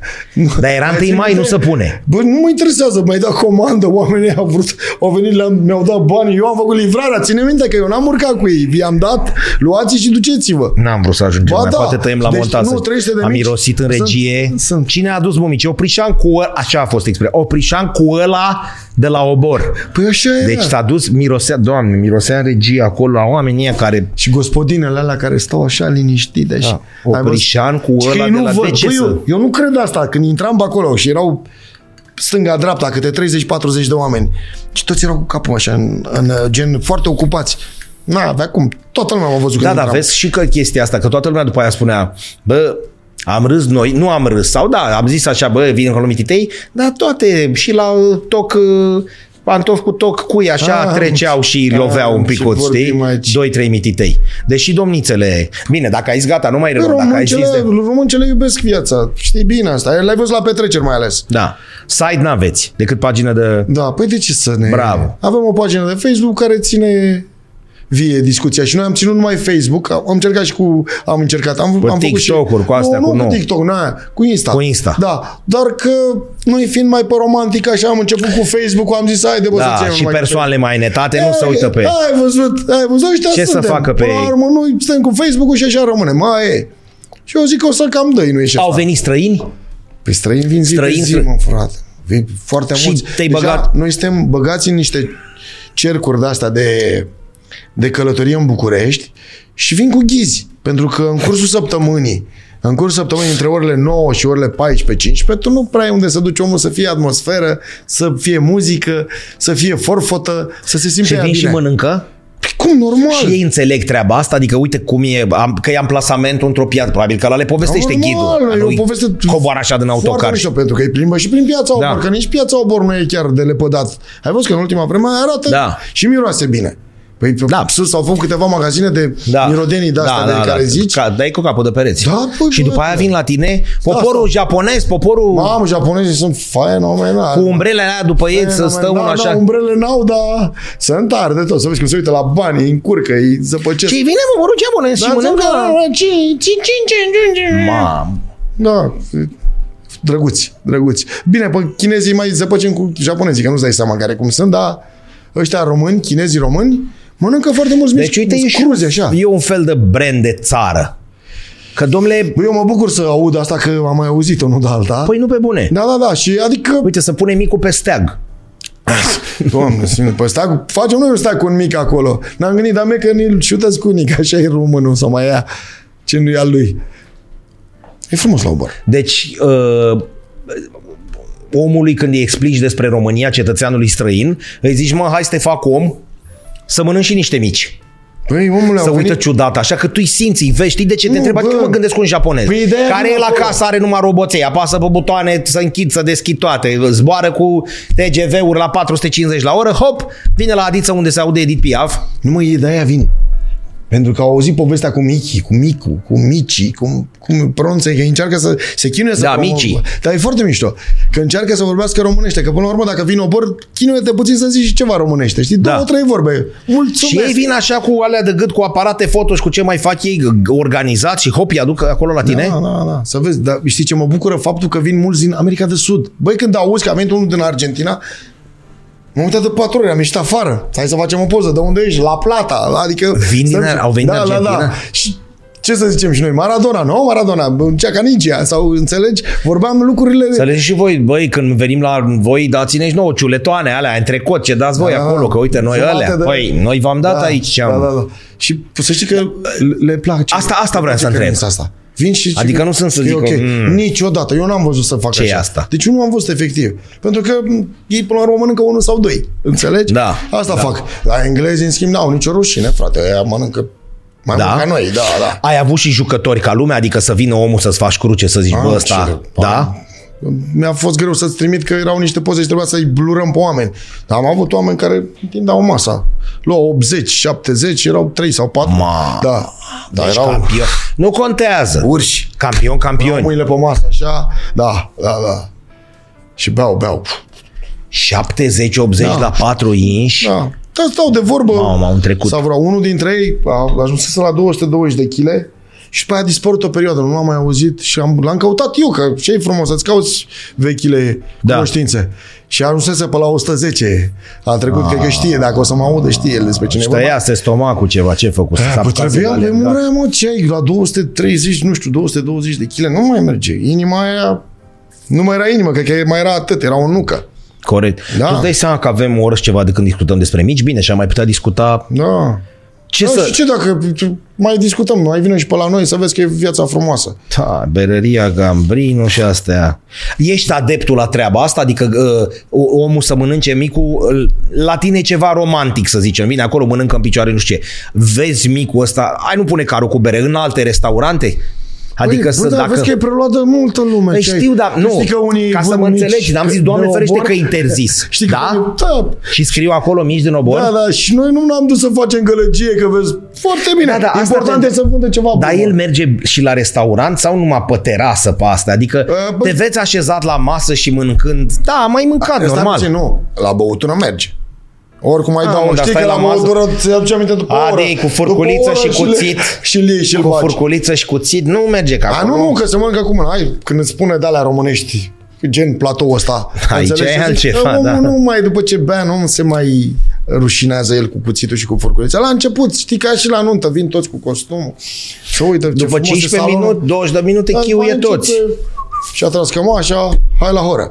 Speaker 1: Dar era întâi mai, nu se pune.
Speaker 2: Bă, nu mă interesează, mai da comandă, oamenii au vrut, au venit, la, mi-au dat bani, eu am făcut livrarea, ține minte că eu n-am urcat cu ei, i-am dat, luați și duceți-vă.
Speaker 1: N-am vrut să ajungem
Speaker 2: Ba
Speaker 1: mai.
Speaker 2: da.
Speaker 1: Poate tăiem la
Speaker 2: Deci,
Speaker 1: montaj.
Speaker 2: nu, 300 de
Speaker 1: Am
Speaker 2: mici.
Speaker 1: mirosit în
Speaker 2: Sunt-
Speaker 1: regie.
Speaker 2: sunt.
Speaker 1: Cine a adus mumici? Oprișan cu ăla, așa a fost expresia. Oprișan cu ăla de la obor.
Speaker 2: Păi așa era.
Speaker 1: Deci s-a dus, mirosea, doamne, mirosea în regie acolo la oamenii ăia care
Speaker 2: Și gospodinele alea care stau așa liniștite
Speaker 1: Da,
Speaker 2: și... Ai văzut?
Speaker 1: Oprișan cu
Speaker 2: Și că
Speaker 1: ăla
Speaker 2: ei
Speaker 1: de
Speaker 2: nu
Speaker 1: la
Speaker 2: văd.
Speaker 1: de ce
Speaker 2: Băi,
Speaker 1: să...
Speaker 2: eu, eu nu cred asta. Când intram pe acolo și erau stânga-dreapta, câte 30-40 de oameni. Și toți erau cu capul așa, în, în uh, gen foarte ocupați. Na, avea cum. Toată lumea m-a văzut
Speaker 1: Da,
Speaker 2: când
Speaker 1: da,
Speaker 2: intram.
Speaker 1: vezi și că chestia asta, că toată lumea după aia spunea, bă, am râs noi, nu am râs, sau da, am zis așa, bă, vin colomititei, dar toate, și la uh, toc, uh, pantof cu toc cui, așa,
Speaker 2: Ah,
Speaker 1: treceau și
Speaker 2: ah,
Speaker 1: loveau un
Speaker 2: și
Speaker 1: picut,
Speaker 2: vorbim
Speaker 1: știi?
Speaker 2: aici.
Speaker 1: Doi, trei mititei. Deși domnițele, bine, dacă ai zis gata, nu mai rău, dacă ai
Speaker 2: Româncele,
Speaker 1: zis de...
Speaker 2: româncele iubesc viața. Știi bine asta. L-ai văzut la petreceri mai ales.
Speaker 1: Da, site n-aveți, decât pagina de...
Speaker 2: Da, păi de ce să ne...
Speaker 1: Bravo.
Speaker 2: Avem o pagină de Facebook care ține vie discuția și noi am ținut numai Facebook, am încercat și cu, am încercat, am,
Speaker 1: Cu
Speaker 2: am făcut și...
Speaker 1: TikTok-uri, cu astea,
Speaker 2: nu,
Speaker 1: cu
Speaker 2: nu,
Speaker 1: nou.
Speaker 2: cu TikTok, na, cu Insta.
Speaker 1: Cu Insta.
Speaker 2: Da, dar că noi fiind mai pe romantic așa am început cu Facebook, am zis, haide bă, să
Speaker 1: Da,
Speaker 2: ținem
Speaker 1: și
Speaker 2: numai
Speaker 1: persoanele mai netate nu se uită pe
Speaker 2: ei.
Speaker 1: ei.
Speaker 2: Ai văzut, ai văzut, ăștia
Speaker 1: Ce să
Speaker 2: suntem.
Speaker 1: facă pe
Speaker 2: Până la
Speaker 1: ei?
Speaker 2: urmă, noi stăm cu Facebook-ul și așa rămânem, mai e. Și eu zic că o să cam dăi, nu e
Speaker 1: Au venit străini?
Speaker 2: Păi străini vin zi
Speaker 1: Străini,
Speaker 2: de zi,
Speaker 1: stră-
Speaker 2: mă, frate. Vin foarte
Speaker 1: Și
Speaker 2: mulți.
Speaker 1: te-ai
Speaker 2: Deja
Speaker 1: băgat-
Speaker 2: Noi suntem băgați în niște cercuri de-astea de, de călătorie în București și vin cu ghizi. Pentru că în cursul săptămânii, în cursul săptămânii, între orele 9 și orele 14-15, tu nu prea ai unde să duci omul să fie atmosferă, să fie muzică, să fie forfotă, să se simte
Speaker 1: Și
Speaker 2: ea
Speaker 1: vin
Speaker 2: bine.
Speaker 1: și mănâncă?
Speaker 2: Păi cum, normal.
Speaker 1: Și ei înțeleg treaba asta, adică uite cum e, am, că e amplasamentul într-o piață, probabil că la le povestește
Speaker 2: Normal,
Speaker 1: ghidul.
Speaker 2: e
Speaker 1: Nu
Speaker 2: o poveste
Speaker 1: coboară așa din
Speaker 2: Foarte
Speaker 1: autocar.
Speaker 2: mișto, pentru că îi plimbă și prin piața
Speaker 1: Da.
Speaker 2: Obor, că nici piața Obor nu e chiar de lepădat. Ai văzut că în ultima vreme arată
Speaker 1: Da.
Speaker 2: și miroase bine. Păi pe
Speaker 1: Da.
Speaker 2: da. sus au fost câteva magazine de da. mirodenii de astea da, de care zici.
Speaker 1: Ca, dai cu capul de pereți.
Speaker 2: Da, păi,
Speaker 1: și după
Speaker 2: bă,
Speaker 1: aia vin la tine poporul japonez, poporul
Speaker 2: Mamă, japonezii sunt fenomenali.
Speaker 1: cu umbrele alea după ei să stă unul
Speaker 2: da,
Speaker 1: așa.
Speaker 2: Da, umbrele n-au, dar sunt tare de tot. Să vezi cum se uită la bani, îi încurcă, îi zăpăcesc.
Speaker 1: Și vine poporul japonez și
Speaker 2: Da,
Speaker 1: mănâncă.
Speaker 2: da,
Speaker 1: Mamă.
Speaker 2: da, drăguți, drăguți. Bine, pe chinezii mai zăpăcim cu japonezii, că nu-ți dai seama care cum sunt, dar ăștia români, chinezii români, mănâncă foarte mulți mici
Speaker 1: Deci uite,
Speaker 2: mici
Speaker 1: ești, Păi,
Speaker 2: cruze, așa.
Speaker 1: e un fel de brand de țară. Că domnule,
Speaker 2: Bă, eu mă bucur să aud asta, că am mai auzit unul de alta.
Speaker 1: păi nu pe bune.
Speaker 2: Da, da, da, și adică,
Speaker 1: Uite, să pune micul pe steag. Păi-
Speaker 2: doamne, sfinte, pe stac, facem noi un stac cu un mic acolo. N-am gândit, dar mie că ne-l șutăți cu unic, așa e românul, să mai ia ce nu e al lui. E frumos la obor.
Speaker 1: Deci, uh, omului când îi explici despre România, cetățeanului străin, îi zici, mă, hai să te fac om, să mănânci și niște mici.
Speaker 2: Păi, omule,
Speaker 1: să
Speaker 2: am
Speaker 1: uită
Speaker 2: venit-
Speaker 1: ciudat, așa că tu îi simți, îi vezi, știi de ce te
Speaker 2: Nu,
Speaker 1: întreba?
Speaker 2: bă.
Speaker 1: Eu mă gândesc cu un japonez,
Speaker 2: Păi, de-aia
Speaker 1: care
Speaker 2: vin
Speaker 1: e la
Speaker 2: acolo.
Speaker 1: casă, are numai roboței, apasă pe butoane, să închid, să deschid toate, zboară cu TGV-uri la 450 la oră, hop, vine la Adiță unde se aude Edith Piaf,
Speaker 2: Nu mă, ei de-aia vin. Pentru că au auzit povestea cu Michi, cu Micu, cu Mici, cum, cum pronunță, că încearcă să se chinuie să
Speaker 1: Da,
Speaker 2: promovă.
Speaker 1: Mici.
Speaker 2: Dar e foarte mișto. Că încearcă să vorbească românește, că până la urmă dacă vin obor, chinuie-te puțin să zici și ceva românește, știi?
Speaker 1: Da.
Speaker 2: Două, trei vorbe. Mulțumesc.
Speaker 1: Și ei vin așa cu alea de gât, cu aparate foto și cu ce mai fac ei, g- organizat și hop, îi aduc acolo la tine.
Speaker 2: Da, da, da. Să vezi, dar știi ce mă bucură? Faptul că vin mulți din America de Sud. Băi, când auzi că a venit unul din Argentina, M-am uitat de patru ori, am ieșit afară. Hai să facem o poză. De unde ești? La Plata. Adică...
Speaker 1: Vin din-
Speaker 2: stăm-
Speaker 1: au venit din Argentina?
Speaker 2: da, Și ce să zicem și noi? Maradona, nu? Maradona, Ceaca Ninja, sau înțelegi? Vorbeam lucrurile...
Speaker 1: Să le zici și voi, băi, când venim la voi, dați-ne și nouă ciuletoane alea, entrecot, ce dați voi
Speaker 2: Da,
Speaker 1: acolo, că uite, noi
Speaker 2: jumate
Speaker 1: alea,
Speaker 2: de-
Speaker 1: păi, noi v-am dat aici ce
Speaker 2: da,
Speaker 1: am.
Speaker 2: da, da. Și să știi că le place.
Speaker 1: Asta- asta vreau
Speaker 2: Le
Speaker 1: să
Speaker 2: place
Speaker 1: întreb.
Speaker 2: credința Asta. Vin și,
Speaker 1: Adică nu sunt să
Speaker 2: e
Speaker 1: zic,
Speaker 2: ok.
Speaker 1: "Mm."
Speaker 2: Niciodată. Eu n-am văzut să fac
Speaker 1: Ce e
Speaker 2: așa.
Speaker 1: asta?
Speaker 2: Deci eu nu am văzut efectiv. Pentru că m, ei până la urmă mănâncă unul sau doi. Înțelegi?
Speaker 1: Da.
Speaker 2: Asta
Speaker 1: Da.
Speaker 2: fac. La englezi, în schimb, n-au nicio rușine, frate. Aia mănâncă mai
Speaker 1: Da?
Speaker 2: mult ca noi. Da, da.
Speaker 1: Ai avut și jucători ca lumea, adică să vină omul să-ți faci cruce, să zici, bă,
Speaker 2: Am
Speaker 1: ăsta,
Speaker 2: și-
Speaker 1: da?
Speaker 2: am- Mi-a fost greu să-ți trimit că erau niște poze și trebuia să-i blurăm pe oameni. Dar am avut oameni care dau masa. Luau 80, 70, erau 3 sau 4.
Speaker 1: Ma.
Speaker 2: Da. Da,
Speaker 1: Deci
Speaker 2: erau
Speaker 1: campion. Nu contează.
Speaker 2: urși.
Speaker 1: Campion,
Speaker 2: Pun
Speaker 1: campion.
Speaker 2: mâinile pe masă, așa. Da, da, da. Și beau, beau.
Speaker 1: 70-80
Speaker 2: Da.
Speaker 1: la 4 inși.
Speaker 2: Da. Dar stau de vorbă.
Speaker 1: Mamă, au trecut.
Speaker 2: Sau vreau. Unul dintre ei a ajunsese la 220 de kg și pe aia a dispărut o perioadă, nu l-am mai auzit și am, l-am căutat eu, că ce e frumos, să-ți cauți vechile
Speaker 1: Da.
Speaker 2: da. cunoștințe. Și ajunsese pe la 110. A trecut, cred că
Speaker 1: Ah.
Speaker 2: știe, dacă o să mă audă, știe el despre cine
Speaker 1: Și
Speaker 2: e vorba.
Speaker 1: tăiase stomacul ceva, ce făcut?
Speaker 2: Da, Păi trebuia, le
Speaker 1: da.
Speaker 2: murea, mă, ce ai, la 230, nu știu, 220 de kg, nu mai merge. Inima aia, nu mai era inimă, cred că mai era atât, era o nucă.
Speaker 1: Corect. Da.
Speaker 2: Da.
Speaker 1: Tu îți dai seama că avem o oră și ceva de când discutăm despre mici, bine, și am mai putea discuta
Speaker 2: Da.
Speaker 1: ce
Speaker 2: da
Speaker 1: să...
Speaker 2: Și ce dacă mai discutăm, mai vine și pe la noi să vezi că e viața frumoasă.
Speaker 1: Da, berăria, gambrinu și astea. Ești adeptul la treaba asta? Adică uh, omul să mănânce micul, uh, la tine e ceva romantic, să zicem. Vine acolo, mănâncă în picioare, nu știu ce. Vezi micul ăsta, ai nu pune carul cu bere, în alte restaurante? Adică
Speaker 2: Păi,
Speaker 1: să,
Speaker 2: bă, dar
Speaker 1: dacă...
Speaker 2: vezi că e preluat de multă lume.
Speaker 1: Păi
Speaker 2: ce ai-
Speaker 1: știu, dar nu,
Speaker 2: Știi că unii
Speaker 1: ca să
Speaker 2: vând
Speaker 1: mă
Speaker 2: mici
Speaker 1: înțelegi, dar am zis,
Speaker 2: de
Speaker 1: Doamne
Speaker 2: obor.
Speaker 1: ferește că interzis.
Speaker 2: Știi că
Speaker 1: Da?
Speaker 2: unii- da,
Speaker 1: Și scriu acolo mici din obor?
Speaker 2: da, da, și noi nu ne-am dus să facem gălăgie, că vezi, foarte bine.
Speaker 1: Da, da, asta
Speaker 2: Important
Speaker 1: te-
Speaker 2: e să vândă ceva
Speaker 1: Dar
Speaker 2: bun.
Speaker 1: el merge și la restaurant sau numai pe terasă pe asta? Adică
Speaker 2: Uh, bă-
Speaker 1: te veți așezat la masă și mâncând? Da, am mai mâncat,
Speaker 2: Stai
Speaker 1: normal.
Speaker 2: puțin, nu, la băutură merge. Oricum ai
Speaker 1: Ah, mă,
Speaker 2: dau,
Speaker 1: dar
Speaker 2: știi
Speaker 1: stai
Speaker 2: că
Speaker 1: la
Speaker 2: la
Speaker 1: masă.
Speaker 2: băutură ți aduce aminte după o oră.
Speaker 1: Adi, cu furculiță
Speaker 2: După o oră
Speaker 1: și cuțit.
Speaker 2: Și le, și le iei și-l
Speaker 1: cu
Speaker 2: faci.
Speaker 1: furculiță și cuțit nu merge ca
Speaker 2: A,
Speaker 1: acolo.
Speaker 2: nu, nu, că se mănâncă cu mâna. Hai, când îți spune de alea românești, gen platou ăsta.
Speaker 1: Aici
Speaker 2: înțelegi?
Speaker 1: e
Speaker 2: Și zici,
Speaker 1: altceva,
Speaker 2: omul
Speaker 1: da.
Speaker 2: nu mai, după ce bea, nu se mai rușinează el cu cuțitul și cu furculița. La început, știi, ca și la nuntă, vin toți cu costumul. Și uite, ce
Speaker 1: După
Speaker 2: frumos e
Speaker 1: 15
Speaker 2: salonul.
Speaker 1: minute, 20 de minute,
Speaker 2: Dar
Speaker 1: chiuie
Speaker 2: mai
Speaker 1: toți.
Speaker 2: începe Și a tras cămașa, hai la horă.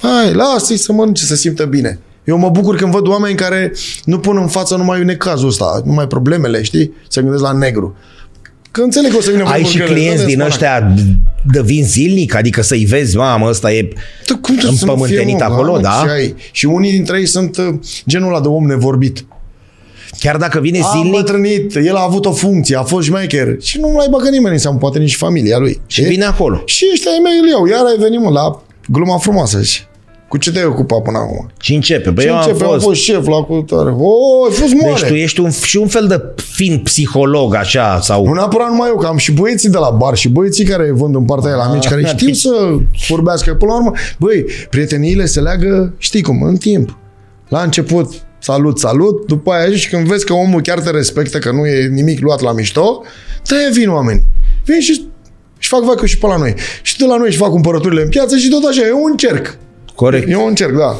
Speaker 2: Hai, lasă-i să mănânce, să simtă bine. Eu mă bucur când văd oameni care nu pun în față numai necazul ăsta, numai problemele, știi? Se gândesc la negru. Că înțeleg că o să vină
Speaker 1: Ai
Speaker 2: vremuri
Speaker 1: și
Speaker 2: grele,
Speaker 1: clienți
Speaker 2: dă-te
Speaker 1: din
Speaker 2: spanac.
Speaker 1: ăștia de vin zilnic? Adică să-i vezi, mamă, ăsta e...
Speaker 2: Dar cum trebuie să nu fie,
Speaker 1: împământenit
Speaker 2: mă,
Speaker 1: acolo,
Speaker 2: oameni,
Speaker 1: da?
Speaker 2: Și, ai, și unii dintre ei sunt uh, genul ăla de om nevorbit.
Speaker 1: Chiar dacă vine
Speaker 2: A
Speaker 1: zilnic
Speaker 2: îmbătrânit, el a avut o funcție, a fost șmecher și nu mai bagă nimeni în seamă, poate nici familia lui.
Speaker 1: și vine acolo.
Speaker 2: Și ăștia ai mei îl iau. Iar ai venit, mă, la gluma frumoasă. Și cu ce te-ai ocupat până acum?
Speaker 1: Și începe. Băi,
Speaker 2: Ce
Speaker 1: Păi eu am
Speaker 2: începe? Am
Speaker 1: fost.
Speaker 2: fost șef la cultare. O, ai fost mare.
Speaker 1: Deci tu ești un, și un fel de fin psiholog, așa,
Speaker 2: Nu
Speaker 1: sau...
Speaker 2: neapărat numai eu, că am și băieții de la bar și băieții care vând în partea aia la mici, care
Speaker 1: Ah,
Speaker 2: știu să vorbească. Până la urmă, băi, prieteniile se leagă, știi cum, în timp. La început, salut, salut, după aia și când vezi că omul chiar te respectă, că nu e nimic luat la mișto, te vin oameni. Vin și și fac vacă și pe la noi. Și de la noi și fac cumpărăturile în piață și tot așa, e un cerc.
Speaker 1: Corect,
Speaker 2: E un cerc, da.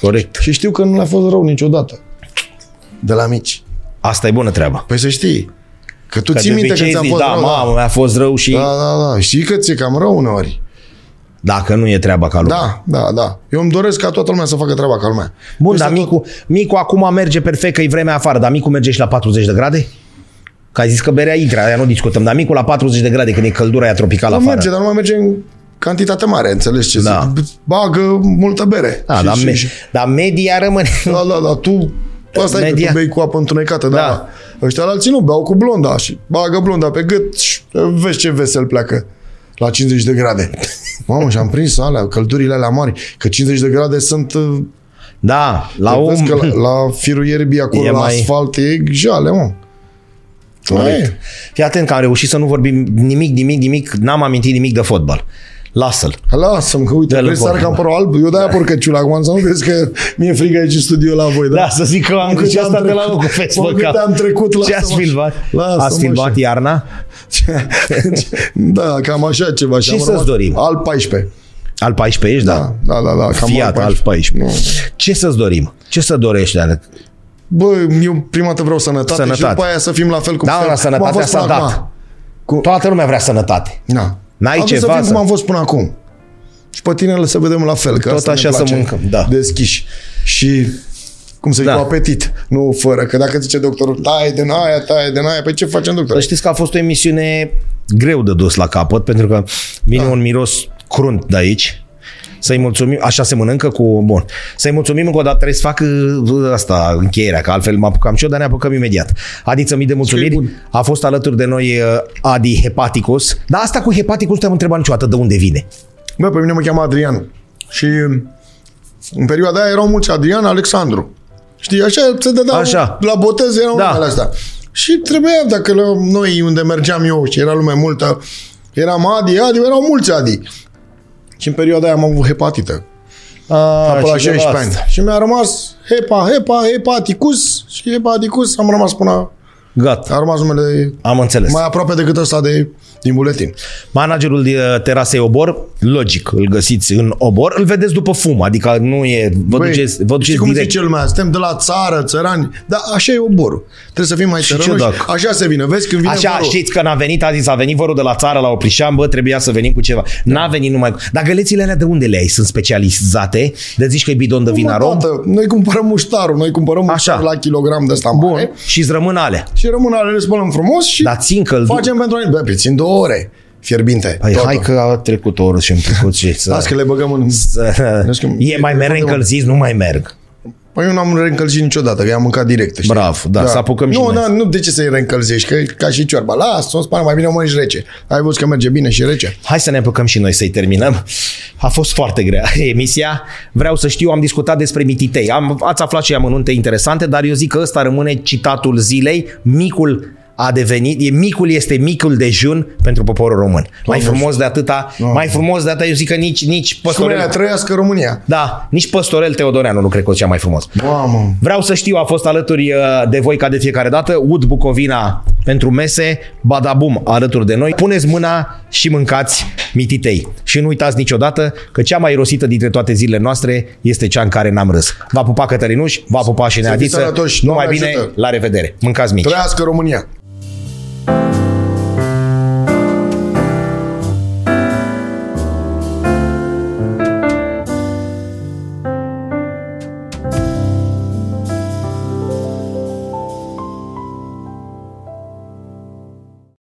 Speaker 1: corect.
Speaker 2: Și știu că nu le-a fost rău niciodată. De la mici.
Speaker 1: Asta e bună treaba.
Speaker 2: Păi să știi. Că tu
Speaker 1: Că
Speaker 2: ții
Speaker 1: de
Speaker 2: minte că
Speaker 1: obicei
Speaker 2: ți-a
Speaker 1: zici,
Speaker 2: fost
Speaker 1: da,
Speaker 2: rău.
Speaker 1: mamă, mi-a fost rău și...
Speaker 2: Da, da, da. Știi că ți-e cam rău uneori.
Speaker 1: Dacă nu e treaba ca lumea.
Speaker 2: Da, da, da. Eu îmi doresc ca toată lumea să facă treaba ca lumea.
Speaker 1: Bun,
Speaker 2: Peste
Speaker 1: dar
Speaker 2: tot-
Speaker 1: micu, micu acum merge perfect că e vremea afară, dar micu merge și la 40 de grade? Că ai zis că berea intră, aia nu discutăm, dar micul la 40 de grade când e căldura aia tropicală
Speaker 2: Nu
Speaker 1: afară.
Speaker 2: merge, da, dar nu mai merge în cantitate mare, înțelegi ce
Speaker 1: Da.
Speaker 2: zic? Bagă multă bere.
Speaker 1: Da,
Speaker 2: Și-
Speaker 1: dar,
Speaker 2: și-
Speaker 1: me-
Speaker 2: și-
Speaker 1: dar media rămâne...
Speaker 2: da, da, da, tu Asta e
Speaker 1: Media.
Speaker 2: că tu bei cu apă întunecată, da.
Speaker 1: Da.
Speaker 2: da. Ăștia la alții nu, beau cu blonda și bagă blonda pe gât și ă, vezi ce vesel pleacă la 50 de grade. Mamă, și am prins alea, căldurile alea mari, că 50 de grade sunt... uh,
Speaker 1: Da, la om.
Speaker 2: Vezi că la, la firul ierbii acolo,
Speaker 1: E
Speaker 2: e la
Speaker 1: mai-
Speaker 2: mai... asfalt, e jale, mă.
Speaker 1: Corect.
Speaker 2: Aia e.
Speaker 1: Fii atent că am reușit să nu vorbim nimic, nimic, nimic, n-am amintit nimic de fotbal. Lasă-l.
Speaker 2: Lasă-mă, că uite,
Speaker 1: Dă-l
Speaker 2: vrei să
Speaker 1: în
Speaker 2: arăt ca
Speaker 1: formă. Da.
Speaker 2: părul alb? Eu de-aia porcăciul acum, să nu crezi că mi-e frică aici în studio la voi, da?
Speaker 1: Da, să zic că am
Speaker 2: Oricât
Speaker 1: zis asta de la
Speaker 2: trecut-
Speaker 1: locul Facebook.
Speaker 2: oricât
Speaker 1: că-
Speaker 2: am trecut,
Speaker 1: Ce
Speaker 2: lasă-mă
Speaker 1: ați
Speaker 2: așa.
Speaker 1: filmat?
Speaker 2: Lasă-mă
Speaker 1: Ați filmat
Speaker 2: așa.
Speaker 1: iarna?
Speaker 2: da, cam așa ceva. Și
Speaker 1: Ce
Speaker 2: am
Speaker 1: să-ți
Speaker 2: rămas
Speaker 1: dorim?
Speaker 2: Al 14.
Speaker 1: Al 14 ești, da.
Speaker 2: Da, da, da, da cam
Speaker 1: Fiat, al 14.
Speaker 2: Nu.
Speaker 1: Ce să-ți dorim? Ce să dorești, Dan?
Speaker 2: Bă, eu prima dată vreau sănătate, și
Speaker 1: Sănătate.
Speaker 2: după aia să fim la fel cum
Speaker 1: Da,
Speaker 2: suntem.
Speaker 1: la
Speaker 2: Cum am
Speaker 1: sănătatea
Speaker 2: fost
Speaker 1: s-a
Speaker 2: până
Speaker 1: dat.
Speaker 2: acum.
Speaker 1: Cu... Toată lumea vrea sănătate.
Speaker 2: Na.
Speaker 1: N-ai
Speaker 2: Da. Am vrut
Speaker 1: ceva
Speaker 2: să fim
Speaker 1: să-
Speaker 2: cum am fost până acum. Și pe tine să vedem la fel. Că
Speaker 1: Tot
Speaker 2: asta ne
Speaker 1: așa să
Speaker 2: place.
Speaker 1: mâncăm, da.
Speaker 2: Deschiși. Și cum să zic,
Speaker 1: Da.
Speaker 2: da. cu apetit, nu fără. Că dacă zice doctorul, taie din aia, taie din aia, păi ce facem,
Speaker 1: Să
Speaker 2: doctor?
Speaker 1: știți că a fost o emisiune greu de dus la capăt, pentru că vine un miros crunt de aici. Să-i mulțumim, așa se mănâncă cu, bun, să-i mulțumim încă o dată, trebuie să fac uh, asta, încheierea, că altfel mă apucam și eu, dar ne apucăm imediat. Adiță, mii de mulțumiri,
Speaker 2: bun.
Speaker 1: a fost alături de noi uh, Adi Hepaticus, dar asta cu Hepaticus nu te-am întrebat niciodată de unde vine.
Speaker 2: Bă, pe mine mă cheamă Adrian. Și în perioada aia erau mulți Adrian, Alexandru. Știi, așa se dădeau
Speaker 1: Așa.
Speaker 2: la botez, erau
Speaker 1: Da.
Speaker 2: da. numele astea. Și trebuia, dacă la noi unde mergeam eu și era lumea multă, eram Adi, Adi, erau mulți Adi. Și în perioada aia am avut hepatită.
Speaker 1: A,
Speaker 2: Până la 16 ani. Și mi-a rămas hepa, hepa, hepaticus și hepaticus am rămas până...
Speaker 1: Gata,
Speaker 2: A rămas numele
Speaker 1: am înțeles.
Speaker 2: mai aproape decât ăsta de, din buletin.
Speaker 1: Managerul de uh, terasei Obor, logic, îl găsiți în Obor, îl vedeți după fum, adică nu e, vă
Speaker 2: Băi,
Speaker 1: duceți, vă
Speaker 2: știi
Speaker 1: duceți
Speaker 2: cum
Speaker 1: direct.
Speaker 2: zice lumea? Suntem de la țară, țărani, dar așa e oborul. Trebuie să fim mai
Speaker 1: Și
Speaker 2: țărănoși.
Speaker 1: ce dacă?
Speaker 2: Așa se vine. Vezi când vine
Speaker 1: Așa,
Speaker 2: vorul.
Speaker 1: știți că n-a venit, a zis, a venit vorul de la țară la Oprișan, bă, trebuia să venim cu ceva.
Speaker 2: Da.
Speaker 1: N-a venit numai cu... Dar gălețile alea de unde le ai? Sunt specializate? De zici că e bidon de vin
Speaker 2: Mă,
Speaker 1: arom?
Speaker 2: tată, Noi cumpărăm muștarul, noi cumpărăm muștarul la kilogram de ăsta mare
Speaker 1: Și îți rămân alea.
Speaker 2: și rămân ale le spălăm frumos și
Speaker 1: Dar țin că
Speaker 2: facem pentru noi. Bă, păi, țin două ore fierbinte.
Speaker 1: Păi,
Speaker 2: Toată.
Speaker 1: hai că a trecut o oră și am trecut și
Speaker 2: Las
Speaker 1: să...
Speaker 2: că le băgăm în... Las că-
Speaker 1: E mai mereu
Speaker 2: foarte
Speaker 1: încălzit, nu mai merg.
Speaker 2: Păi eu n-am reîncălzit niciodată, că i-am mâncat direct. Știi?
Speaker 1: Bravo, da, să apucăm și
Speaker 2: nu,
Speaker 1: noi.
Speaker 2: da, nu, de ce să-i reîncălzești, că e ca și ciorba. Lasă, o spală, mai bine o mănânci rece. Ai văzut că merge bine și rece.
Speaker 1: Hai să ne apucăm și noi să-i terminăm. A fost foarte grea emisia. Vreau să știu, am discutat despre mititei. Am, ați aflat și amănunte interesante, dar eu zic că ăsta rămâne citatul zilei. Micul a devenit, e, micul este micul dejun pentru poporul român. Mai frumos de atâta, mai frumos de atâta, eu zic că nici, nici
Speaker 2: Cum era,
Speaker 1: păstorel,
Speaker 2: trăiască România.
Speaker 1: da, nici păstorel Teodoreanu nu cred că o cea mai frumos.
Speaker 2: Mamă.
Speaker 1: Vreau să știu, a fost alături uh, de voi ca de fiecare dată, Ud Bucovina pentru mese, Badabum alături de noi. Puneți mâna și mâncați mititei. Și nu uitați niciodată că cea mai rosită dintre toate zilele noastre este cea în care n-am râs. Va pupa Cătălinuș, va pupa și
Speaker 2: fiți
Speaker 1: Neadiță.
Speaker 2: sănătoși,
Speaker 1: Numai
Speaker 2: Doamne
Speaker 1: bine,
Speaker 2: ajută!
Speaker 1: la revedere. Mâncați mici.
Speaker 2: Trăiască România.